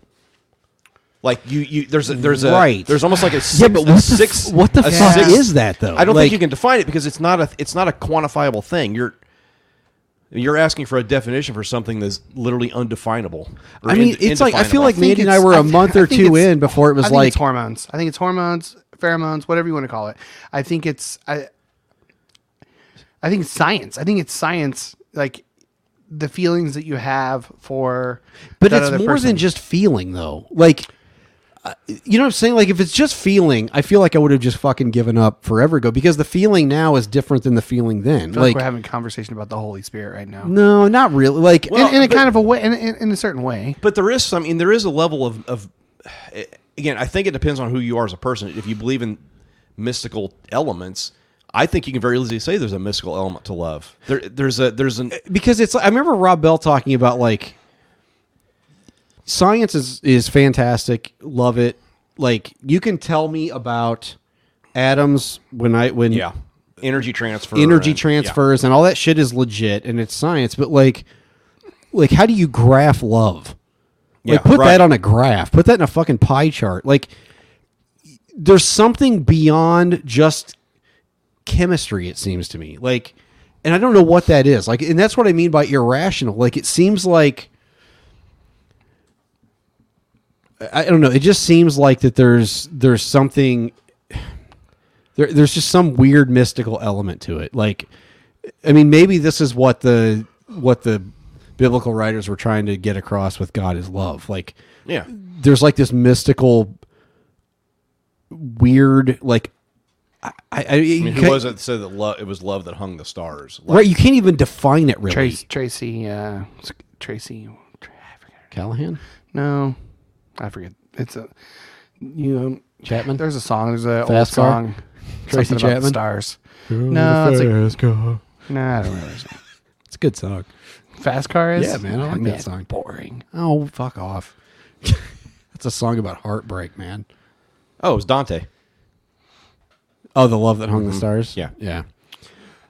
B: like you you there's a, there's a
C: Right.
B: there's almost like a six,
C: yeah, but
B: a
C: what the,
B: six-
C: f- what the
B: a
C: fuck
B: six-
C: is that though?
B: I don't
C: Like-
B: think you can define it because it's not a it's not a quantifiable thing. You're you're asking for a definition for something that's literally undefinable. or
C: I mean,
B: ind-
C: it's like I feel
B: indefinable.
C: like Mandy and I
A: it's-
C: were
A: I
C: a
A: th-
C: month
A: I
C: or
A: think
C: two
A: it's-
C: in before it was
A: I think
C: like
A: it's hormones. I think it's hormones, pheromones, whatever you want to call it. I think it's I. I think it's science. I think it's science, like the feelings that you have for.
C: But
A: that
C: it's
A: other
C: more
A: person.
C: than just feeling, though. Like, uh, you know what I'm saying? Like, if it's just feeling, I feel like I would have just fucking given up forever ago because the feeling now is different than the feeling then.
A: I feel like,
C: Like,
A: we're having a conversation about the Holy Spirit right now,
C: no, not really. Like,
B: Well,
A: in, in a
B: but-
A: kind of a way, in, in, in a certain way.
B: But there is some. I mean, there is a level of of again. I think it depends on who you are as a person. If you believe in mystical elements, I think you can very easily say there's a mystical element to love. There, there's a there's an
C: because it's I remember Rob Bell talking about like science is is fantastic, love it. Like you can tell me about atoms when I when
B: yeah energy transfer,
C: energy
B: and-
C: transfers and all that shit is legit and it's science, but like like how do you graph love?
B: Yeah,
C: like put
B: right.
C: that on a graph. Put that in a fucking pie chart. Like there's something beyond just chemistry it seems to me. Like and I don't know what that is. Like and that's what I mean by irrational. Like it seems like I I don't know. It just seems like that there's there's something there, there's just some weird mystical element to it. Like, I mean, maybe this is what the what the biblical writers were trying to get across with God is love. Like,
B: Yeah.
C: there's like this mystical, weird, like, I, I, I
B: I mean,
C: mean,
B: who was it that said that love? It was love that hung the stars. Like,
C: right? You can't even define it really.
A: Trace, Tracy, uh, s- Tracy, Tra- I forget. her-
C: Callahan,
A: No, I forget. It's a you. Um,
C: Chapman?
A: There's a song. There's a old
C: Fast Car?
A: song.
C: Tracy
A: something about the
C: Chapman?
A: stars. No, it's like, no, I don't remember.
C: Uh, it's a good song.
A: Fast car is.
C: Yeah, man, I like that
A: Man,
C: song.
A: Boring.
C: Oh, fuck off. *laughs* That's a song about heartbreak, man.
B: Oh, it was Dante.
C: Oh, the love that hung the stars.
B: Mm-hmm. Yeah.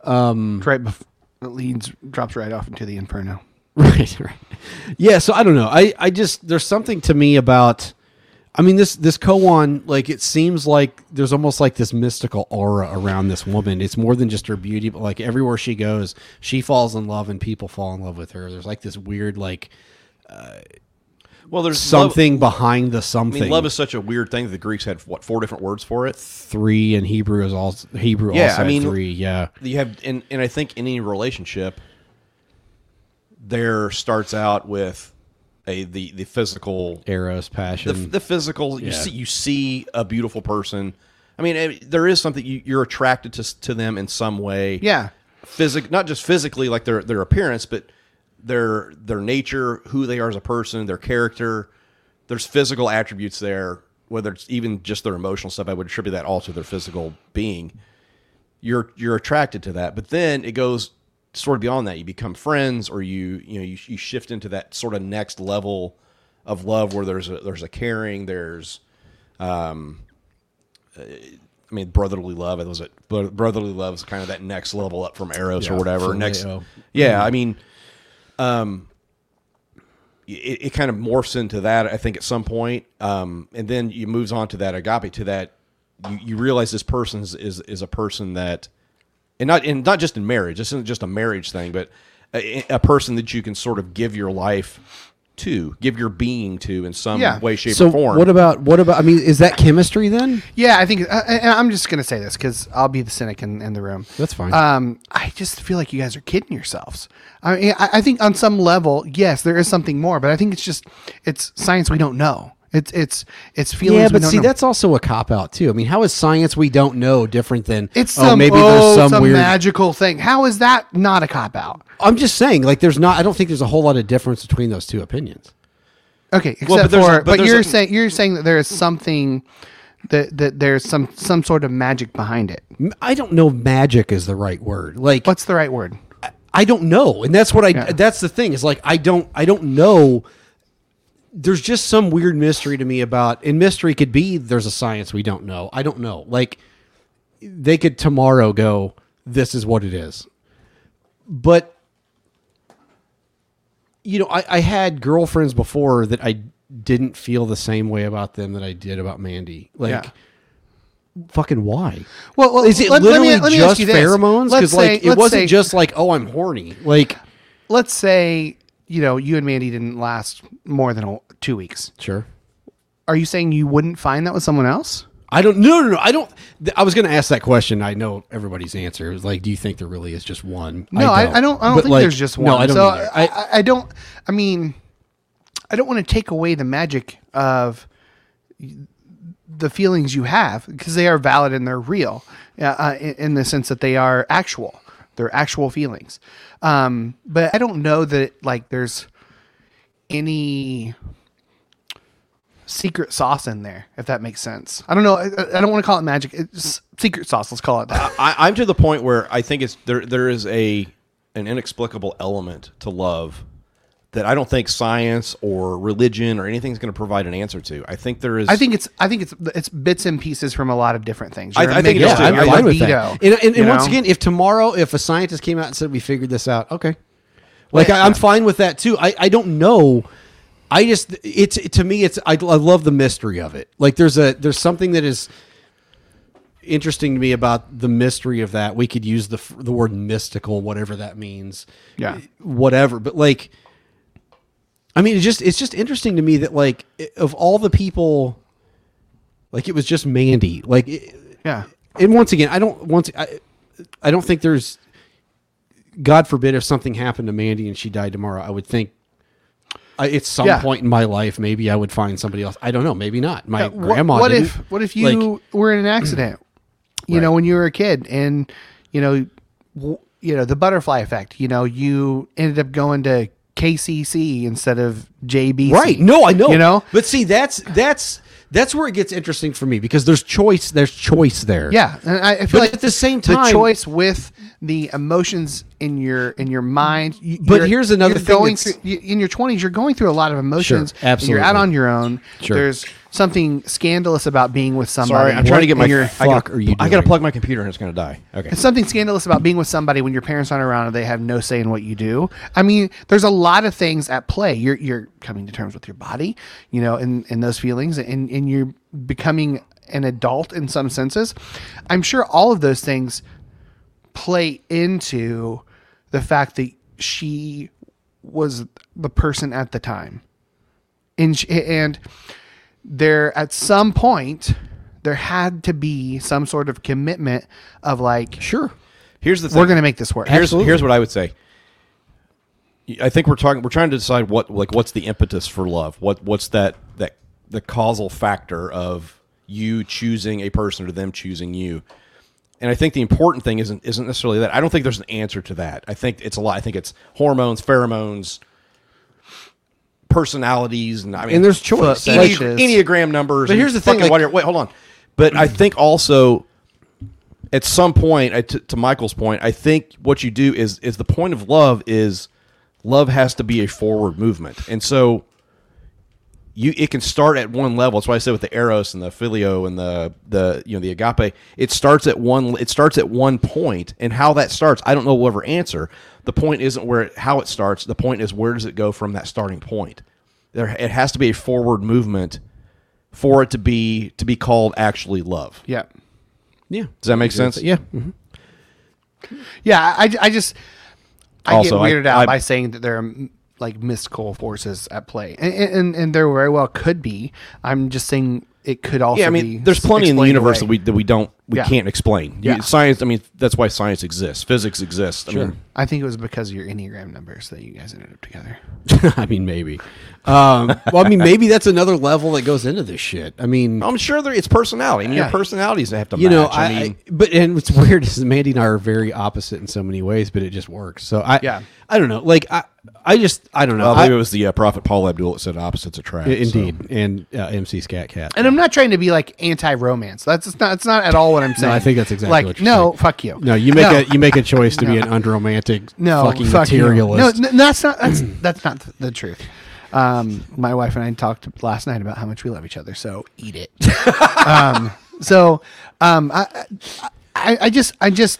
C: yeah.
A: Right before it leads drops right off into the inferno.
C: *laughs* right right yeah so i don't know i i just there's something to me about i mean this this koan like it seems like there's almost like this mystical aura around this woman it's more than just her beauty but like everywhere she goes she falls in love and people fall in love with her there's like this weird like
B: Well, there's
C: something
B: Love,
C: behind the
B: I
C: something
B: mean, love is such a weird thing. that The Greeks had what four different words for it.
C: three and hebrew is all hebrew
B: Yeah,
C: also
B: I
C: had
B: mean-
C: three yeah
B: you have and, and i think in any relationship there starts out with a the the physical
C: eros
B: the,
C: passion
B: the physical you
C: Yeah.
B: see you see a beautiful person i mean eh, there is something you, you're attracted to, s- to them in some way
A: Yeah.
B: physic not just physically like their their appearance but their their nature who they are as a person their character there's physical attributes there whether it's even just their emotional stuff i would attribute that all to their physical being you're you're attracted to that but then it goes sort of beyond that you become friends or you you know you, you shift into that sort of next level of love where there's a there's a caring there's um, uh, I mean, brotherly love. It was it, but brotherly love is kind of that next level up from Eros or
C: Yeah,
B: whatever.
C: from Mm-hmm.
B: Next,
C: Leo.
B: yeah. I mean, um, it, it kind of morphs into that. I think at some point, um, and then you moves on to that agape. To that, you, you realize this person is, is is a person that, and not and not just in marriage. This isn't just a marriage thing, but a, a person that you can sort of give your life to, give your being to in some
A: Yeah.
B: way, shape,
C: so
B: or form.
C: what about what about i mean is that chemistry then
A: Yeah, I think, uh, and I'm just gonna say this because I'll be the cynic in, in the room.
C: That's fine.
A: Um, I just feel like you guys are kidding yourselves. I mean, I, I think on some level, yes, there is something more, but I think it's just it's science we don't know. It's it's it's feelings.
C: Yeah,
A: we
C: but
A: don't
C: see,
A: know.
C: that's also a cop out too. I mean, how is science we don't know different than
A: it's
C: oh,
A: some,
C: maybe
A: oh,
C: there's some,
A: some
C: weird?
A: magical thing. How is that not a cop out?
C: I'm just saying, like, there's not. I don't think there's a whole lot of difference between those two opinions.
A: Okay, except
B: Well, but there's-
A: for
B: but
A: but,
B: there's
A: you're
B: a-
A: saying you're saying that there is something that that there's some some sort of magic behind it.
C: M- I don't know. if Magic is the right word. Like,
A: What's the right word?
C: I don't know, and that's what I.
A: Yeah.
C: That's the thing is like I don't. I don't know. There's just some weird mystery to me about, and mystery could be there's a science we don't know. I don't know. Like, they could tomorrow go. This is what it is, but you know, I, I had girlfriends before that I didn't feel the same way about them that I did about Mandy. Like,
A: Yeah.
C: fucking why?
A: Well, well,
C: is it
A: let- let me-
C: literally
A: let me ask
C: just
A: you this.
C: pheromones?
A: Let's
C: Because like,
A: say-
C: it
A: let's
C: wasn't
A: say-
C: just like, oh, I'm horny. Like,
A: Let's say you know you and Mandy didn't last more than a, two weeks.
C: sure.
A: Are you saying you wouldn't find that with someone else?
C: I don't. No, no, no. I don't. th- I was going to ask that question. I know everybody's answer. It was like, do you think there really is just one?
A: No, I don't. I, don't. I don't
C: But,
A: think
C: like,
A: there's just one.
C: No, I don't.
A: So
C: either.
A: I, I, I don't. I mean, I don't want to take away the magic of the feelings you have because they are valid and they're real uh, uh, in, in the sense that they are actual. They're actual feelings. Um, but I don't know that like there's any secret sauce in there, if that makes sense. I don't know. I, I- I don't want to call it magic. It's secret sauce. Let's call it that.
B: I, I'm to the point where I think it's there. There is a an inexplicable element to love that I don't think science or religion or anything's going to provide an answer to. I think there is.
A: I think it's I think it's it's bits and pieces from a lot of different things.
B: I-
A: You're
B: I think
A: amygdala,
B: it's too.
A: you're
B: I'm fine with
A: libido,
C: And, and,
A: you
C: and once
A: know?
C: again, if tomorrow, if a scientist came out and said we figured this out, okay, like I, I'm fine with that too. I, I don't know. I just it's to me it's I, I love the mystery of it. Like there's a there's something that is interesting to me about the mystery of that. We could use the f- the word mystical, whatever that means.
A: Yeah.
C: whatever. But like, I mean, it's just it's just interesting to me that like i- of all the people, like it was just Mandy. Like, it,
A: yeah.
C: and once again, I don't once I, I don't think there's. God forbid if something happened to Mandy and she died tomorrow, I would think. I, at some
A: Yeah.
C: point in my life, maybe I would find somebody else. I don't know. Maybe not. My
A: Yeah, wha-
C: grandma.
A: What
C: didn't.
A: if what if you
C: Like,
A: were in an accident? You know, when you were a kid, and you know, w- you know the butterfly effect. You know, you ended up going to KCC instead of JBC.
C: right? No, I know.
A: You know,
C: But see, that's that's that's where it gets interesting for me because there's choice. There's choice there.
A: Yeah, and I, I feel
C: But
A: like
C: at the same
A: the
C: time-
A: choice with the emotions in your in your mind. you-
C: But
A: you're-
C: here's another
A: you're
C: thing
A: going
C: that's-
A: through, you- in your twenties, you're going through a lot of emotions.
C: Sure,
A: and You're out
C: absolutely.
A: on your own.
C: Sure.
A: There's something scandalous about being with somebody.
B: sorry, I'm trying to get my.
A: And you're-
B: I gotta-
C: fuck are you
B: I got to
C: doing?
B: plug my computer and it's going to die. Okay.
A: It's something scandalous about being with somebody when your parents aren't around and they have no say in what you do. I mean, there's a lot of things at play. You're you're coming to terms with your body, you know, and and those feelings, and and you're becoming an adult in some senses. I'm sure all of those things play into the fact that she was the person at the time, and she, and there at some point there had to be some sort of commitment of like
C: Sure.
B: Here's the thing.
A: we're going to make this work.
B: Here's here's what I would say. I think we're talking. We're trying to decide what like what's the impetus for love. What what's that that the causal factor of you choosing a person or them choosing you. And I think the important thing isn't isn't necessarily that. I don't think there's an answer to that. I think it's a lot. I think it's hormones, pheromones, personalities, and I mean,
C: And there's choice.
A: Foot
B: Enne-
A: fetishes.
B: Enneagram numbers.
C: But
B: and
C: here's the thing,
B: fucking
C: like-
B: whatever- wait, hold on. But I think also at some point, I t- to Michael's point, I think what you do is is the point of love is love has to be a forward movement, and so you it can start at one level. That's why I said with the eros and the filio and the the you know the agape, it starts at one it starts at one point, and how that starts, I don't know. Whatever answer, the point isn't where it, how it starts. The point is where does it go from that starting point. There, it has to be a forward movement for it to be to be called actually love.
A: yeah.
C: Yeah.
B: Does that make sense?
C: Yeah.
A: Yeah. I, I just, I
B: Also, I-
A: get weirded out
B: I-
A: by saying that there are mm, like mystical forces at play. And, and, and there very well could be. I'm just saying it could also
B: Yeah, I
A: be
B: mean, there's plenty in the
A: explained
B: universe
A: away.
B: that we that we don't we
A: Yeah.
B: can't explain. You-
A: Yeah.
B: science. I mean, that's why science exists. Physics exists. I mean,
A: I think it was because of your Enneagram numbers that you guys ended up together.
C: *laughs* I mean, maybe. Um, well, I mean, maybe that's another level that goes into this shit. I mean,
B: I'm sure there it's personality. I mean,
A: Yeah.
B: your personalities have to.
C: you know,
B: match.
C: I, I-
B: mean,
C: but and what's *laughs* weird is Mandy and I are very opposite in so many ways, but it just works. So I,
A: Yeah.
C: I don't know. Like I, I just, I don't know.
B: I,
C: I-
B: believe it was the uh, prophet Paul Abdul that said opposites attract. so.
C: indeed, and uh, MC Scat Cat.
A: And I'm not trying to be like anti-romance. That's it's not. It's not at all what I'm saying.
C: I think that's exactly
A: like
C: what you're
A: no.
C: saying.
A: Fuck you.
C: no, you make a you make a choice to be an unromantic,
A: uh, no
C: fucking
A: fuck you.
C: materialist.
A: No, n- that's not that's *clears throat* that's not the truth. Um, my wife and I talked last night about how much we love each other. So eat it. *laughs* um, so um, I, I I just I just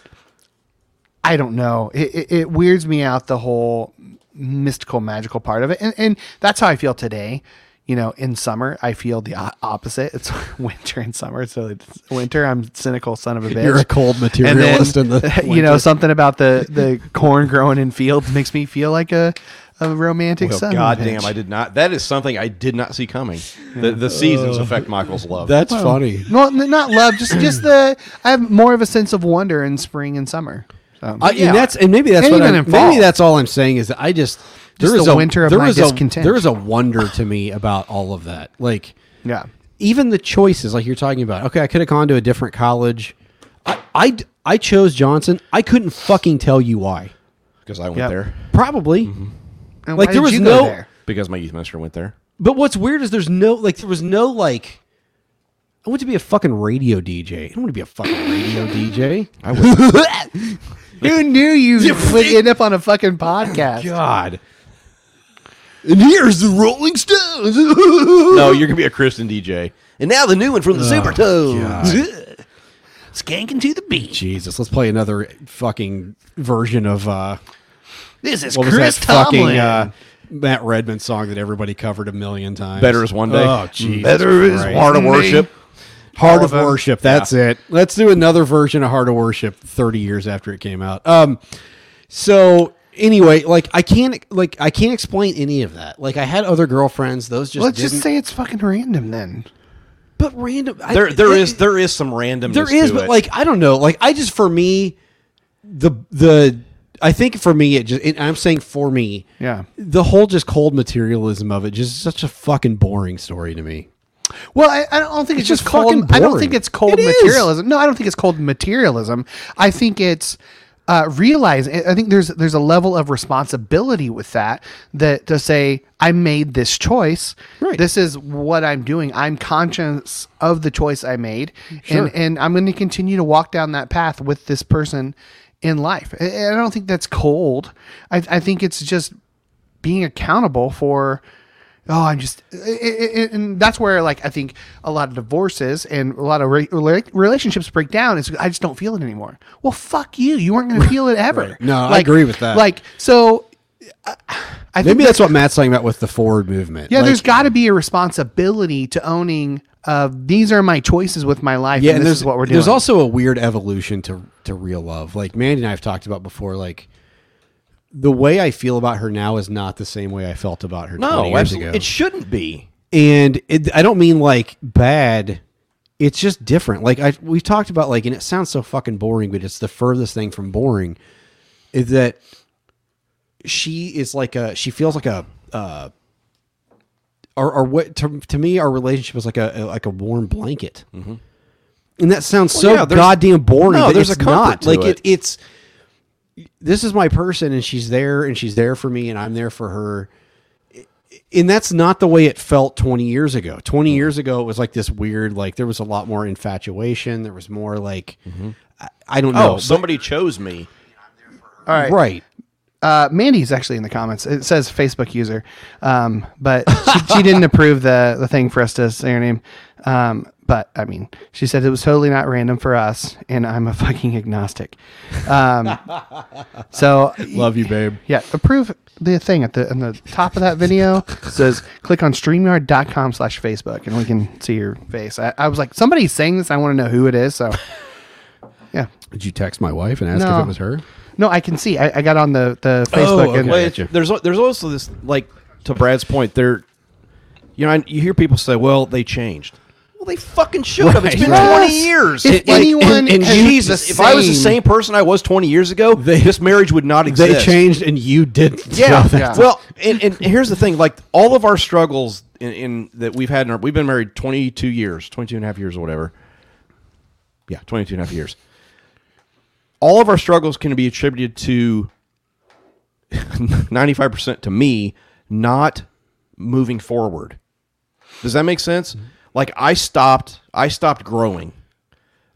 A: I don't know. It, it, it weirds me out the whole mystical magical part of it, and and that's how I feel today. You know, in summer, I feel the o- opposite. It's *laughs* winter and summer. So it's winter, I'm cynical son of a bitch.
C: You're a cold
A: And then,
C: materialist in the
A: *laughs* you know
C: winter.
A: something about the the corn growing in fields makes me feel like a a romantic
B: Well,
A: son. of a
B: Oh, God damn,
A: bitch.
B: I did not. That is something I did not see coming. The, the seasons affect Michael's love.
C: Oh. That's funny.
A: Well, n- not love, just just the. I have more of a sense of wonder in spring and summer. So,
C: I, And that's and maybe that's
A: And
C: what
A: even
C: I'm,
A: in fall.
C: maybe that's all I'm saying is that I just,
A: Just
C: there is
A: the
C: a
A: winter of
C: there
A: my
C: is
A: discontent.
C: A, there is a wonder to me about all of that. Like
A: yeah.
C: even the choices, like you're talking about. Okay, I could have gone to a different college. I, I d- I chose Johnson. I couldn't fucking tell you why.
B: because I went
A: Yep.
B: there.
C: Probably
A: And
C: Like,
A: why
C: there
A: did
C: was
A: you go
C: no-
A: there?
B: Because my youth minister went there.
C: But what's weird is there's no like there was no like I want to be a fucking radio DJ. I don't want to be a fucking radio DJ. I would
A: Who knew you would end up on a fucking podcast?
C: God. And here's the Rolling Stones.
B: No, you're gonna be a Christian DJ. And now the new one
C: Oh,
B: from the Supertones.
C: Skanking to the beat. Jesus, let's play another fucking version of uh
A: This is
C: what was
A: Chris
C: that
A: Tomlin.
C: fucking uh, Matt Redman song that everybody covered a million times?
B: Better is one day.
C: Oh, Jesus
A: Better is one
C: Christ.
B: Heart of
A: day.
B: worship.
C: Heart of
A: of 'em.
C: Worship. That's it. Let's do another version of Heart of Worship 30 years after it came out. Um so anyway, like I can't like I can't explain any of that. Like I had other girlfriends, those just
A: Let's
C: didn't,
A: just say it's fucking random then.
C: but random I-
B: There, there
C: it-
B: is, there is some randomness.
C: there is,
B: to
C: but
B: it.
C: like I don't know. Like I just for me, the the I think for me it just and I'm saying for me,
A: Yeah.
C: the whole just cold materialism of it just such a fucking boring story to me.
A: Well, I, I don't think it's,
C: just
A: just cold.
C: fucking
A: I don't
C: boring.
A: think it's cold
C: It is.
A: materialism. No, I don't think it's cold materialism. I think it's uh, realizing. I think there's there's a level of responsibility with that that to say I made this choice.
C: Right.
A: This is what I'm doing. I'm conscious of the choice I made,
C: Sure.
A: and and I'm going to continue to walk down that path with this person in life. I, I don't think that's cold. I, I think it's just being accountable for oh i'm just i- i- i- and that's where like i think a lot of divorces and a lot of re- rela- relationships break down is i just don't feel it anymore well fuck you you weren't going to
C: *laughs*
A: feel it ever
C: No, I agree with that.
A: like so uh, i think
C: Maybe that's what Matt's talking about with the forward movement.
A: yeah
C: Like,
A: there's got to be a responsibility to owning uh, these are my choices with my life
C: yeah,
A: and,
C: and
A: this
C: there's
A: is what we're doing
C: There's also a weird evolution to to real love. Like Mandy and I have talked about before, like. The way I feel about her now is not the same way I felt about her
B: no,
C: 20 years
B: absolutely-
C: ago.
B: it shouldn't be.
C: and it, I don't mean like bad. It's just different. Like I we talked about like, and it sounds so fucking boring, but it's the furthest thing from boring. Is that she is like a she feels like a uh, or or what to, to me our relationship is like a, a- like a warm blanket. And that sounds so
B: Mm-hmm. yeah, there's-
C: goddamn boring.
B: No,
C: but
B: there's
C: it's
B: a comfort
C: not.
B: to
C: like
B: it.
C: it's this is my person, and she's there, and she's there for me, and I'm there for her and that's not the way it felt 20 years ago 20 years ago it was like this weird like there was a lot more infatuation there was more like I, I don't know
B: Oh, somebody chose me.
A: all right
C: right
A: uh, Mandy's actually in the comments. It says Facebook user, um, but she, she didn't approve the the thing for us to say her name. Um, but I mean, she said it was totally not random for us, and I'm a fucking agnostic. Um, so
C: love you babe
A: yeah, approve the thing at the on the top of that video says click on streamyard.com slash Facebook, and we can see your face. I, I was like, somebody's saying this. I want to know who it is. So yeah,
C: did you text my wife and ask
A: No.
C: if it was her
A: no, I can see. I, I got on the the Facebook and
B: Well,
C: gotcha.
B: there's al- there's also this like to Brad's point. There, you know, I- you hear people say, "Well, they changed." Well, they fucking should have. It's been
A: Right.
B: twenty
A: Yes.
B: years.
A: If anyone has
B: Jesus,
A: the
B: if I was the
A: same-
B: same person I was twenty years ago, this marriage would not
C: they
B: exist.
C: changed and you *laughs*
B: *laughs*
C: didn't
B: Yeah.
C: So
A: Yeah.
B: Well, and, and here's the thing: like all of our struggles in, in that we've had in our, we've been married 22 years, 22 and a half years or whatever. Yeah, 22 and a half years. All of our struggles can be attributed to *laughs* 95% to me not moving forward. Does that make sense? Like I stopped, I stopped growing.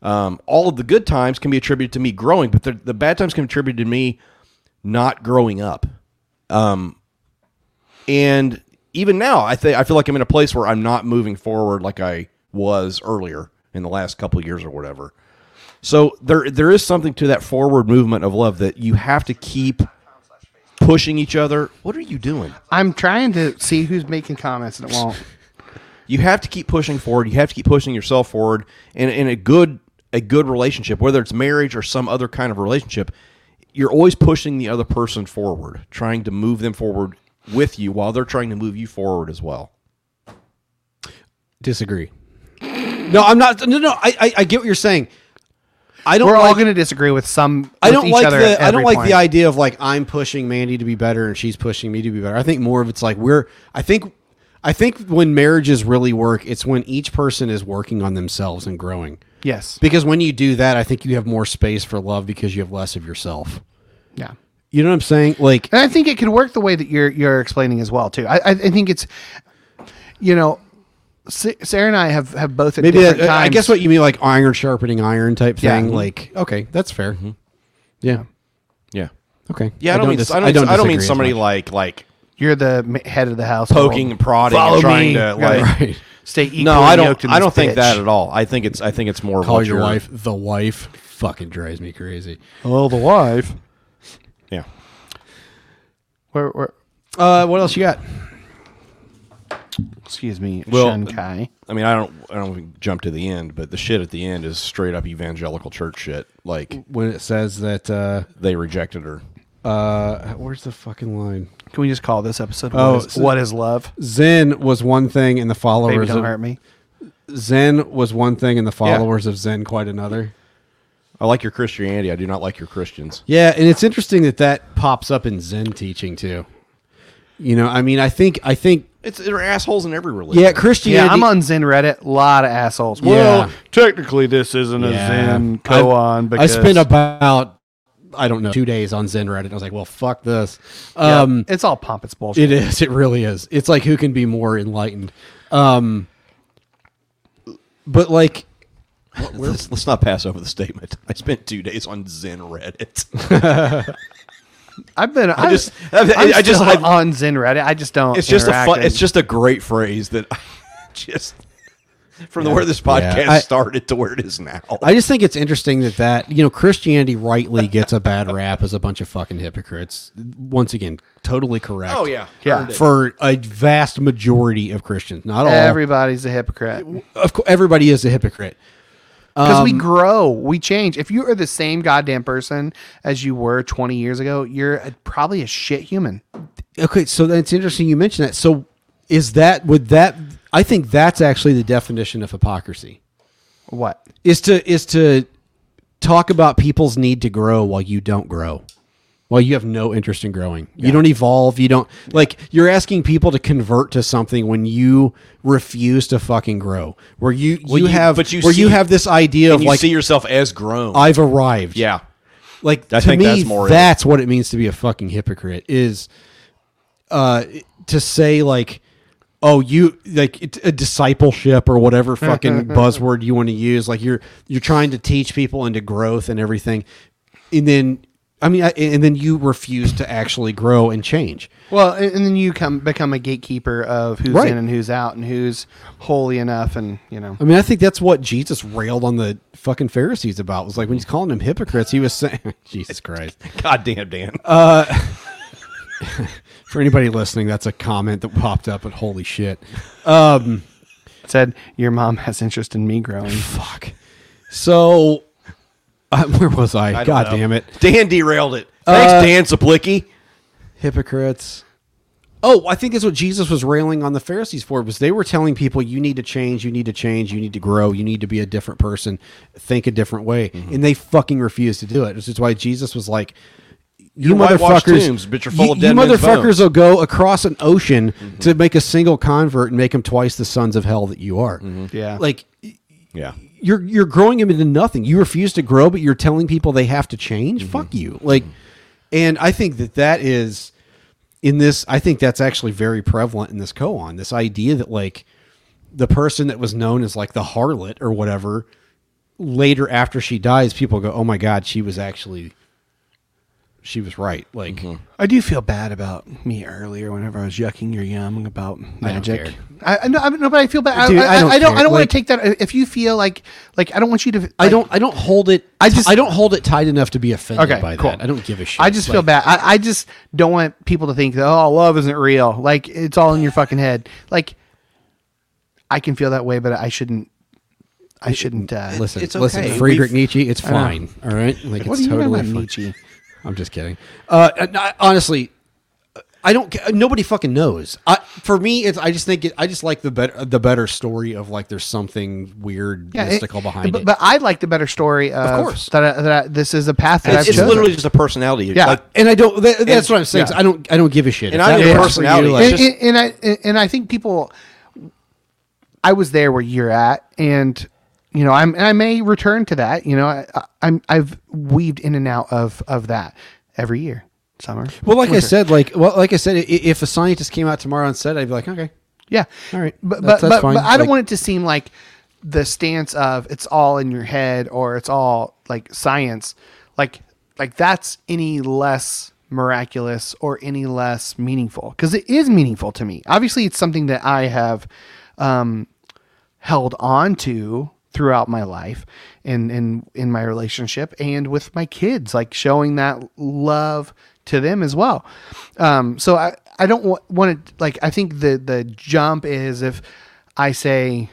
B: Um, all of the good times can be attributed to me growing, but the, the bad times can be attributed to me not growing up. Um, and even now, I think I feel like I'm in a place where I'm not moving forward like I was earlier in the last couple of years or whatever. So there there is something to that forward movement of love that you have to keep pushing each other. What are you doing?
A: I'm trying to see who's making comments and it
C: *laughs*
A: won't.
B: you have to keep pushing forward. You have to keep pushing yourself forward. And in a good a good relationship, whether it's marriage or some other kind of relationship, you're always pushing the other person forward, trying to move them forward with you while they're trying to move you forward as well.
C: disagree no i'm not no no I, I i get what you're saying i don't
A: We're all
C: like-
A: going to disagree with some. With
C: I don't
A: each
C: like
A: other
C: the
A: at
C: I don't
A: every
C: like
A: point.
C: the idea of like I'm pushing Mandy to be better and she's pushing me to be better. I think more of it's like we're I think I think when marriages really work, it's when each person is working on themselves and growing.
A: Yes.
C: Because when you do that, I think you have more space for love because you have less of yourself.
A: Yeah.
C: You know what I'm saying? Like
A: And I think it could work the way that you're you're explaining as well too. I I, I think it's you know, Sa- Sarah and I have, have both at
C: Maybe
A: different
C: that, I
A: times.
C: guess what you mean, like iron sharpening iron type
A: Yeah. Mm-hmm.
C: thing. Like, okay, that's fair. Yeah.
B: Yeah.
C: Okay.
B: Yeah, I don't, mean
C: dis-
B: I don't, I don't, mean
C: disagree as
B: somebody
C: much.
B: like like
A: you're the m- head of the house,
B: poking and prodding
A: Follow
B: and trying
A: me.
B: to
A: Yeah,
B: like
C: *laughs* right.
A: Stay equally
B: No, I
A: yoked
B: don't
A: in
B: I
A: this
B: don't think
A: bitch.
B: that at all. I think it's I think it's more of
C: call
B: what
C: your
B: you're-
C: wife the wife. Fucking drives me crazy.
A: Oh, the wife.
B: Yeah.
A: Where, where,
C: Uh, what else you got?
A: excuse me,
B: Well,
A: Shun Kai.
B: I mean, I don't I don't even jump to the end, but the shit at the end is straight up evangelical church shit. Like
C: When it says that, uh,
B: they rejected her.
C: uh, where's the fucking line?
A: Can we just call this episode
C: Oh,
A: what, is,
C: so-
A: what is Love?
C: Zen was one thing, and the followers
A: Baby, don't
C: of
A: hurt me.
C: Zen was one thing, and the followers of Zen quite another.
B: I like your Christianity. I do not like your Christians.
C: Yeah, and it's interesting that that pops up in Zen teaching too. You know, I mean, I think, I think,
B: It's they're assholes in every religion.
C: yeah, Christianity.
A: Yeah, I'm on Zen Reddit. A lot of assholes.
C: Yeah.
A: technically, this isn't
C: Yeah. I-
A: koan
C: I spent about I don't know two days on Zen Reddit. I was like, well, fuck this.
A: Yeah,
C: Um,
A: it's all pompous bullshit.
C: It is. It really is. It's like who can be more enlightened. Um, but like,
B: let's, let's not pass over the statement. I spent two days on Zen Reddit.
A: I've been. I
B: just-
A: just.
B: I've-
A: I'm
B: I- I just-
A: still
B: I've-
A: on Zen Reddit. I just don't.
B: it's just a
A: interact
B: fun,
A: and-
B: it's just a great phrase that *laughs* I just from the where this podcast
C: I-
B: started to where it is now.
C: I just think it's interesting that that you know Christianity rightly gets a bad rap as a bunch of fucking hypocrites. Once again, totally correct.
B: oh yeah,
A: Yeah.
C: For a vast majority of Christians, not all.
A: everybody's a hypocrite
C: of course, everybody is a hypocrite.
A: because we grow, we change. If you are the same goddamn person as you were 20 years ago, you're a, probably a shit human.
C: Okay, so that's interesting. You mentioned that. So, is that would that? I think that's actually the definition of hypocrisy.
A: What?
C: is to is to talk about people's need to grow while you don't grow while you have no interest in growing you don't evolve you don't like you're asking people to convert to something when you refuse to fucking grow where you you,
B: you-
C: have
B: but you
C: where you
B: see-
C: have this idea of
B: and you
C: like
B: see yourself as grown.
C: i've arrived
B: yeah,
C: like
B: I
C: to
B: think
C: me,
B: that's more it.
C: that's what it means to be a fucking hypocrite is uh to say like oh you like it's a discipleship or whatever fucking buzzword you want to use like you're you're trying to teach people into growth and everything and then I mean I- and then you refuse to actually grow and change.
A: Well, and, and then you come become a gatekeeper of who's
C: Right.
A: in and who's out and who's holy enough, and you know.
C: I mean I think that's what Jesus railed on the fucking Pharisees about was like when he's calling them hypocrites he was saying *laughs* Jesus Christ.
B: goddamn Dan.
C: Oh, For anybody listening that's a comment that popped up but holy shit.
A: said your mom has interest in me growing.
C: Fuck. So, uh, where was I? *laughs*
B: I don't
C: God
B: know.
C: damn it.
B: Dan derailed it. Thanks,
C: Uh,
B: Dan Saplicki.
C: Hypocrites. Oh, I think that's what Jesus was railing on the Pharisees for was they were telling people you need to change, you need to change, you need to grow, you need to be a different person, think a different way,
B: Mm-hmm.
C: and they fucking refused to do it. This is why Jesus was like, "You
B: whitewashed
C: motherfuckers,
B: tombs, but you're full
C: you,
B: of dead
C: you
B: men's
C: motherfuckers
B: bones." Mm-hmm.
C: will go across an ocean to make a single convert and make them twice the sons of hell that you are."
B: Mm-hmm.
A: Yeah.
C: Like
B: Yeah,
C: you're you're growing them into nothing. You refuse to grow, but you're telling people they have to change.
A: Mm-hmm.
C: Fuck you. Like, and I think that that is in this. I think that's actually very prevalent in this koan. This idea that like the person that was known as like the harlot or whatever, later after she dies, people go, "Oh my god, she was actually." She was right. Like
A: I do feel bad about me earlier whenever I was yucking your yum about magic.
C: care.
A: I, I, no, I no, but I feel bad.
C: Dude,
A: I, I,
C: I
A: I
C: don't
A: don't. I don't,
C: care.
A: want
C: Like-
A: to take that. If you feel like, like I don't want you to.
C: I don't. I don't hold it. I
A: I just-
C: I don't hold it tight enough to be offended
A: Okay,
C: by
A: cool.
C: that. I don't give a shit.
A: I just feel
C: Like,
A: bad. I, I just don't want people to think that oh, love isn't real. Like it's all in your fucking head. Like I can feel that way, but I shouldn't. I shouldn't. Uh,
C: Listen,
B: It's
C: listen,
B: okay.
C: Friedrich Nietzsche. It's
A: know.
C: fine. All right. Like
A: What
C: it's
A: do you mean
C: totally
A: by
C: fine.
A: Nietzsche?
C: I'm just kidding. Uh, and I- honestly, I don't. ca- Nobody fucking knows. I, for me, it's. I just think. It, I just like the better. The better story of like there's something weird
A: Yeah, it-
C: mystical behind
A: but,
C: it.
A: But I like the better story. Of,
C: course.
A: that, I, that I, this is a path that
B: it's,
A: I've
B: it's
A: chosen.
B: literally just a personality.
A: Yeah.
B: Like,
C: and I don't. That, that's
B: and-
C: what I'm saying.
A: yeah.
C: I don't. I don't give a shit.
B: And
C: If
B: I
C: that
B: don't
C: works for you,
B: personality,
C: like-
A: and,
B: It's just-
A: and- and I and- and I think people. I was there where you're at, and you know, I'm and I may return to that. You know, I, I, I'm I've weaved in and out of of that every year, summer.
B: *laughs*
C: Well, like I said, like well, like I said, i- i- if a scientist came out tomorrow and said, I'd be like, okay,
A: Yeah.
C: All right.
A: But but,
C: That's- that's
A: but,
C: fine.
A: but I don't
C: Like-
A: want it to seem like the stance of it's all in your head or it's all like science. Like like that's any less miraculous or any less meaningful because it is meaningful to me. Obviously, it's something that I have um, held on to throughout my life and in, in my relationship and with my kids like showing that love to them as well um so i i don't wa- want to like i think the the jump is if i say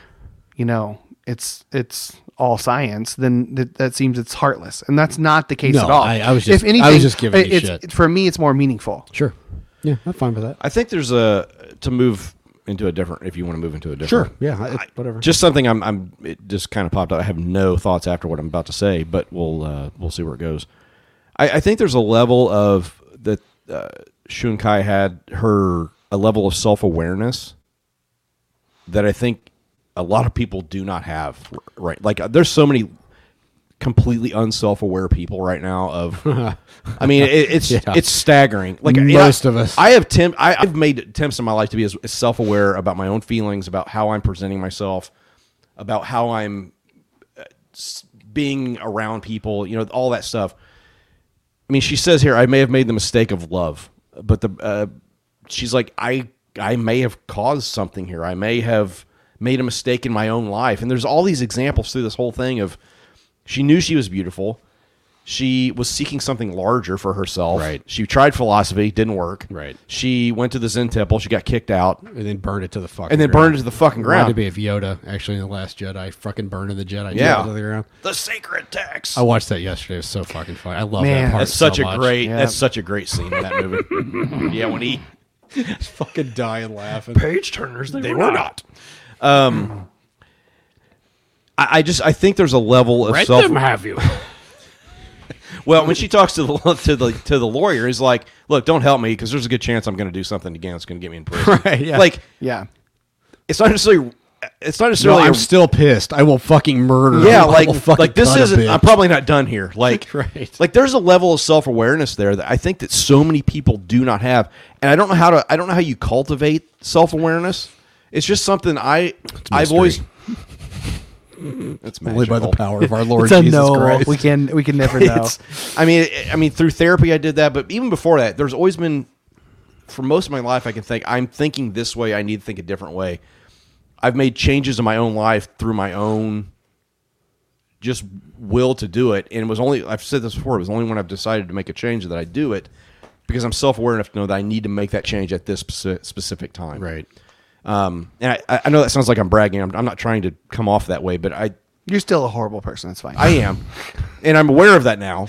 A: you know it's it's all science then that, that seems it's heartless and that's not the case
C: No,
A: at all
C: I- I was just-
A: if anything
C: I was just giving you
A: it's,
C: shit.
A: for me it's more meaningful
C: Sure. Yeah, I'm fine with that.
B: I think there's a to move into a different. If you want to move into a different,
C: Sure. Yeah. I- whatever.
B: Just something I'm. I'm. It just kind of popped out. I have no thoughts after what I'm about to say, but we'll uh, we'll see where it goes. I, I think there's a level of that uh, Shunkai had her a level of self awareness that I think a lot of people do not have. Right. Like uh, there's so many completely unself aware people right now.
C: *laughs*
B: Of, I mean, it, it's it's staggering. Like and
C: Most
B: I-
C: of us.
B: I have tem- I, I've made attempts in my life to be as, as self aware about my own feelings, about how I'm presenting myself, about how I'm uh, s- being around people. You know, all that stuff. I mean, she says here, I may have made the mistake of love, but the uh, she's like, I I may have caused something here. I may have made a mistake in my own life, and there's all these examples through this whole thing of she knew she was beautiful. She was seeking something larger for herself.
C: Right.
B: She tried philosophy, didn't work.
C: Right.
B: She went to the Zen temple. She got kicked out,
C: and then burn it to the fucking
B: and then
C: ground.
B: burned it to the fucking ground.
C: Reminded me of Yoda actually in the Last Jedi, fucking burning the Jedi
B: Yeah.
C: yeah. to the ground.
B: the sacred text.
C: I watched that yesterday. It was so fucking funny. I love
A: Man.
C: that part.
B: that's such
C: so
B: a
C: much.
B: great.
A: Yeah.
B: That's such a great scene in that
C: *laughs*
B: movie. yeah, when he
C: fucking dying laughing.
B: page turners. They,
C: Ah.
B: were, not. Um, I, I just I think there's a level of self.
C: have you?
B: *laughs* Well, when she talks to the *laughs* to the to the lawyer, is like, look, don't help me because there's a good chance I'm going to do something again that's going to get me in prison.
C: *laughs* Right, yeah.
B: Like
A: yeah
B: it's not necessarily. It's not
C: No,
B: necessarily.
C: I'm
B: a-
C: still pissed. I will fucking murder.
B: yeah,
C: him. I
B: like
C: will fucking
B: like this
C: cut a
B: isn't.
C: bitch.
B: I'm probably not done
C: *laughs*
B: here. Like
C: Right.
B: Like there's a level of self awareness there that I think that so many people do not have, and I don't know how to. I don't know how you cultivate self awareness. It's just something I I've
C: mystery.
B: always. *laughs* That's magical.
C: only by the power of our Lord
A: it's a
C: Jesus
A: no
C: Christ.
A: we can we can
C: *laughs*
A: never know
B: It's- I mean, I- I mean, through therapy, I did that, but even before that, there's always been, for most of my life, I can think I'm thinking this way. I need to think a different way. I've made changes in my own life through my own just will to do it, and it was only I've said this before. It was only when I've decided to make a change that I do it because I'm self aware enough to know that I need to make that change at this speci- specific time.
C: Right.
B: Um, and I, I know that sounds like I'm bragging. I'm, I'm not trying to come off that way, but I
A: you're still a horrible person it's fine
B: I am, and I'm aware of that now.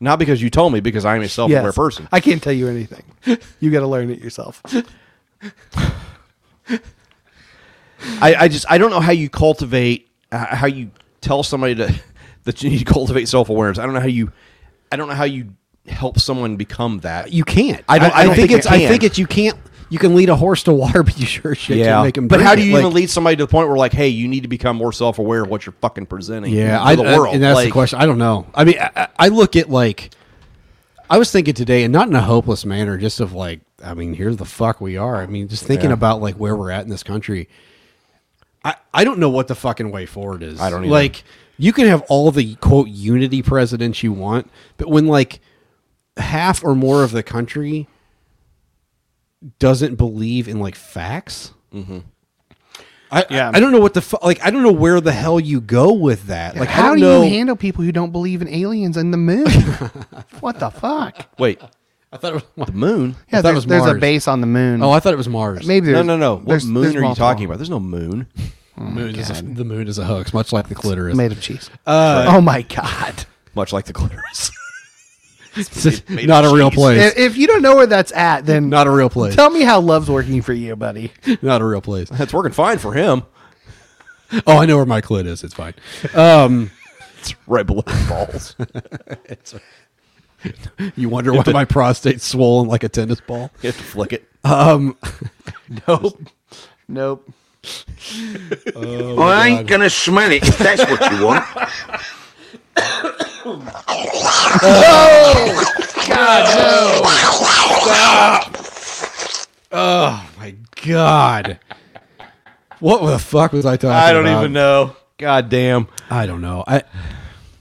B: Not because you told me, because I am a self-aware
A: Yes.
B: person.
A: I can't tell you anything. *laughs* You got to learn it yourself.
B: I, I just I don't know how you cultivate uh, how you tell somebody to *laughs* that you need to cultivate self-awareness. I don't know how you I don't know how you help someone become that.
C: You can't.
B: I don't- I don't
C: think,
B: think
C: it's.
B: you
C: I
B: can.
C: think it's. You can't. You can lead a horse to water, but you sure as shit can't make him.
B: but how
C: drink
B: do you
C: it.
B: even
C: Like,
B: lead somebody to the point where like, hey, you need to become more self-aware of what you're fucking presenting?
C: Yeah,
B: to
C: I,
B: the
C: I-
B: world.
C: and that's the
B: Like,
C: question. I don't know. I mean, I, I- I look at like I was thinking today, and not in a hopeless manner, just of like, I mean, here's the fuck we are. I mean, just thinking
B: Yeah.
C: about like where we're at in this country. I I don't know what the fucking way forward is.
B: I don't either.
C: like. You can have all the quote unity presidents you want, but when like half or more of the country doesn't believe in like facts.
B: Mm-hmm.
C: I,
A: Yeah.
C: I I don't know what the fu- like I don't know where the hell you go with that. Like I
A: How
C: don't
A: do
C: know.
A: you handle people who don't believe in aliens and the moon? *laughs* what the fuck?
B: Wait,
C: I thought it was
B: the moon?
A: Yeah,
C: thought it
A: there's,
C: was
A: there's a
C: Mars.
A: base on the moon.
C: Oh, I thought it was Mars.
A: maybe
B: No,
A: there's,
B: no, no. What
A: there's-
B: moon
A: there's
B: are you
A: multiple.
B: talking about? There's no moon.
C: moon is a, the moon is a hoax, much like the clitoris.
A: Made of cheese. oh my god!
B: Much like the clitoris.
C: *laughs*
B: *laughs*
C: It's
B: made
C: not
B: of
C: a real
B: cheese.
C: place.
A: If, if you don't know where that's at, then
C: Not a real place.
A: Tell me how love's working for you, buddy.
C: *laughs* not a real place.
B: That's working fine for him. *laughs*
C: Oh, I know where my clit is. It's fine.
B: Right below the balls.
C: You wonder why my prostate's swollen like a tennis ball. Oh
B: You have to flick it. Um,
C: *laughs*
A: Nope.
I: I ain't gonna smell it if that's what you
F: *laughs*
I: want.
C: My God. What the fuck was I talking about?
B: I don't even know. God damn.
C: I don't know. I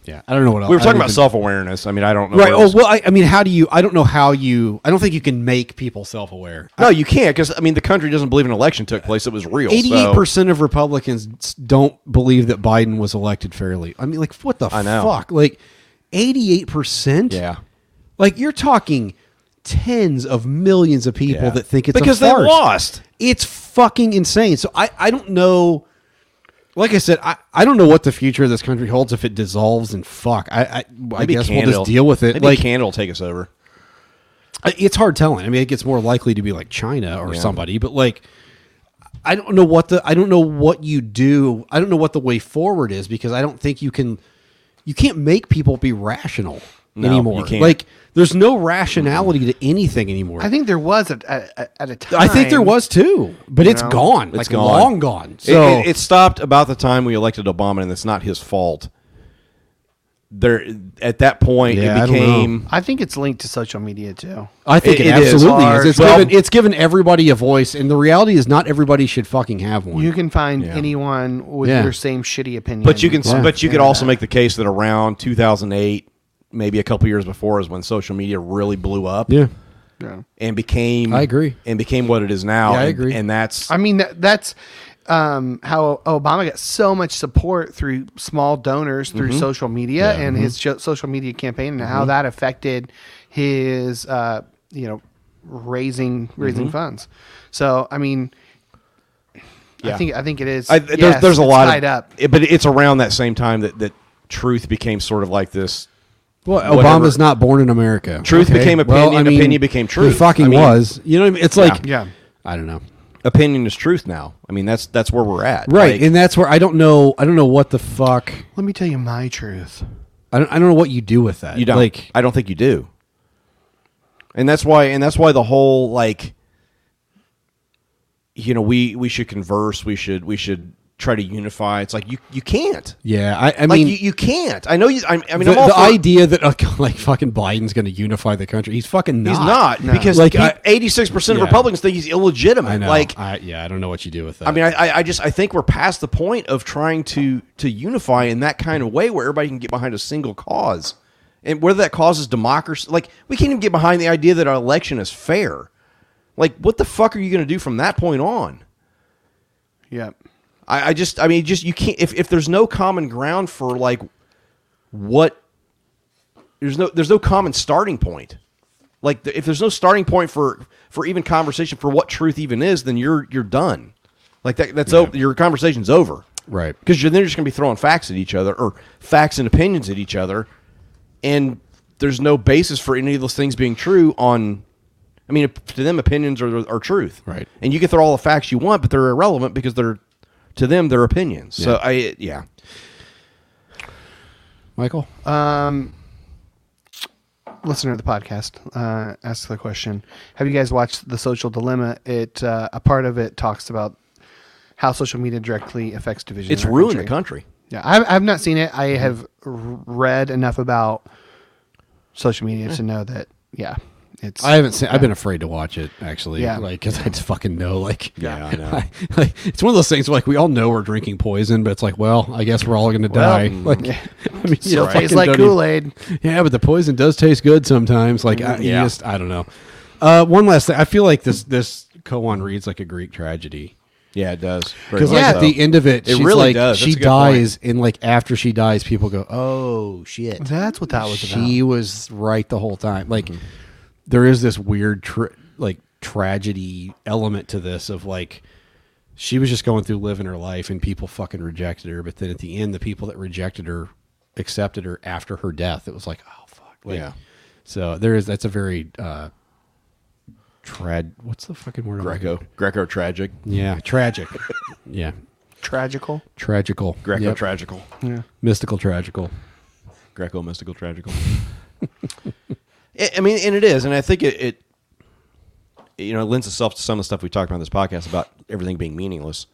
C: Yeah, I don't know what else.
B: We were
C: I
B: talking
C: don't
B: about
C: even-
B: self awareness. I mean, I don't know.
C: Right.
B: where
C: Oh,
B: else-
C: well, I, I mean, how do you I don't know how you I don't think you can make people self-aware.
B: no, you can't because I mean the country doesn't believe an election took place. It was real. so-
C: 88% of Republicans s- don't believe that Biden was elected fairly. I mean, like, what the
B: I know.
C: fuck? Like, 88%?
B: Yeah.
C: Like, you're talking tens of millions of people
B: Yeah.
C: that think it's a
B: Because they
C: farce.
B: lost.
C: It's fucking insane. So I, I don't know. Like I said, I, I don't know what the future of this country holds if it dissolves and fuck. I I, I
B: Maybe
C: guess we'll
B: Canada-
C: just deal with it.
B: Maybe
C: like
B: Canada will take us over.
C: I- it's hard telling. I mean, it gets more likely to be like China or somebody, but like I don't know what the I don't know what you do. I don't know what the way forward is because I don't think you can you can't make people be rational
B: No,
C: anymore.
B: you can't.
C: Like there's no rationality to anything anymore.
A: I think there was a, a, a- at a time.
C: I think there was too, but it's
A: know?
C: gone.
B: It's
C: like
B: gone.
C: long gone.
B: It-
C: So
B: it, it stopped about the time we elected Obama, and it's not his fault. There, at that point,
C: Yeah, I
B: it
C: don't know.
B: became
A: I think it's linked to social media too.
C: I think it,
B: it- it is
C: absolutely is.
A: hard.
C: It's
B: Well-
C: given it's given everybody a voice, and the reality is not everybody should fucking have one.
A: You can find anyone with
C: Yeah.
A: your same shitty opinion.
B: But you can,
C: Yeah.
B: but you could also make the case that around 2008, maybe a couple years before, is when social media really blew up.
C: yeah,
A: Yeah.
B: and became.
C: I agree.
B: And became what it is now.
C: Yeah, I
B: and,
C: agree.
B: And that's
A: I mean that, that's um, how Obama got so much support through small donors through
B: Mm-hmm.
A: social media and his jo- social media campaign and how that affected his uh, you know raising raising
B: Mm-hmm.
A: funds. So I mean,
B: Yeah.
A: I think I think it is.
B: I, there's
A: yes,
B: there's a
A: it's
B: lot
A: tied
B: of,
A: up.
B: it- but it's around that same time that that truth became sort of like this.
C: Well,
B: Whatever.
C: Obama's not born in America.
B: Truth became opinion, opinion became truth.
C: He fucking
B: I mean-
C: was. You know what I mean? It's like,
A: Yeah.
C: I don't know.
B: Opinion is truth now. I mean, that's that's where we're at.
C: Right,
B: Like,
C: and that's where I don't know. I don't know what the fuck.
A: Let me tell you my truth.
C: I don't. I don't know what you do with that.
B: You don't.
C: like.
B: I don't think you do. And that's why. And that's why the whole like, you know, we we should converse. We should we should try to unify. It's like you you can't.
C: Yeah, I, I
B: like
C: mean,
B: you, you can't. I know you. I, I mean,
C: the,
B: I'm all
C: the
B: for-
C: idea that *laughs* uh, like fucking Biden's going to unify the country, he's fucking not.
B: He's not because
C: Like,
B: like
C: I-
B: eighty six percent of
C: Yeah.
B: Republicans think he's illegitimate.
C: I know.
B: Like
C: I, yeah, I don't know what you do with that.
B: I mean, I- I, I just I think we're past the point of trying to to unify in that kind of way where everybody can get behind a single cause, and whether that cause is democracy, like we can't even get behind the idea that our election is fair. Like, what the fuck are you going to do from that point on?
A: Yeah.
B: I, I just, I mean, just you can't. If if there's no common ground for like what there's no there's no common starting point. Like, th- if there's no starting point for for even conversation for what truth even is, then you're you're done. Like that, that's o- your conversation's over,
C: Right.
B: Because you're then just gonna be throwing facts at each other or facts and opinions at each other, and there's no basis for any of those things being true. On, I mean, to them, opinions are are truth,
C: Right.
B: And you can throw all the facts you want, but they're irrelevant because they're to them they're opinions. So I yeah,
C: Michael.
A: listener of the podcast uh, asked the question have you guys watched the social dilemma it uh, a part of it talks about how social media directly affects division
B: it's
A: in our
B: ruined the country. Mm-hmm.
A: yeah I've, I've not seen it i have r- read enough about social media
B: Mm.
A: to know that yeah it's
C: I haven't seen. I've been afraid to watch it actually.
A: Yeah.
C: like because I just fucking know. Like,
B: Yeah,
C: *laughs*
B: I know.
C: like, it's one of those things. Where, like, we all know we're drinking poison, but it's like, well, I guess we're all gonna
A: Well, mm.
C: die. *laughs* Like, I mean, you
A: still
C: know,
A: tastes
C: fucking
A: like
C: don't even-
A: kool-aid
C: Yeah, but the poison does taste good sometimes. Like, I, you
B: Yeah.
C: just I don't know. Uh, one last thing. I feel like this this koan reads like a Greek tragedy.
B: Yeah, it does.
C: Because like at the end of it,
B: It
C: she's
B: really
C: like,
B: does.
C: she
B: That's a good point.
C: dies, and like after she dies, people go, "Oh shit,
A: That's what that was
C: She was right the whole time. Like, there is this weird tra- like tragedy element to this of like she was just going through living her life, and people fucking rejected her. But then at the end, the people that rejected her accepted her after her death. It was like, oh fuck, Like,
B: Yeah.
C: So there is that's a very uh trad. What's the fucking word? I'm looking-
B: Greco Greco tragic
C: Yeah, tragic. yeah,
A: tragical
C: tragical.
B: Greco
C: Yep.
B: tragical
C: Mystical tragical.
B: Greco mystical tragical. *laughs* I- I mean, and it is, and I think it, it you know lends itself to some of the stuff we talked about in this podcast about everything being meaningless.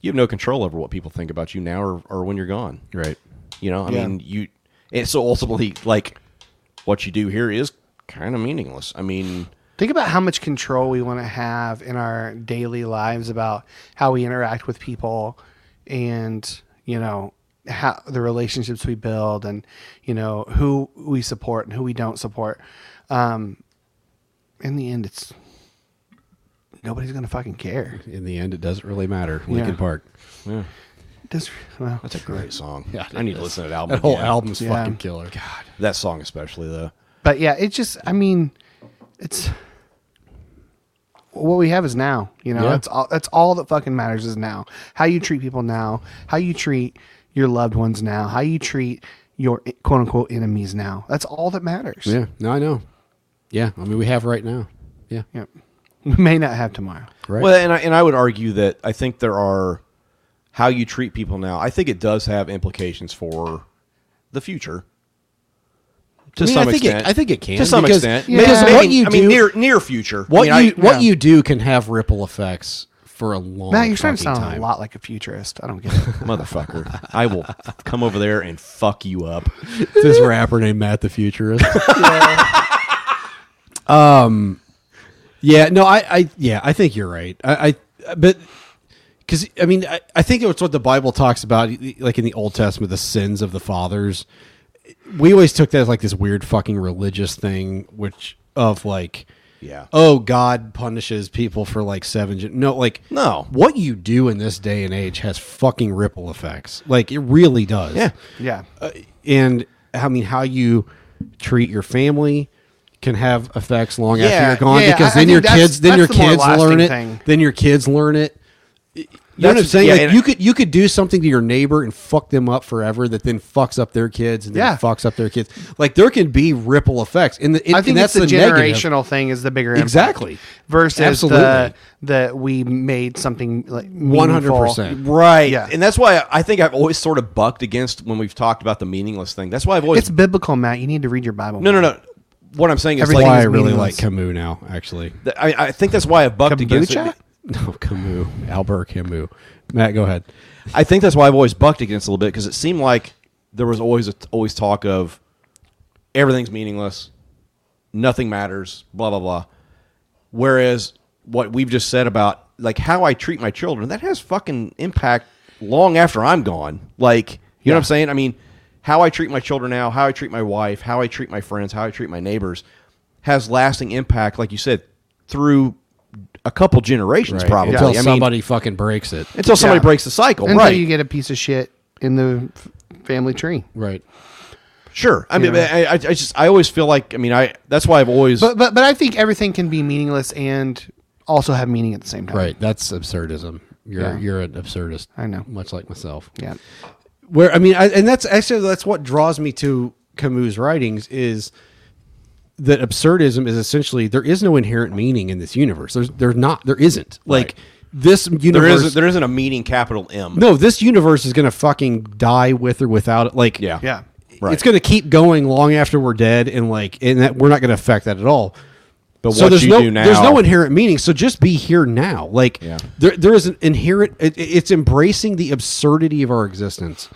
B: You have no control over what people think about you now or, or when you're gone.
C: Right.
B: You know, I mean, you. And so ultimately, like, what you do here is kind of meaningless. I mean,
A: Think about how much control we want to have in our daily lives about how we interact with people and, you know, how the relationships we build and, you know, who we support and who we don't support. Um, in the end, it's nobody's going to fucking care.
C: In the end, it doesn't really matter. Lincoln
A: Yeah.
C: Park.
A: Does, well,
B: That's a great song. Yeah, I need to listen to that album.
C: That whole
B: again.
C: album's
A: Yeah.
C: fucking killer. God.
B: That song especially though.
A: but yeah, it just, I mean, it's what we have is now, you know,
C: Yeah.
A: that's all, that's all that fucking matters is now how you treat people now, how you treat your loved ones now, how you treat your quote unquote enemies now. That's all that matters.
C: Yeah. No, I know. Yeah. I mean, we have right now. Yeah.
A: Yep. We may not have tomorrow.
C: Right.
B: Well, and I, and I would argue that I think there are how you treat people now. I think it does have implications for the future. To
C: I mean,
B: some
C: I think
B: extent,
C: It, I think it can
B: To some
C: because-
B: extent,
A: Yeah.
B: Maybe-
A: because
B: maybe-
C: what you
B: I mean,
C: do-
B: near near future.
C: What
B: I mean,
C: you
B: I-
C: what
A: yeah.
C: you do can have ripple effects for a long.
A: Matt, you're starting to
C: fucking
A: sound
C: time.
A: a lot like a futurist. I don't get
C: *laughs*
A: it.
B: *laughs* motherfucker, I will come over there and fuck you up.
C: this rapper named Matt
B: *laughs*
C: the Futurist. um, yeah, no, I, I, yeah, I think you're right. I, I but because I mean, I, I think it's what the Bible talks about, like in the Old Testament, the sins of the fathers. We always took that as like this weird fucking religious thing, which of like,
B: Yeah.
C: oh, God punishes people for like seven. gen- No, like,
B: No.
C: what you do in this day and age has fucking ripple effects. Like, it really does
B: Yeah.
A: yeah.
C: uh, and I mean how you treat your family can have effects long after
A: Yeah,
C: you're gone
A: yeah, yeah.
C: because
A: I- I
C: then
A: think
C: your
A: that's-
C: kids
A: that's
C: then your
A: the more
C: kids
A: lasting
C: learn it
A: thing.
C: then your kids learn it you know what I'm
B: That's-
C: saying?
B: yeah,
C: like
B: and-
C: you could you could do something to your neighbor and fuck them up forever that then fucks up their kids and then
A: Yeah.
C: fucks up their kids. Like there can be ripple effects. And, the,
A: I think
C: and
A: that's
C: that's
A: the,
C: negative.
A: generational thing is the bigger impact
C: Exactly.
A: versus
C: Absolutely.
A: the that we made something like one
C: 100%.
B: Right.
A: Yeah.
B: And that's why I think I've always sort of bucked against when we've talked about the meaningless thing. That's why I've always
A: It's biblical, Matt. You need to read your Bible.
B: No, no, no. What I'm saying is
A: Everything
B: like
C: Why I
A: is
C: really like
A: meaningless.
C: Camus now, actually. *laughs*
B: Th- I, I think that's why I bucked against
A: Kombucha?
B: it.
C: No, Camus. Albert Camus. Matt, go ahead.
B: I think that's why I've always bucked against it a little bit because it seemed like there was always a, always talk of everything's meaningless, nothing matters, blah blah blah. Whereas what we've just said about like how I treat my children that has fucking impact long after I'm gone. Like you know what I'm saying? I mean, how I treat my children now, how I treat my wife, how I treat my friends, how I treat my neighbors has lasting impact. Like you said, through a couple generations probably.
C: Until
B: I mean,
C: somebody fucking breaks it.
B: until somebody
A: Yeah.
B: breaks the cycle,
A: until
B: right?
A: you get a piece of shit in the f- family tree.
C: Right.
B: Sure. I mean,
A: know?
B: I, I, I just, I always feel like, I mean, I, that's why I've always,
A: But but but I think everything can be meaningless and also have meaning at the same time.
C: Right, that's absurdism. You're
A: Yeah.
C: you're an absurdist.
A: I know.
C: much like myself.
A: Yeah.
C: Where I mean, I, and that's actually that's what draws me to Camus' writings is that absurdism is essentially there is no inherent meaning in this universe. There's there's not there isn't like
B: Right.
C: this universe.
B: there isn't, there isn't a meaning capital M.
C: no, this universe is gonna fucking die with or without it. Like
B: Yeah.
A: Yeah.
B: Right.
C: it's gonna keep going long after we're dead, and like and that we're not gonna affect that at all.
B: But
C: so
B: what
C: there's
B: you
C: no
B: do now,
C: there's no inherent meaning. So just be here now. Like
B: Yeah.
C: there there is an inherent. It, it's embracing the absurdity of our existence.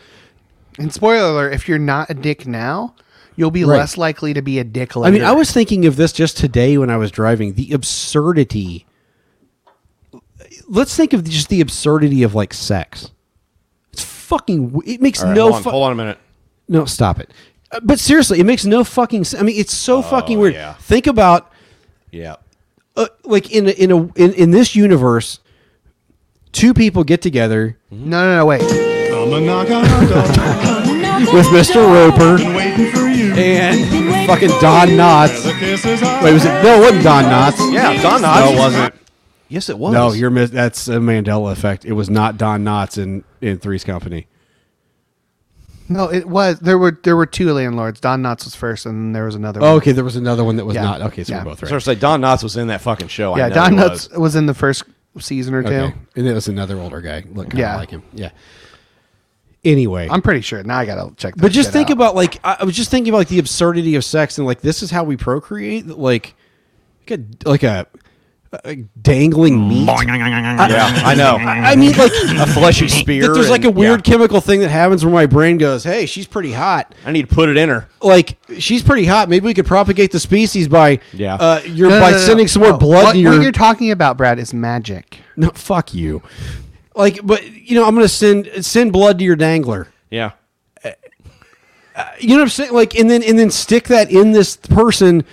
A: And spoiler alert: if you're not a dick now, you'll be
C: Right.
A: less likely to be a dick later.
C: I mean, I was thinking of this just today when I was driving. The absurdity. Let's think of just the absurdity of like sex. It's fucking. w- It makes
B: All right,
C: no.
B: hold, on,
C: fu-
B: hold on a minute.
C: No, stop it. Uh, But seriously, it makes no fucking. Sense. I mean, it's so fucking weird.
B: yeah.
C: Think about.
B: Yeah.
C: uh, like in a, in a in, in this universe, two people get together
A: no, no, no, wait.
C: with Mr. Roper and fucking Don Knotts. Wait, was it? No, it wasn't Don Knotts.
B: Yeah. Don Knotts. No, it wasn't. Yes, it was.
C: No, you're mis- that's a Mandela effect. It was not Don Knotts in in Three's Company.
A: No, it was there were there were two landlords. Don Knotts was first, and then there was another.
C: Oh, okay, there was another one that was
A: Yeah.
C: not. Okay, so
A: Yeah.
C: we're both
B: Sort
C: right.
B: of say Don Knotts was in that fucking show.
A: one. yeah.
B: I know
A: Don
B: he was.
A: Knotts was. in the first season or two.
C: Okay, and it was another older guy. Look, kind
A: Yeah.
C: of like him. Yeah. Anyway,
A: I'm pretty sure. Now I gotta check. That
C: But just
A: shit
C: think
A: out.
C: about like I I was just thinking about like the absurdity of sex and like this is how we procreate. Like, like a, like a
B: Mm.
C: dangling meat.
B: Yeah, I know.
C: I mean,
B: *laughs*
C: like
B: a fleshy spear.
C: that there's like a
B: and-
C: weird
B: yeah.
C: chemical thing that happens where my brain goes, "Hey, she's pretty hot."
B: I need to put it in her.
C: Like she's pretty hot. Maybe we could propagate the species by
B: Yeah.
C: uh, you're
A: No, no,
C: by
A: no, no.
C: sending some more
A: No,
C: blood.
A: What,
C: to
A: what
C: your,
A: you're talking about, Brad, is magic.
C: *laughs* no, fuck you. Like, but you know, I'm gonna send send blood to your dangler.
B: Yeah.
C: You know what I'm saying? Like, and then and then stick that in this person.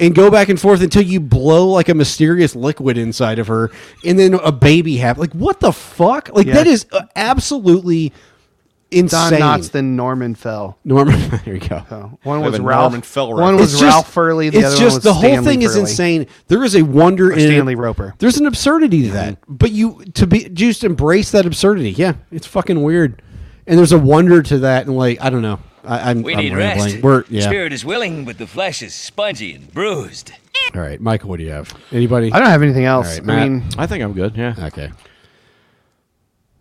C: And go back and forth until you blow like a mysterious liquid inside of her, and then a baby happens. Like what the fuck? Like
A: Yeah.
C: that is uh, absolutely
A: Don
C: insane.
A: Knotts than Norman fell.
C: Norman, *laughs* there you go.
A: So one
B: I have
A: was
B: a
A: Ralph.
B: Norman Fell
A: One
B: reference.
A: was Ralph Furley. The
C: it's
A: other
C: just
A: one was
C: the whole
A: Stanley
C: thing is
A: Furley.
C: insane. There is a wonder in
A: Stanley Roper. Mm-hmm.
C: There's an absurdity to that, but you to be just embrace that absurdity. Yeah, it's fucking weird, and there's a wonder to that, and like I don't know. I, I'm
I: We
C: I'm
I: need
C: rambling.
I: rest.
C: We're, yeah.
I: Spirit is willing, but the flesh is spongy and bruised.
C: All right, Michael, what do you have? Anybody?
A: I don't have anything else.
C: All right,
A: I
C: Matt.
A: mean,
B: I think I'm good. Yeah.
C: Okay,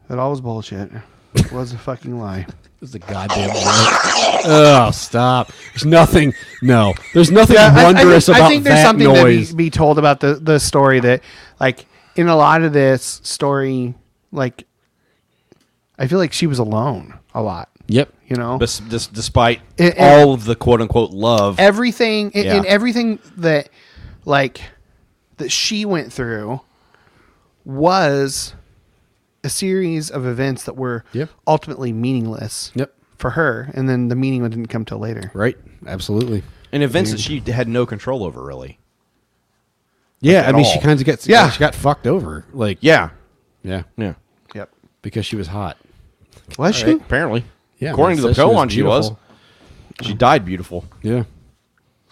A: it all was bullshit. It was a fucking *laughs* lie.
C: this is a goddamn. oh, stop! There's nothing. No, there's nothing wondrous about that noise.
A: to be, be told about the, the story that, like, in a lot of this story, like, I feel like she was alone a lot.
C: yep.
A: You know,
B: Bes- dis- despite
A: It- it-
B: all of the quote unquote love.
A: everything in
B: Yeah.
A: and everything that like that she went through was a series of events that were
C: Yep.
A: ultimately meaningless
C: Yep.
A: for her and then the meaning didn't come till later
C: Right. Absolutely.
B: and events that she had no control over, really.
C: Yeah. I
B: at
C: mean,
B: all.
C: she kind of gets.
A: Yeah.
C: She got fucked over. Like.
B: Yeah.
C: Yeah.
B: Yeah.
A: yep
C: Because she was hot.
A: was she
B: Apparently.
C: Yeah,
B: According
C: man,
B: to the
C: says she was
B: koan, she was.
C: beautiful.
B: She died beautiful.
C: Yeah.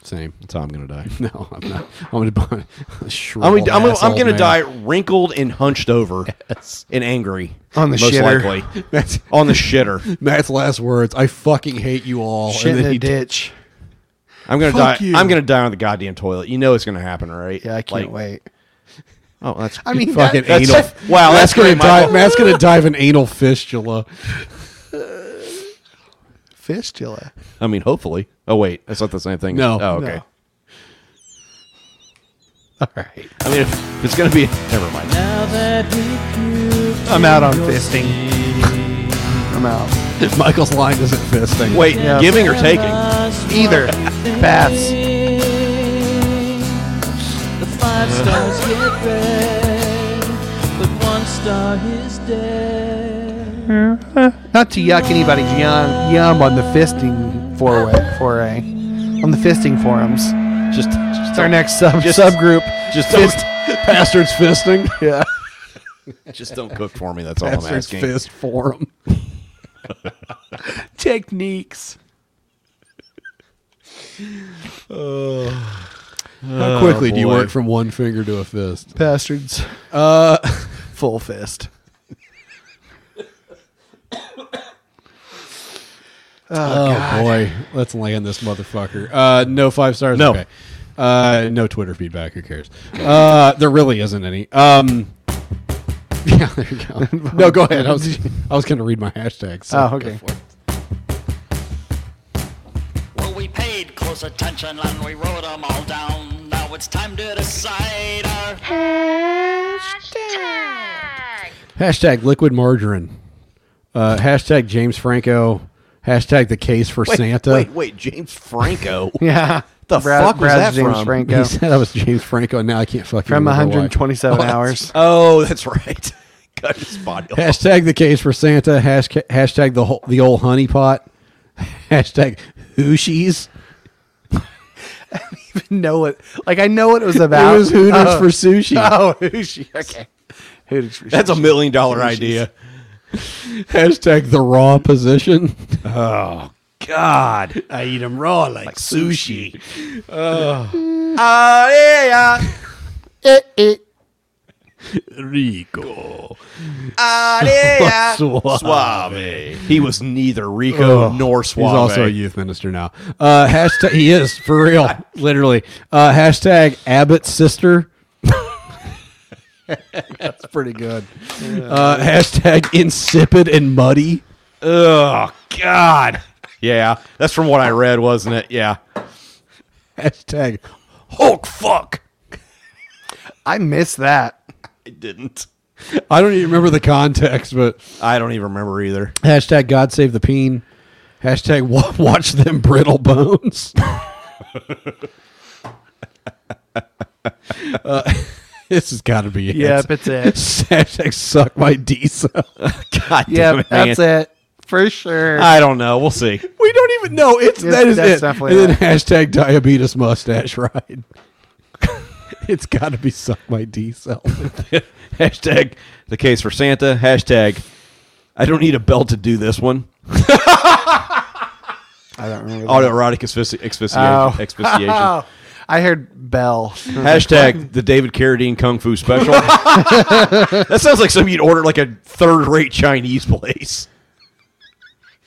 C: Same. *laughs*
B: That's how I'm gonna die.
C: No, I'm not. I'm gonna. *laughs* I'm,
B: I'm, gonna- I'm, gonna- I'm gonna die wrinkled and hunched over and angry
A: On the
B: most
A: shitter. *laughs*
B: likely
C: Matt's,
B: *laughs* on the shitter.
C: Matt's last words. I fucking hate you all.
A: shit in a ditch
B: I'm gonna
A: Fuck
B: die.
A: you.
B: I'm gonna die on the goddamn toilet. You know it's gonna happen, right?
A: yeah i can't
B: Like,
A: wait
B: *laughs* Oh, that's
A: *laughs* i mean
C: fucking
A: that-
C: anal.
A: that's-
B: *laughs* wow.
C: Matt's
B: That's
C: gonna
B: great,
C: dive.
B: Michael.
C: Matt's gonna dive an anal fistula.
A: fistula
B: I mean, hopefully. Oh wait, that's not the same thing.
C: No.
B: Oh, okay.
A: No.
C: All right.
B: I mean, if it's gonna be. Never mind.
A: i'm out on fisting i'm out
C: Michael's line isn't fisting.
B: Wait,
A: Yeah.
B: giving or taking?
A: either baths Not to yuck anybody's yum, yum on the fisting foray, foray, on the fisting forums.
B: Just, just
A: It's our next sub
B: Just-
A: subgroup.
B: Just
A: Fist-
C: Bastards fisting. Oh,
A: yeah,
B: don't, *laughs* just don't cook for me. That's all I'm
C: Bastards
B: asking.
C: fist *laughs* forum.
A: techniques.
C: How quickly do you
B: boy.
C: work from one finger to a fist?
A: Bastards. Uh, full fist.
C: Oh boy, let's land this motherfucker. Uh, no five stars.
B: No.
C: Okay. Uh, no Twitter feedback. Who cares? Uh, there really isn't any. Um, *laughs* yeah, there you go. No, go ahead. I was, I was going to read my hashtags. so
A: Oh,
C: go
A: okay.
C: for it.
I: Well, we paid close attention and we wrote them all down. Now it's time to decide our
C: Hashtag liquid margarine. Uh, hashtag James Franco. Hashtag the case for
B: Wait,
C: Santa.
B: Wait, wait, James Franco.
A: Yeah.
B: The fuck was that
A: James
B: from?
A: Franco
C: He said I was James Franco, and now I can't fucking
A: from
C: remember why. *laughs*
A: 127 hours.
B: Oh, that's *laughs* right. Cut his body off.
C: Hashtag the case for Santa. Hashtag, hashtag the whole, the old honeypot. *laughs* Hashtag hooshies.
A: know what? Like I know what it was about.
C: It was Hooters
A: Oh.
C: for sushi.
A: Oh, Hooters. Okay. Hooters for
B: That's a
A: sushi.
B: million dollar idea.
C: *laughs* Hashtag the raw *laughs* position.
B: *laughs* God.
C: I eat them raw like, sushi.
B: Uh, yeah, yeah. Eh,
C: Rico.
B: *laughs* Uh, yeah, yeah.
C: *laughs* Suave.
B: Suave. He was neither Rico nor Suave.
C: He's also a youth minister now. Uh, hashtag he is for *laughs* real, literally. Uh, hashtag Abbott's sister. That's pretty good. Uh, hashtag insipid and muddy.
B: Oh God. Yeah, that's from what I read, wasn't it? Yeah.
C: Hashtag
B: Hulk fuck.
A: I miss that.
B: I didn't.
C: I don't even remember the context, but
B: I don't even remember either.
C: hashtag God save the peen. Hashtag wa- *laughs* watch them brittle bones. *laughs* Uh, *laughs* this has got to be it.
A: Yep, it's it.
C: *laughs* hashtag suck my D cell.
B: *laughs*
C: *laughs*
B: *laughs* God damn
A: Yep,
B: it, man.
A: that's it for sure.
B: I don't know. We'll see.
C: We don't even know. It's,
A: It's-
C: that is
A: that's
C: it.
A: definitely
C: and then hashtag diabetes mustache ride. *laughs* it's got to be suck my D cell.
B: *laughs* hashtag the case for Santa. Hashtag I don't need a belt to do this one.
A: I don't remember.
B: Autoerotic asphyxi- asphyxiation.
A: Oh.
B: asphyxiation.
C: *laughs*
A: Oh, I heard Bell.
B: Hashtag the David Carradine Kung Fu
C: *laughs*
B: Special. that sounds like something you'd order at, like a third-rate Chinese place.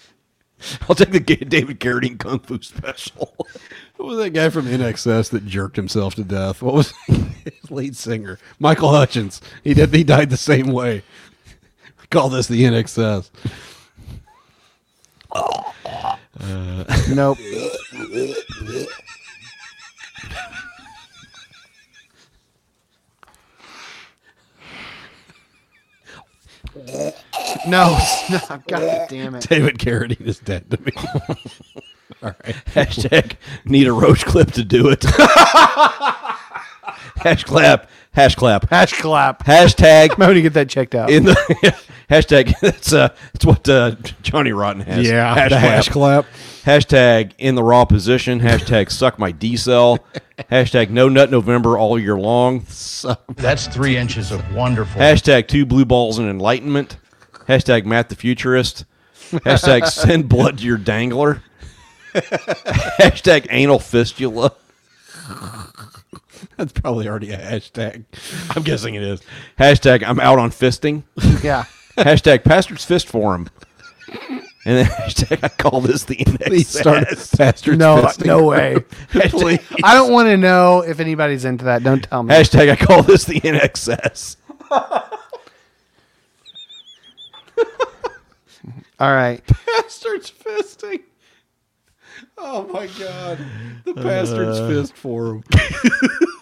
B: *laughs* I'll take the Ga- David Carradine Kung Fu Special.
C: What was that guy from NXS that jerked himself to death? What was *laughs* his lead singer? Michael Hutchins. He did. He died the same way. *laughs* I call this the NXS.
A: *laughs* nope. *laughs* no, stop. God damn it.
C: *laughs* David Carradine is dead to me. All *laughs* right.
B: *laughs* Hashtag need a roach clip to do
C: *laughs*
B: it. hash clap. Hash clap.
A: Hash clap.
B: Hashtag
A: I'm going to get that checked out.
B: in the *laughs* hashtag. That's uh, that's what uh, Johnny Rotten has.
C: Hash
B: Hash
C: the
B: clap.
C: hash clap.
B: Hashtag in the raw position. Hashtag suck my
J: *laughs*
B: D cell. Hashtag no nut November all year long.
J: That's three inches of wonderful.
B: Hashtag two blue balls and enlightenment. Hashtag Matt the futurist. Hashtag
J: *laughs*
B: send blood to your dangler. *laughs* Hashtag anal fistula.
C: That's probably already a hashtag.
B: I'm guessing it
C: *laughs*
B: is. Hashtag I'm out on fisting.
A: yeah.
B: hashtag Pastor's Fist Forum. And then *laughs* hashtag I call this the
C: Please
B: index.
C: start Pastor's
B: *laughs*
A: No,
C: Fisting.
A: no way.
B: Hashtag,
A: I don't want to know if anybody's into that. Don't tell me.
B: hashtag I call this the NXS.
A: All right.
C: Pastor's fisting. Oh my god. The pastor's
B: Uh.
C: fist forum.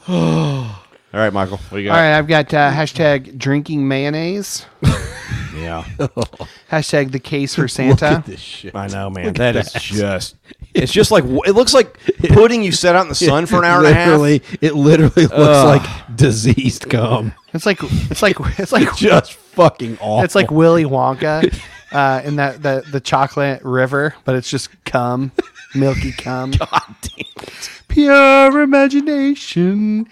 B: All right, Michael. What you
A: All
B: got?
A: right. I've got uh, hashtag drinking
C: *laughs*
A: mayonnaise,
B: Yeah.
A: *laughs* hashtag the case for Santa.
C: This shit.
B: I know, man. That is just. It's just like it looks like pudding you set out in the *laughs* sun for an hour and a half.
C: literally, It literally looks like
B: *laughs*
C: diseased gum.
A: It's like, it's like, it's
C: *laughs*
A: like,
C: Just fucking awful.
A: It's like Willy
C: *laughs*
A: Wonka uh, in that the, the chocolate river, but it's just cum, milky
C: *laughs*
A: cum. God damn it. Pure imagination.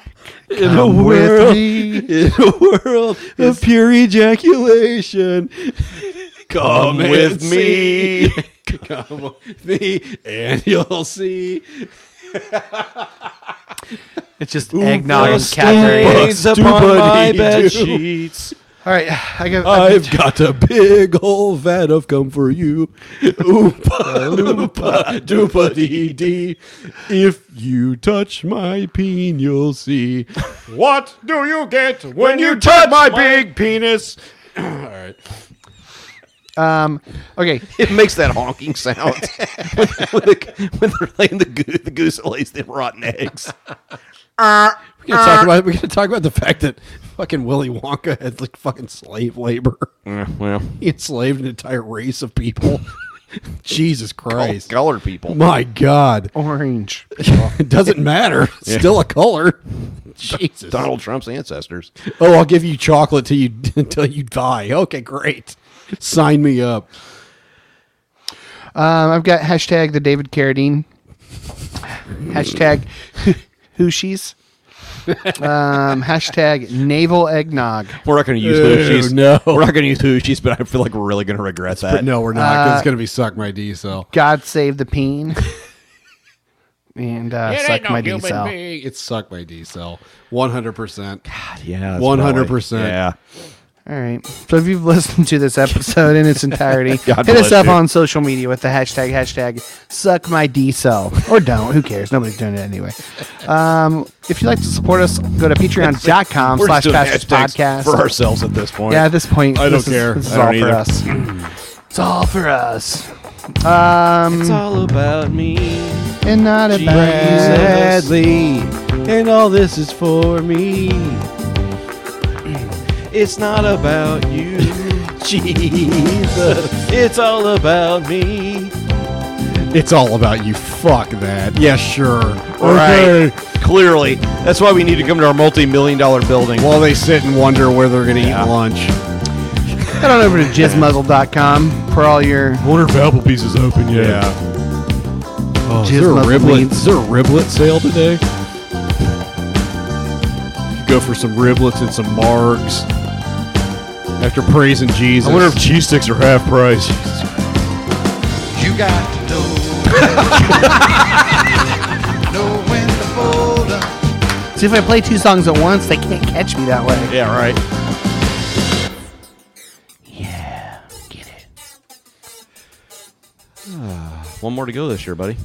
C: in a
A: come with
C: world,
A: me.
C: *laughs* in a world of pure ejaculation. Come,
B: with
C: and
B: me.
C: see. *laughs* Come with me, and you'll see.
A: It's just eggnog and
B: Those
A: Cadbury.
B: stains upon my
C: Doobity
B: bed
C: doo.
B: sheets.
A: All right, I got I,
C: I've got a big old vat of cum for you. Oompa loompa doopa dee dee. If you touch my peen, you'll see.
F: What do you get when
C: you
F: touch my
C: big
F: penis?
A: um okay.
B: It makes that honking
C: *laughs*
B: sound when, when, the, when they're laying the goose, the goose that lays the rotten eggs.
C: We're gonna
D: Uh,
C: talk about we're gonna talk about the fact that fucking Willy Wonka had like fucking slave labor.
A: Mm.
B: well,
C: He enslaved an entire race of people. *laughs* Jesus Christ. Oh
B: colored people.
C: My God.
A: Oh,
C: *laughs*
A: Orange.
C: It doesn't matter. It's Still
A: *laughs*
C: a color. Jesus.
B: Donald Trump's ancestors.
C: Oh, I'll give you chocolate till you *laughs* until you die. Okay, great. Sign me up.
A: Um I've got hashtag the David Carradine. Hashtag *laughs* Hooshies. Um hashtag navel eggnog.
B: We're not going to use
C: Ew,
B: Hoochies.
C: no.
B: We're not going to use Hoochies, but I feel like we're really going to regret that.
C: But no, we're not. 'cause
A: Uh,
C: it's gonna be suck my D cell.
A: God save the peen. And uh,
D: It
A: suck
D: ain't no
A: my D
D: human
A: cell.
D: being.
C: It's suck my D cell. One hundred percent.
B: Yeah,
C: 100%.
B: probably- Yeah.
A: All right. So if you've listened to this episode in
B: *laughs*
A: its entirety,
B: God
A: hit us
B: bless
A: up
B: you.
A: on social media with the hashtag hashtag suck my D cell or don't. Who cares? Nobody's doing it anyway. Um, if you'd like to support us, go to patreon.com
B: We're just
A: slash
B: doing
A: pastors
B: hashtags
A: podcast.
B: for ourselves at this point.
A: Yeah, at this point,
B: I don't
A: this is-
B: care.
A: this is
B: I don't
A: all
B: either.
A: for us. It's all for us. Um, it's all about me and not about you.
C: Bradley, and all this is for me.
B: It's not about you, *laughs* Jesus. It's all about me.
C: It's all about you. Fuck that. Yeah, sure.
B: Right. Clearly. That's why we need to come to our multi million dollar building.
C: While they sit and wonder where they're going to eat lunch.
A: Head on over to jizzmuzzle.com for all your
C: Wonder if Applebee's is open yet. Yeah. Oh, is,
A: Jizz
C: there a
A: muzzle
C: riblet,
A: means-
C: is there a riblet sale today? Go for some riblets and some margs. After praising Jesus.
B: cheese sticks are half
C: *laughs*
B: price.
F: You got to know. know when to fold up.
A: See if I play two songs at once, they can't catch me that way.
B: Yeah, right.
A: Get it.
B: One more to go this year, buddy.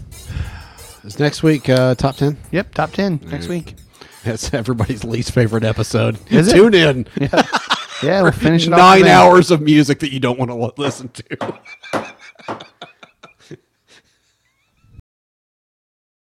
C: Is next week uh, top 10?
A: Yep, top ten next week.
C: That's everybody's least favorite episode.
A: Is it?
C: Tune in.
A: Yeah, we'll finish it off.
C: Nine
A: then.
C: hours of music that you don't want to listen to.